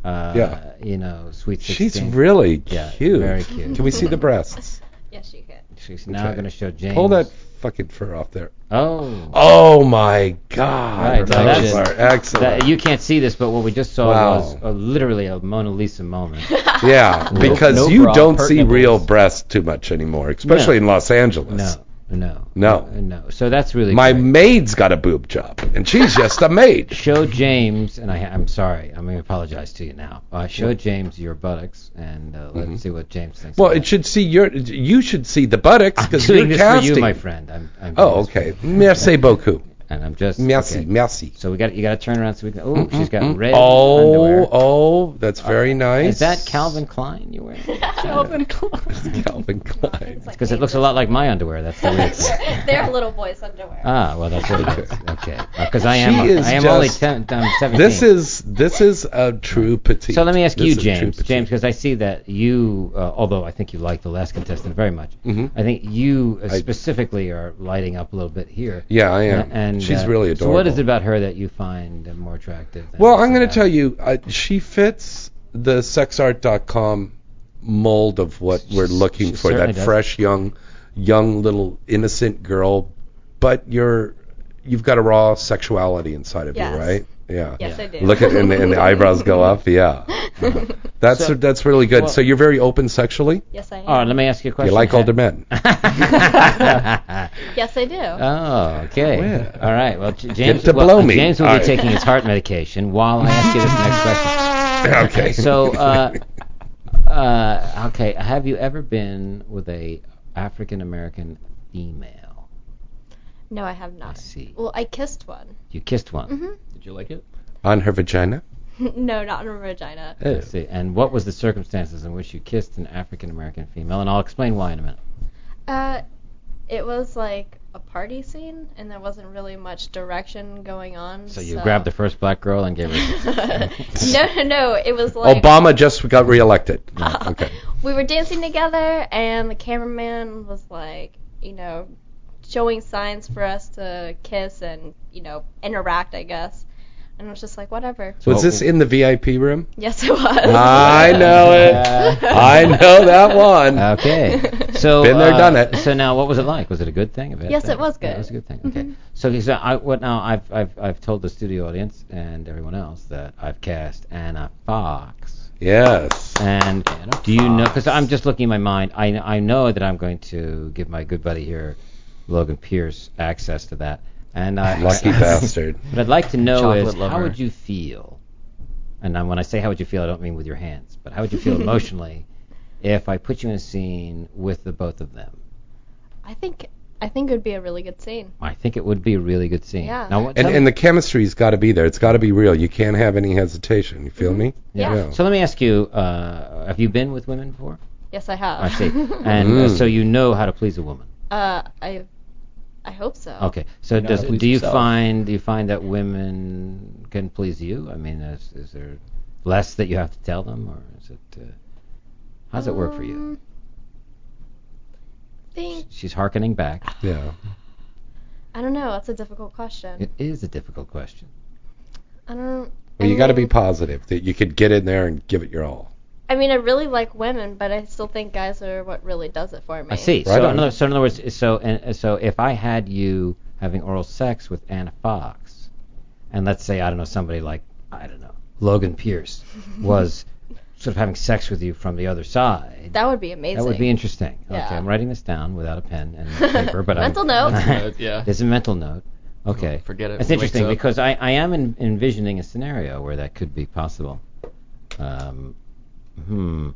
F: Uh,
D: Yeah.
F: You know, sweet sixteen.
D: She's really
F: Yeah,
D: cute.
F: very cute.
D: Can we see the breasts?
N: Yes, you can.
F: She's now
D: Okay.
F: going to show James.
D: Pull that fucking fur
N: [laughs]
D: off there.
F: Oh.
D: Oh my God!
F: Right,
D: Those
F: now that's-
D: are excellent.
F: that- you can't see this, but what we just saw
D: Wow.
F: was uh literally a Mona Lisa moment.
D: yeah,
F: No-
D: because
F: no
D: you
F: bra,
D: don't
F: pert
D: see
F: nipples.
D: real breasts too much anymore, especially in Los Angeles.
F: No, no,
D: No.
F: no. So that's really
D: My
F: great.
D: maid's got a boob job, and she's just a maid.
F: [laughs] Show James, and I, I'm sorry, I'm going to apologize to you now. Uh, show James your buttocks, and uh,
D: Mm-hmm.
F: let's see what James thinks.
D: Well,
F: about
D: it should see your. You should see the buttocks
F: I'm
D: because you're
F: doing this
D: casting.
F: for you, my friend. I'm, I'm doing
D: Oh,
F: this for
D: okay.
F: you.
D: Merci beaucoup.
F: And I'm just
D: Merci,
F: okay.
D: merci.
F: So we got you got to turn around so we can. Oh, she's got red
D: oh,
F: underwear.
D: oh, that's very nice.
F: Is that Calvin Klein you're wearing?
N: [laughs] Calvin Klein.
D: Calvin Klein?
F: Because it looks a lot like my underwear. That's
D: [laughs]
F: the way it's.
N: [laughs] They're little boys' underwear.
F: Ah, well, that's what it is. Okay. Because I am,
D: She is
F: I am only
D: just-
F: ten, um, 17.
D: This is this is a true petite.
F: So let me ask
D: This
F: you,
D: is a true
F: James.
D: petite.
F: James, because I see that you, uh, although I think you like the last contestant very much,
D: Mhm.
F: I think you uh,
D: I-
F: specifically are lighting up a little bit here.
D: Yeah, I am.
F: A- And
D: She's
F: uh,
D: really
F: So what
D: adorable.
F: is it about her that you find uh, more attractive? than
D: Well,
F: others
D: I'm going to
F: about
D: tell
F: her?
D: you, uh, she fits the sexart.com mold of what we're looking
F: she
D: for.
F: certainly
D: That
F: does.
D: fresh, young, young little innocent girl, but you're you've got a raw sexuality inside of
N: Yes.
D: you, right? Yeah.
K: Yes, I did.
D: Look at and, and the eyebrows go up. Yeah. Uh, That's that's really good.
F: well-
D: so you're very open sexually.
N: Yes, I am.
F: All right, let me ask you a question.
D: You like older men.
F: [laughs]
N: Yes, I do.
F: Oh, okay. All right. Well, J- James,
D: to
F: well,
D: blow me.
F: James will
D: All
F: be
D: right.
F: taking his heart medication while I ask you this next question.
D: [laughs]
J: [laughs]
D: Okay.
F: So, uh, uh, okay, have you ever been with a African American female?
N: No, I have not. Well, I kissed one. [laughs]
F: You kissed one.
N: hmm
J: Did you like it?
D: On her vagina.
N: no, not in Regina.
F: I see. And what was the circumstances in which you kissed an African American female? And I'll explain why in a minute.
N: Uh, it was like a party scene, and there wasn't really much direction going on.
F: So you grabbed the first black girl and gave her.
N: no, no, no. It
D: [laughs]
N: was like
D: Obama just got reelected. okay.
N: we were dancing together, and the cameraman was like, you know, showing signs for us to kiss and you know interact, I guess. And I was just like, whatever.
D: Was this in the VIP room?
N: Yes, it was.
D: I know it. I know that one.
F: Okay. So
D: Been there,
F: uh,
D: done it.
F: So now, what was it like? Was it a good thing? A bad
N: Yes,
F: thing?
N: it was good. Mm-hmm.
F: Yeah, it was a good thing. Okay. So he said, I, what now? I've, I've I've told the studio audience and everyone else that I've cast Anna Fox.
D: Yes.
F: And do you know? Because I'm just looking in my mind. I I know that I'm going to give my good buddy here, Logan Pierce, access to that. And I [laughs]
D: Lucky bastard.
F: What I'd like to know is
J: Chocolate
F: how
J: lover.
F: would you feel? And then when I say how would you feel, I don't mean with your hands, but how would you feel
D: [laughs]
F: emotionally if I put you in a scene with the both of them?
N: I think I think it would be a really good scene.
F: I think it would be a really good scene.
N: Yeah.
F: Now, what,
D: And
F: tell
D: and
F: me-
D: the chemistry's got to be there. It's got to be real. You can't have any hesitation. You
N: Mm-hmm.
D: feel me?
F: So let me ask you: uh, Have you been with women before?
N: Yes, I have.
F: I see.
N: [laughs]
D: [laughs]
F: And uh,
D: Mm.
F: so you know how to please a woman.
N: Uh, I, I hope so.
F: Okay. So
J: know
F: does
J: how to please
F: do you
J: yourself.
F: find do you find that women can please you? I mean, is, is there less that you have to tell them, or is it? Uh, how does it work for you?
D: Um,
N: think
F: She's hearkening back.
D: [sighs] Yeah.
N: I don't know. That's a difficult question.
F: It is a difficult question.
N: I don't.
D: Well, you got to be positive that you could get in there and give it your all.
N: I mean, I really like women, but I still think guys are what really does it for me.
F: I see.
D: Right
F: so,
D: on.
F: in other, so in other words, so and, so if I had you having oral sex with Anna Fox, and let's say I don't know somebody like I don't know Logan
D: [laughs]
F: Pierce was sort of having sex with you from the other side.
N: That would be amazing.
F: That would be interesting. Okay,
N: Yeah.
F: I'm writing this down without a pen
N: [laughs]
F: and paper, but
N: Mental
F: I'm, [laughs]
N: note. Mental note,
J: yeah.
F: There's a mental note. Okay.
J: forget it
F: It's
J: when he wakes
F: interesting
J: up.
F: because I, I am en- envisioning a scenario where that could be possible. Um, hmm.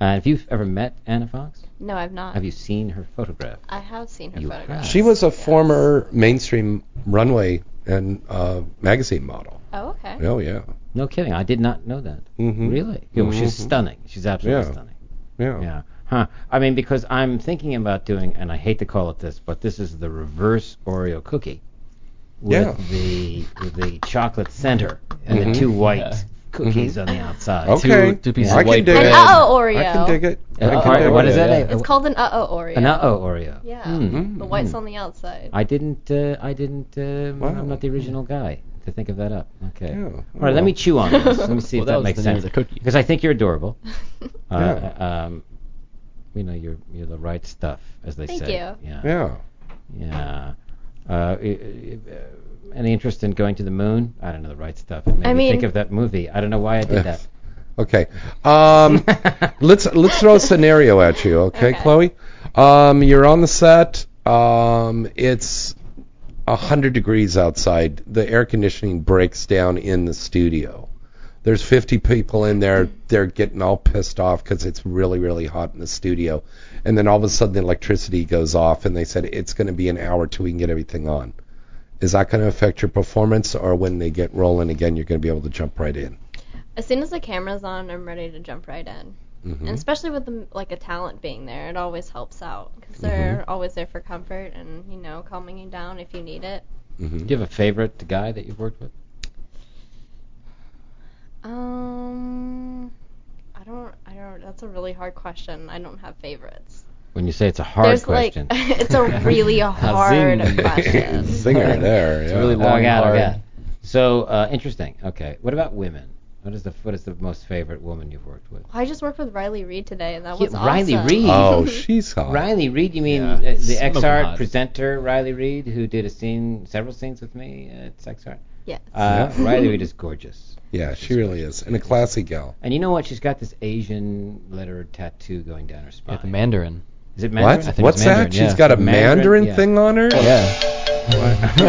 F: Uh, have you ever met Anna Fox?
N: No, I've not.
F: Have you seen her photograph?
N: I have seen her
F: You
N: photograph.
D: She was a former mainstream runway and uh, magazine model.
N: Oh, okay.
D: Oh yeah.
F: No kidding. I did not know that.
J: Mm-hmm.
D: Mhm.
F: Really? Yeah, well, she's
D: Mhm.
F: stunning. She's absolutely
D: Yeah.
F: stunning.
D: Yeah.
F: Yeah. Huh. I mean, because I'm thinking about doing, and I hate to call it this, but this is the reverse Oreo cookie with
D: Yeah.
F: the with the chocolate center and
D: Mhm.
F: the two white
J: Yeah.
F: cookies on the outside.
D: Mm-hmm. Okay.
J: Two- two pieces
D: I
J: of
D: can
J: white
D: dig
J: bread.
D: it.
J: An
N: uh-oh Oreo.
D: I can dig it. I
F: Uh,
D: can
F: all right,
D: dig
F: what
D: it.
F: is that?
N: It's called an uh-oh Oreo.
F: An uh-oh Oreo.
N: Yeah.
F: Hmm.
N: The white's on the outside.
F: I didn't. Uh, I didn't. Uh,
D: Wow.
F: I'm not the original guy to think of that up. Okay.
D: Yeah.
F: All right. Let me chew on this. Let me see
J: Well,
F: if
J: that
F: that,
J: was
F: makes
J: the name
F: sense.
J: of the cookie.
F: Because I think you're
N: [laughs]
F: adorable. Uh,
D: Yeah.
F: um, you know, you're you're the right stuff, as they
N: Thank
F: say.
N: you.
F: Yeah.
D: Yeah.
F: Yeah. Uh, i- i- uh, any interest in going to the moon? I don't know the right stuff. It made
N: I
F: me
N: mean-
F: think of that movie. I don't know why I did that.
D: Okay. Um, let's let's throw a scenario at you, okay, Chloe? Um, you're on the set. Um, it's a hundred degrees outside. The air conditioning breaks down in the studio. There's 50 people in there. They're getting all pissed off because it's really, really hot in the studio. And then all of a sudden, the electricity goes off, and they said it's going to be an hour till we can get everything on. Is that going to affect your performance, or when they get rolling again, you're going to be able to jump right in?
N: As soon as the camera's on, I'm ready to jump right in.
D: Mhm.
F: Mm-hmm.
N: And especially with the, like a talent being there, it always helps out
F: Mm-hmm.
N: because they're always there for comfort and you know calming you down if you need it.
D: Mm-hmm.
F: Do you have a favorite guy that you've worked with?
N: Um, I don't, I don't. That's a really hard question. I don't have favorites.
F: When you say it's a hard
N: There's
F: question.
N: like, [laughs] it's a
F: [laughs]
N: really hard
J: Zing.
N: question.
D: [laughs] Zinger there.
J: It's
D: yeah.
J: really long.
F: Oh, God, oh,
J: hard.
F: God. So uh, interesting. Okay. What about women? What is the what is the most favorite woman you've worked with?
N: I just worked with Riley Reed today, and that
F: Yeah,
N: was
F: Riley
N: awesome.
F: Reed. [laughs]
D: Oh, she's hot.
F: Riley Reed, you mean
J: Yeah.
F: uh, the
J: Smoking
F: XR
J: hot.
F: presenter Riley Reed, who did a scene, several scenes with me at XR?
N: Yes.
F: Uh, [laughs] Riley Reid is gorgeous.
D: Yeah, she really is, and a classy gal.
F: And you know what? She's got this Asian letter tattoo going down her spine.
J: At the Mandarin.
F: Is it Mandarin?
D: What?
F: I think
D: What's
F: it's Mandarin,
D: that? She's
F: yeah.
D: got a Mandarin,
F: yeah. [laughs]
D: thing on her. [laughs]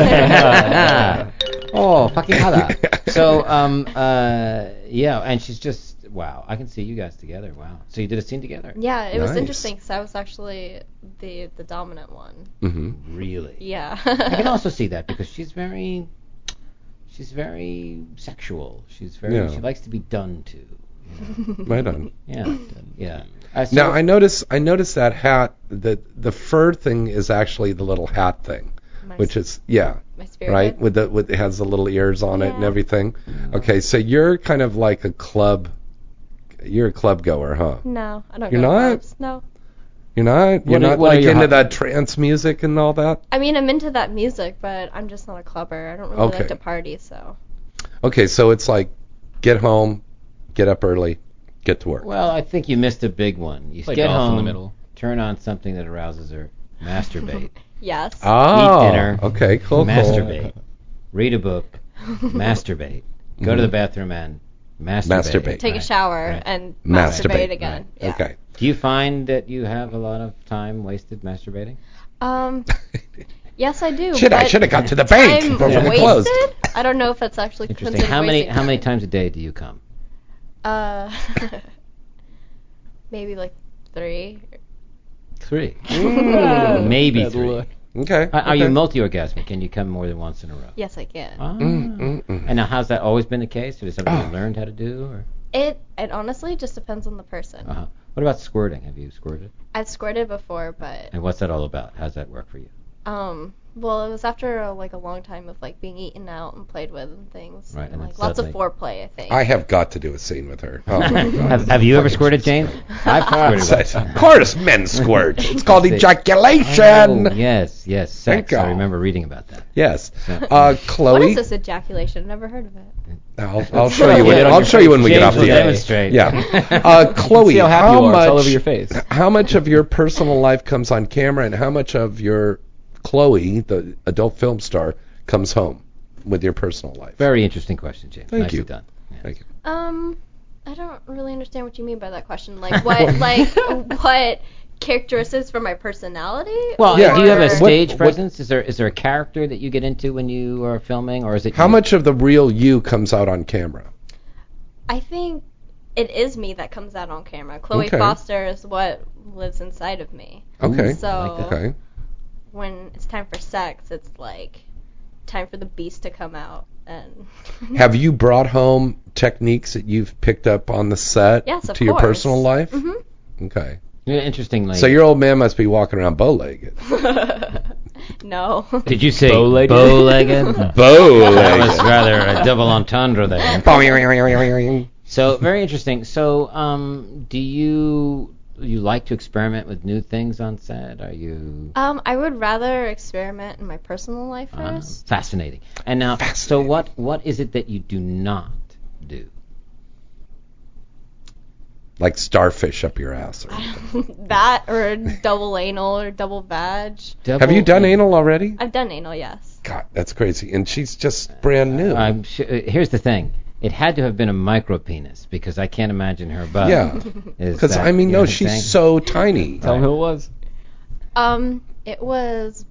F: Yeah. oh, fucking hada. So, um, uh, yeah, and she's just wow. I can see you guys together. Wow. So you did a scene together.
N: Yeah, it was interesting because I was actually the the dominant one.
D: Mm-hmm.
F: Really.
N: Yeah.
F: I can also see
N: [laughs]
F: that because she's very, she's very sexual. She's very.
D: Yeah.
F: She likes to be done to. you know?
D: Right on.
N: [laughs]
F: Yeah. Yeah. I saw-
D: now I notice I notice that hat that the fur thing is actually the little hat thing, which is yeah,
N: my spirit
D: right with the with it has the little ears on it and everything.
F: Mm-hmm.
D: Okay, so you're kind of like a club, you're a club goer, huh?
N: No, I don't.
D: You're
N: go to
D: not?
N: clubs, No.
D: You're not
F: What
D: you're
F: are-
D: not
F: what are
D: like
F: your
D: into
F: hobbies?
D: that trance music and all that.
N: I mean, I'm into that music, but I'm just not a clubber. I don't really
D: Okay.
N: like to party, so.
D: Okay, so it's like get home, get up early, get to work.
F: Well, I think you missed a big one. You
J: Play
F: get
J: golf in
F: home
J: the middle.
F: turn on something that arouses her, masturbate,
N: [laughs] Yes.
D: Oh,
F: eat dinner,
D: okay, cool, cool.
F: masturbate, read a
N: [laughs]
F: book, masturbate, go to the
D: Mhm.
F: bathroom and masturbate.
D: Masturbate.
N: Take a
F: Right.
N: shower
F: right.
N: and
F: Masturbate,
N: masturbate
F: right.
N: again.
D: Okay.
F: Do you find that you have a lot of time wasted masturbating? [laughs]
N: Um. yes, I do.
F: Shit, I
N: but
F: should've gone to the bank
N: time
F: before we
N: wasted?
F: closed.
N: I don't know if that's actually
F: Interesting.
N: considered
F: How many
N: wasting
F: how many
N: time.
F: times a day do you come?
N: Uh. [laughs] maybe like three.
F: Three.
N: Mm.
F: Maybe
N: Bad
F: three.
D: Okay.
F: Are, are you
N: okay.
F: multi-orgasmic? Can you come more than once in a row?
N: Yes, I can.
F: Ah. And now, how's that always been the case, or is something
D: Oh.
F: you learned how to do? Or
N: It it honestly just depends on the person.
F: uh-huh. what about squirting? Have you squirted?
N: I've squirted before, but
F: And what's that all about? How's that work for you?
N: um, well, it was after uh, like a long time of like being eaten out and played with and things.
F: Right, and
N: like
F: then
N: lots of
F: suddenly-
N: foreplay, I think.
D: I have got to do a scene with her. Oh, my
F: [laughs]
D: God.
F: have, have you ever squirted, James? [laughs] I've squirted.
D: Says,
F: [laughs]
D: Of course, men [laughs] squirt. It's called
F: That's it.
D: ejaculation.
F: Oh, yes, yes, sex.
D: Thank
F: I
D: God.
F: remember reading about that.
D: Yes.
F: [laughs]
D: Uh,
N: What
D: Chloe, Oh,
N: is this ejaculation? I've never heard of it.
D: I'll, I'll show you. When,
F: Yeah,
D: I'll
F: on
D: show
F: your
D: you when we
F: face.
D: get off
F: James
D: the
F: will
D: air.
F: demonstrate. [laughs]
D: Yeah. Uh, Chloe,
J: See how happy
D: how
J: you are.
D: much
J: It's all over your face.
D: how much of your personal life comes on camera, and how much of your Chloe, the adult film star, comes home with your personal life?
F: Very interesting question, James.
D: Thank
F: Nicely
D: you.
F: done.
D: Thank you.
N: Um, I don't really understand what you mean by that question. Like what? like what characteristics for my personality?
F: Well,
D: Yeah.
F: do you have a
D: What-
F: stage
D: what-
F: presence? Is there is there a character that you get into when you are filming, or is it
D: How
F: you?
D: much of the real you comes out on camera?
N: I think it is me that comes out on camera. Chloe
D: Okay.
N: Foster is what lives inside of me.
D: Okay.
N: So
D: okay.
N: when it's time for sex, it's like time for the beast to come out. And
D: Have you brought home techniques that you've picked up on the set
N: Yes,
D: Uh, to
N: of
D: your
N: course.
D: personal life?
N: Mhm.
D: Okay.
F: Yeah, interestingly.
D: So your old man must be walking around bow-legged.
F: [laughs]
D: [laughs]
N: no,
F: Did you say
J: Bow-legged?
F: bow-legged?
D: Bow-legged.
F: That was rather a double entendre
D: [laughs]
F: there. so very interesting. So um, do you you like to experiment with new things on set? Are you
N: um, I would rather experiment in my personal life
F: uh,
D: Uh-huh.
N: first. [laughs]
F: fascinating? And now, so what what is it that you do not do?
D: Like starfish up your ass. Or
N: that or double anal or double vag.
D: Have you done anal already?
N: I've done anal, yes.
D: God, that's crazy. And she's just brand new.
F: I'm su- uh, here's the thing. It had to have been a micro penis because I can't imagine her butt.
D: Yeah.
F: [laughs] Is
D: Because
F: that-
D: I mean,
F: you know
D: no,
F: what I'm
D: she's
F: saying?
D: so tiny.
F: Tell him who it
D: was.
N: Um, it was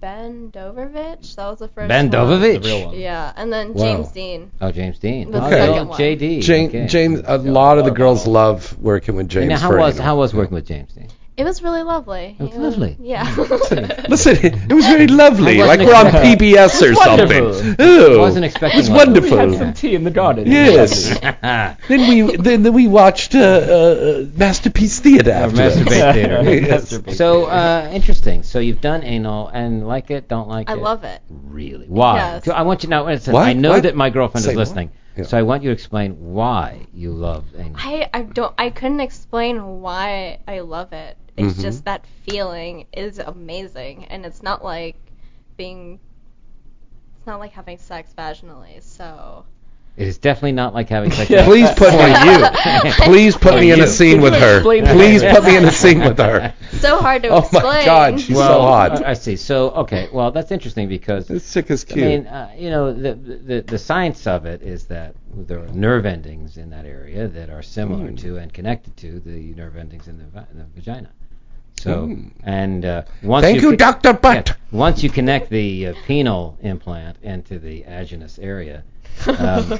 N: Ben Dovovich. That was the first.
F: Ben
N: one.
F: Dovovich? The real one.
N: Yeah, and then
F: Wow.
N: James Dean.
F: Oh, James Dean.
N: The
F: Oh,
N: second one.
F: JD.
D: Jane,
F: okay.
D: James, a lot of the girls love working with James.
F: now, how
D: for
F: was
D: anal.
F: how was working with James Dean?
N: It was really lovely. It was
F: lovely.
N: [laughs] Yeah.
D: [laughs] Listen, it was very lovely.
F: I
D: Like
F: wasn't
D: we're on
F: expecting-
D: PBS or something.
F: Wonderful.
D: Ooh,
F: Wasn't expecting
D: It was
F: that.
D: wonderful.
F: We had some
J: tea in the garden.
D: Yes. then we then, then we watched uh, uh, Masterpiece Theater. [laughs] after
F: Masturbate theater.
D: yes.
F: [laughs] So uh, interesting. So you've done anal and like it, don't like
N: I
F: it.
N: love it.
F: Really? Why?
N: Yes.
F: So I want you to know. it says,
D: What?
F: I know
D: What?
F: that my girlfriend
D: Say
F: is
D: what?
F: listening, so I want you to explain why you love anal.
N: I I don't I couldn't explain why I love it. It's
D: Mm-hmm.
F: Mhm.
N: just that feeling is amazing, and it's not like being. It's not like having sex vaginally, so
F: It is definitely not like having sex.
D: [laughs] Yeah. Please put me
F: [laughs]
D: you. Please put
F: Or
D: me in
F: you.
D: a scene with her.
F: Explain that.
D: Please put me in a scene with her.
N: So hard to
D: [laughs] Oh my
N: explain.
D: God, she's
F: Well,
D: so hot.
F: I I see. So okay, well that's interesting because
D: this chick is
F: I
D: cute.
F: mean, uh, you know, the, the the science of it is that there are nerve endings in that area that are similar
D: Hmm.
F: to and connected to the nerve endings in the, va- the vagina. So
D: Hmm.
F: and uh, once
D: Thank you, Dr. Butt.
F: yeah, once you connect the uh, penile implant into the aginous area.
D: [laughs]
F: Um,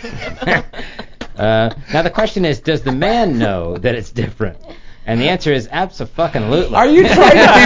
F: uh, now the question is, does the man know that it's different? And the answer is absolutely.
D: Are you trying to
F: [laughs]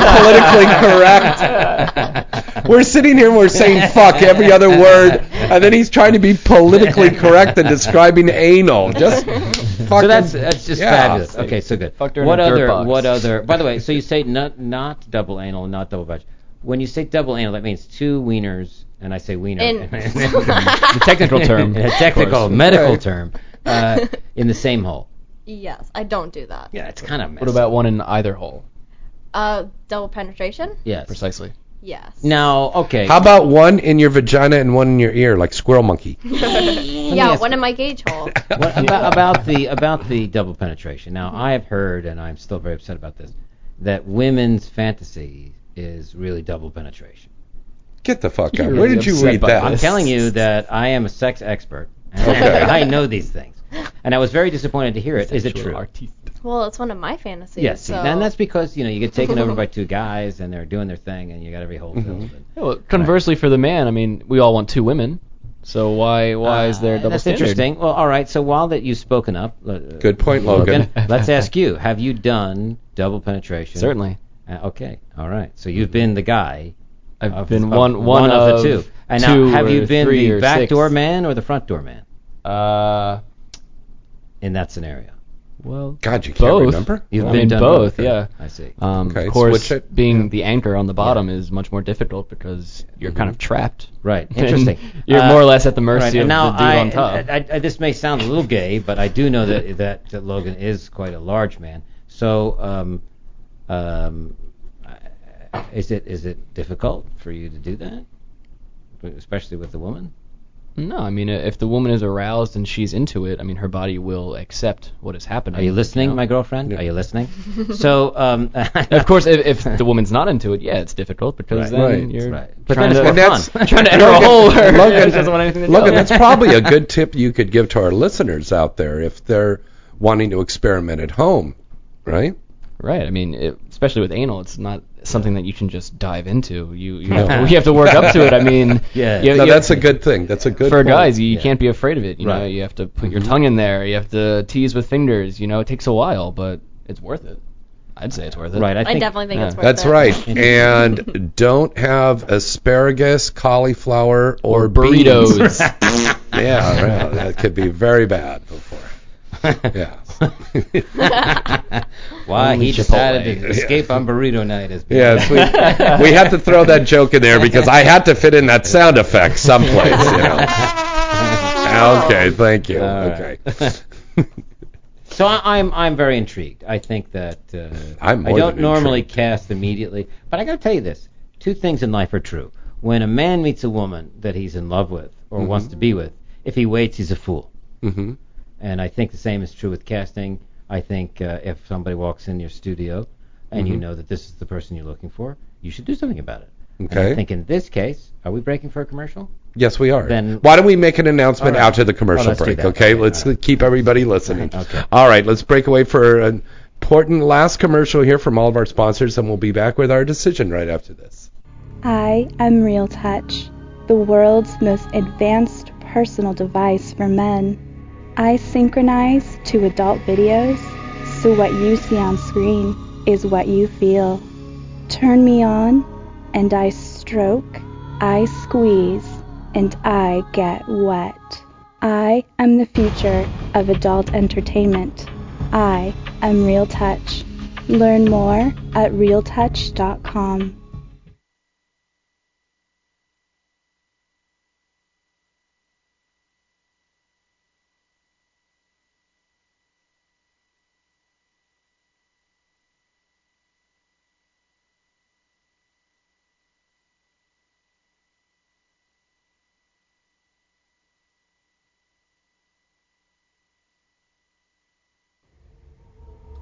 D: be politically correct? [laughs] We're sitting here and we're saying fuck every other word, and then he's trying to be politically correct and describing anal. Just
F: so
D: fucking-
F: that's that's just
D: yeah.
F: fabulous. Okay, so good.
D: Fucked her in
F: What
D: a dirt
F: other?
D: box.
F: What other? By the way, so you say not not double anal, not double vag. When you say double anal, that means two wieners, and I say wiener. [laughs]
N: In- [laughs]
F: the
J: technical
F: [laughs]
J: term,
F: the
J: of
F: technical
J: course.
F: medical
J: Right. [laughs]
F: term, uh, in the same hole.
N: Yes, I don't do that.
F: Yeah, it's kind of.
J: What about one in either hole?
N: Uh, double penetration?
F: [laughs] Yes.
J: Precisely.
N: Yes.
F: Now, okay.
D: How about one in your vagina and one in your ear, like squirrel monkey?
N: yeah, one in my gauge
D: [laughs]
N: hole.
F: What about, about the about the double penetration? Now, I have heard, and I'm still very upset about this, that women's fantasy is really double penetration.
D: Get the fuck out! Where did you read that?
F: I'm telling you that I am a sex expert. And
D: Okay.
F: I know these things. And I was very disappointed to hear it. Is it true?
N: Well, it's one of my fantasies.
F: Yes. see,
N: so.
F: And that's because, you know, you get taken over by two guys and they're doing their thing and you got every hole
D: Mm-hmm.
F: filled.
J: Yeah, well, conversely, for the man, I mean, we all want two women, so why why is there a double
F: Uh, That's
J: standard?
F: interesting. Well, all right. So while that you've spoken up, uh,
D: Good point, Logan.
F: Let's ask you: Have you done double penetration?
J: Certainly.
F: Uh, okay. All right. So you've been the guy. I've
J: [laughs] been one- one
F: of,
J: of
F: the two. And
J: two
F: now, have you
J: or
F: been
J: three
F: the
J: or
F: back
J: six.
F: door man or the front door man
J: Uh,
F: in that scenario?
J: Well,
D: God, you
J: both.
D: can't remember.
J: You've
F: Well,
J: been
F: done
J: both,
F: both,
J: yeah.
F: I see.
J: Um,
F: Okay,
J: of course,
F: switch
J: being the anchor on the bottom is much more difficult because you're kind of trapped.
F: Mm-hmm. Right.
J: [laughs] And
F: Interesting.
J: you're
F: Uh,
J: more or less at the mercy
F: right,
J: of
F: and now
J: the dude
F: I,
J: on top.
F: I, I, this may sound a little gay, but I do know that that, that Logan is quite a large man. So, um, um, I- is it is it difficult for you to do that, especially with the woman?
J: no, I mean, if the woman is aroused and she's into it, I mean, her body will accept what is happening.
F: Are you listening,
J: know?
F: my girlfriend? Are you
J: [laughs]
F: listening? so, um, [laughs]
J: of course, if, if the woman's not into it, yeah, it's difficult because
F: Right.
J: then
F: Right.
J: you're
F: Right.
J: trying,
F: But then
J: to,
F: it's more
J: that's-
F: fun.
J: [laughs] trying to enter a
F: Logan-
J: hole where
D: Logan,
J: she doesn't want anything to do
D: Logan,
J: with it.
D: that's probably a
J: [laughs]
D: good tip you could give to our listeners out there if they're wanting to experiment at home, right?
J: Right. I mean, it, especially with anal, it's not something that you can just dive into. You you, have,
D: [laughs]
J: to, you have to work up to it. I
F: [laughs]
J: mean, you-
D: no,
J: you-
D: that's a good thing. That's a good
J: for
D: point.
J: guys. You, you can't be afraid of it. You know,
D: Right.
J: you have to put
F: Mm-hmm.
J: your tongue in there. You have to tease with fingers. You know, it takes a while, but it's worth it. I'd say it's worth it.
F: Right.
N: I think- definitely think it's worth [laughs]
D: That's right. And don't have asparagus, cauliflower, or,
J: Or
C: [laughs]
J: burritos.
D: beans. [laughs] yeah, right. that could be very bad before. Yeah.
F: Why he
D: Only Chipotle.
F: decided to escape
J: [laughs]
F: on burrito night is
D: Yes, we, we had to throw that joke in there because I had to fit in that sound
F: [laughs]
D: effect someplace, you know. Okay, thank you.
F: All
D: okay.
F: right. [laughs] So I, I'm I'm very intrigued. I think that uh,
D: I'm
F: I
D: more
F: don't
D: than
F: normally cast immediately, but I got to tell you this: two things in life are true. When a man meets a woman that he's in love with or
D: Mhm.
F: wants to be with, if he waits, he's a fool.
D: Mm-hmm.
F: And I think the same is true with casting. I think uh, if somebody walks in your studio and you
D: Mhm.
F: know that this is the person you're looking for, you should do something about it. And I
D: Okay.
F: think in this case, are we breaking for a commercial?
D: Yes, we are.
F: Then-
D: Why don't we make an announcement
F: All right.
D: out to the
F: Oh,
D: commercial
F: let's do
D: break?
F: that.
D: Okay,
F: Okay,
D: let's
F: all
D: keep everybody listening.
F: Okay.
D: All right, let's break away for an important last commercial here from all of our sponsors, and we'll be back with our decision right after this.
I: I am Real Touch, the world's most advanced personal device for men. I synchronize to adult videos, so what you see on screen is what you feel. Turn me on, and I stroke, I squeeze, and I get wet. I am the future of adult entertainment. I am Real Touch. Learn more at realtouch.com.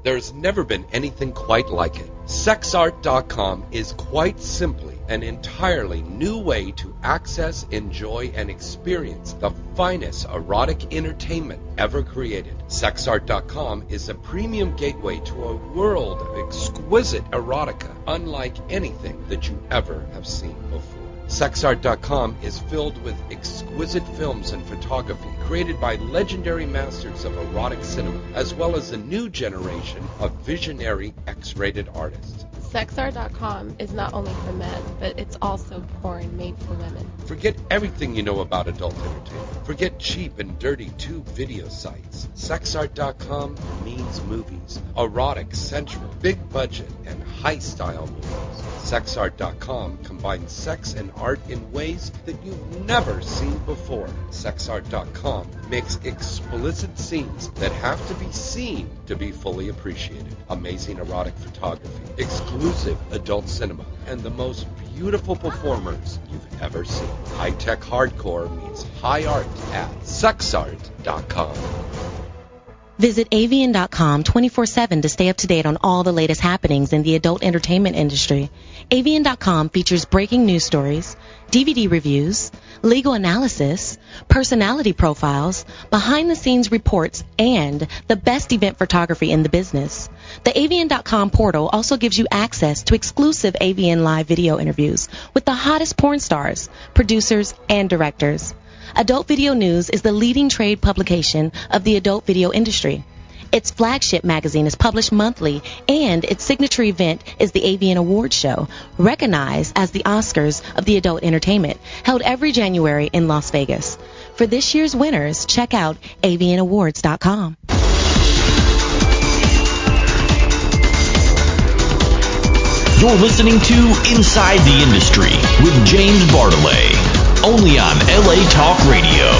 D: There's never been anything quite like it. Sexart.com is quite simply an entirely new way to access, enjoy, and experience the finest erotic entertainment ever created. Sexart.com is a premium gateway to a world of exquisite erotica unlike anything that you ever have seen before. Sexart.com is filled with exquisite films and photography created by legendary masters of erotic cinema, as well as the new generation of visionary X-rated artists.
H: Sexar.com is not only for men, but it's also porn made for women.
D: Forget everything you know about adult entertainment. Forget cheap and dirty tube video sites. Sexart.com means movies. Erotic, sensual, big budget, and high style movies. Sexart.com combines sex and art in ways that you've never seen before. Sexart.com makes explicit scenes that have to be seen to be fully appreciated. Amazing erotic photography, exclusive adult cinema, and the most beautiful performers you've ever seen. High tech hardcore means high art at sexart.com.
G: Visit avian.com 24-7 to stay up to date on all the latest happenings in the adult entertainment industry. avian.com features breaking news stories, DVD reviews, legal analysis, personality profiles, behind-the-scenes reports, and the best event photography in the business. The avian.com portal also gives you access to exclusive avian live video interviews with the hottest porn stars, producers, and directors. Adult Video News is the leading trade publication of the adult video industry. Its flagship magazine is published monthly, and its signature event is the Avian Awards Show, recognized as the Oscars of the adult entertainment, held every January in Las Vegas. For this year's winners, check out avianawards.com.
A: You're listening to Inside the Industry with James Bartolet, only on LA Talk Radio.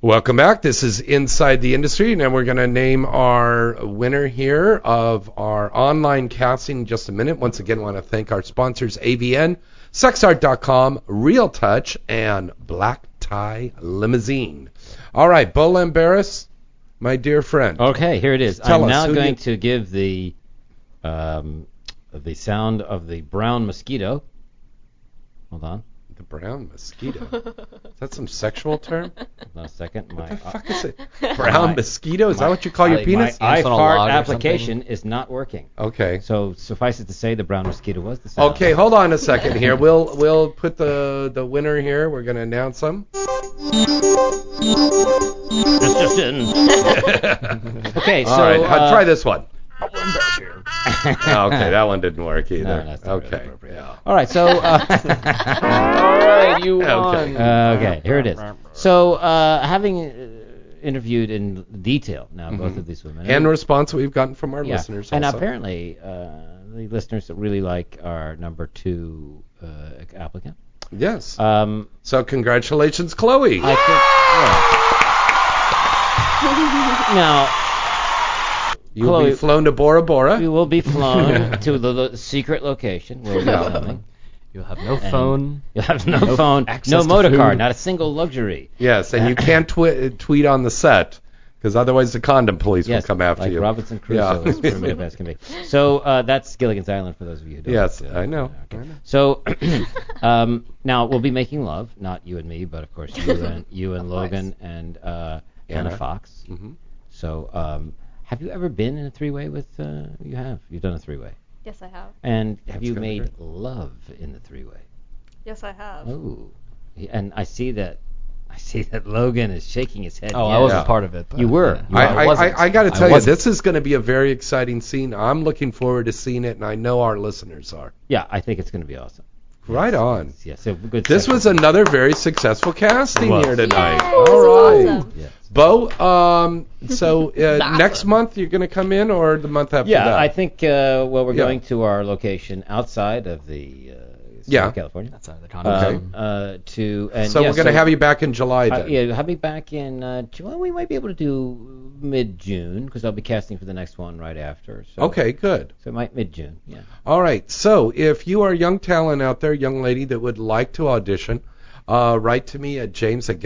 D: Welcome back. This is Inside the Industry, and we're going to name our winner here of our online casting in just a minute. Once again, want to thank our sponsors, AVN, SexArt.com, Real Touch, and Black Tie Limousine. All right, Bo Lamberis, my dear friend.
F: Okay, here it is.
D: Tell
F: I'm
D: us
F: now
D: who
F: going
D: you-
F: to give the um, the sound of the brown mosquito. Hold on.
D: The brown mosquito. is that some sexual term?
F: One second. My,
D: the fuck
F: [laughs]
D: is it? [laughs] Brown
F: my-
D: mosquito? Is
F: my-
D: that what you call your
F: my
D: penis?
F: iFart application is not working.
D: Okay.
F: So suffice it to say, the brown mosquito was the sound.
D: [laughs] Okay, hold on a second here. We'll we'll put the the winner here. We're gonna announce them.
F: That's just
D: [laughs]
F: in. [laughs] okay, so
D: All right, I'll
F: uh,
D: try
F: [laughs]
D: this one. okay, that one didn't work either.
F: No, that's not
D: okay. Yeah.
F: All right, so.
D: [laughs]
F: Uh, All
J: right, you
F: okay.
J: won.
F: Uh, okay, here it is. So, uh, having uh, interviewed in detail now both
D: Mhm.
F: of these women,
D: And response we've gotten from our
F: yeah,
D: listeners.
F: and
D: also.
F: apparently uh, the listeners that really like our number two uh, applicant.
D: Yes.
F: Um,
D: so congratulations, Chloe.
F: I think. yeah. Now.
D: You'll be flown to Bora Bora.
F: You will be
D: [laughs]
F: flown to the lo- secret location where you're filming.
J: You'll have no
F: And
J: phone.
F: You'll have no,
J: No
F: phone,
J: access
F: no
J: to
F: motor car,
J: food.
F: not a single luxury. [laughs]
D: Yes, and you can't twi- tweet on the set because otherwise the condom police will come after
F: like
D: you.
F: Robinson Crusoe,
D: [laughs]
F: as primitive as can be. So uh, that's Gilligan's Island for those of you who don't.
D: Yes,
F: uh,
D: I know.
F: So [clears throat] um, now we'll be making love, not you and me, but of course
D: [laughs]
F: you and you and Logan and uh, Anna
D: Anna.
F: Fox.
D: Mhm.
F: So um, have you ever been in a three-way with? Uh, you have. You've done a three-way.
N: Yes, I have.
F: And have you
D: kinda
F: made
D: great.
F: love in the three-way?
N: Yes, I have.
F: Oh, Yeah, and I see that. I see that Logan is shaking his head.
J: Oh, I
F: yes.
J: wasn't part of it, but,
F: You were. You
D: I,
F: were.
D: I,
J: wasn't.
D: I, I got to
J: I
D: tell you,
J: wasn't.
D: this is going to be a very exciting scene. I'm looking forward to seeing it, and I know our listeners are.
F: Yeah, I think it's going to be awesome.
D: Right on.
F: Yes. so good
D: This
F: stuff.
D: was another very successful casting
F: It was.
D: here tonight.
F: Yay,
D: All
F: this is
D: right.
F: awesome. Yes.
D: Bo, um, so
F: [laughs]
D: uh, next month you're going to come in, or the month after
F: Yeah,
D: that?
F: I think. Uh, well, we're
D: Yeah.
F: going to our location outside of the uh, state
D: Yeah.
F: of California.
J: Outside of the
F: Um, uh, to and
D: so
F: yeah,
D: we're going to have you back in July
F: Uh,
D: then.
F: yeah, have me back in uh, July. We might be able to do mid June because I'll be casting for the next one right after. So,
D: Okay, good.
F: So it might mid June. Yeah.
D: All right. So if you are a young talent out there, young lady that would like to audition, Uh, write to me at james at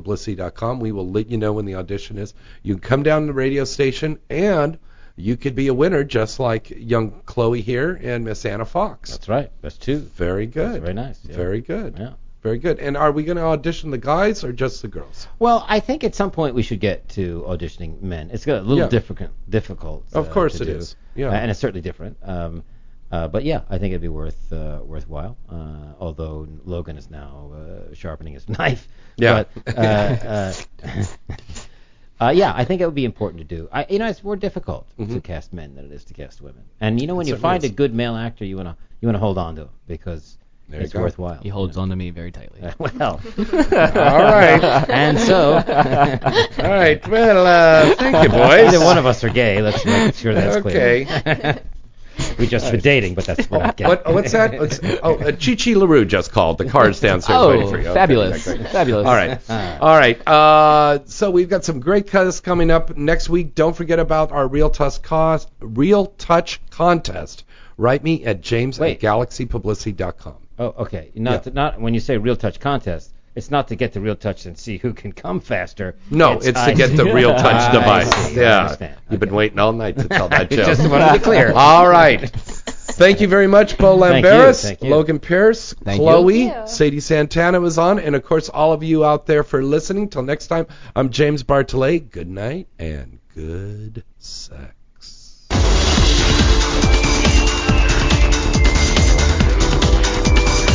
D: galaxypublicity.com. We will let you know when the audition is. You can come down to the radio station, and you could be a winner just like young Chloe here and Miss Anna Fox. That's
F: right. That's two.
D: Very good.
F: That's very nice, yeah.
D: Very good.
F: Yeah.
D: Very good. And are we going to audition the guys or just the girls?
F: Well, I think at some point we should get to auditioning men. It's got a little
D: Yeah.
F: difficult, difficult.
D: Of course
F: to
D: it
F: do.
D: is. Yeah.
F: Uh, and it's certainly different. Um, uh, but yeah, I think it'd be worth uh, worthwhile. Uh, although Logan is now uh, sharpening his [laughs] knife.
D: Yeah.
F: But, uh, [laughs] uh, uh, yeah, I think it would be important to do. I, you know, it's more difficult
D: Mm-hmm.
F: to cast men than it is to cast women. And you know, when
J: It
F: you
J: certainly
F: find
J: is.
F: a good male actor, you wanna you wanna hold on to him because
J: There you
F: it's
J: go.
F: worthwhile.
J: He holds on to me very tightly.
F: [laughs]
J: [laughs]
F: well,
J: All [laughs] right.
F: And so,
D: [laughs]
J: All
D: right. Well, uh, thank you, boys.
F: Either one of us are gay. Let's make sure that's clear.
D: Okay.
F: [laughs] we just for dating, but that's what I'm getting.
D: What,
F: [laughs]
D: what's that? What's, oh, uh, Chi Chi LaRue just called. The car's downstairs
F: Oh,
D: waiting for you. Okay,
F: fabulous.
D: great,
F: [laughs]
D: great.
F: Fabulous. Uh-huh.
D: All right. All right. Uh, so we've got some great cuts coming up next week. Don't forget about our Real Touch, cost, Real Touch contest. Write me at james at
F: [laughs]
D: galaxypublicity.com.
F: Oh, okay. Not
D: Yeah.
F: not when you say real touch contest. It's not to get the real touch and see who can come faster.
D: No, it's, to
F: I-
D: get the
F: [laughs]
D: real touch
F: I
D: device.
F: see, I
D: yeah.
F: understand.
D: You've been waiting all night to tell that
F: I
D: joke.
F: [laughs] just wanted to be clear.
D: [laughs] All right. Thank you very much, Bo
F: Thank you,
D: Lamberis,
F: thank you.
D: Logan Pierce,
F: Thank
D: Chloe,
F: you.
D: Sadie Santana was on, and of course, all of you out there for listening. Till next time, I'm James Bartolet. Good night and good sex.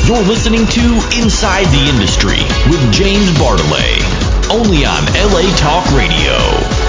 A: You're listening to Inside the Industry with James Bartolet, only on LA Talk Radio.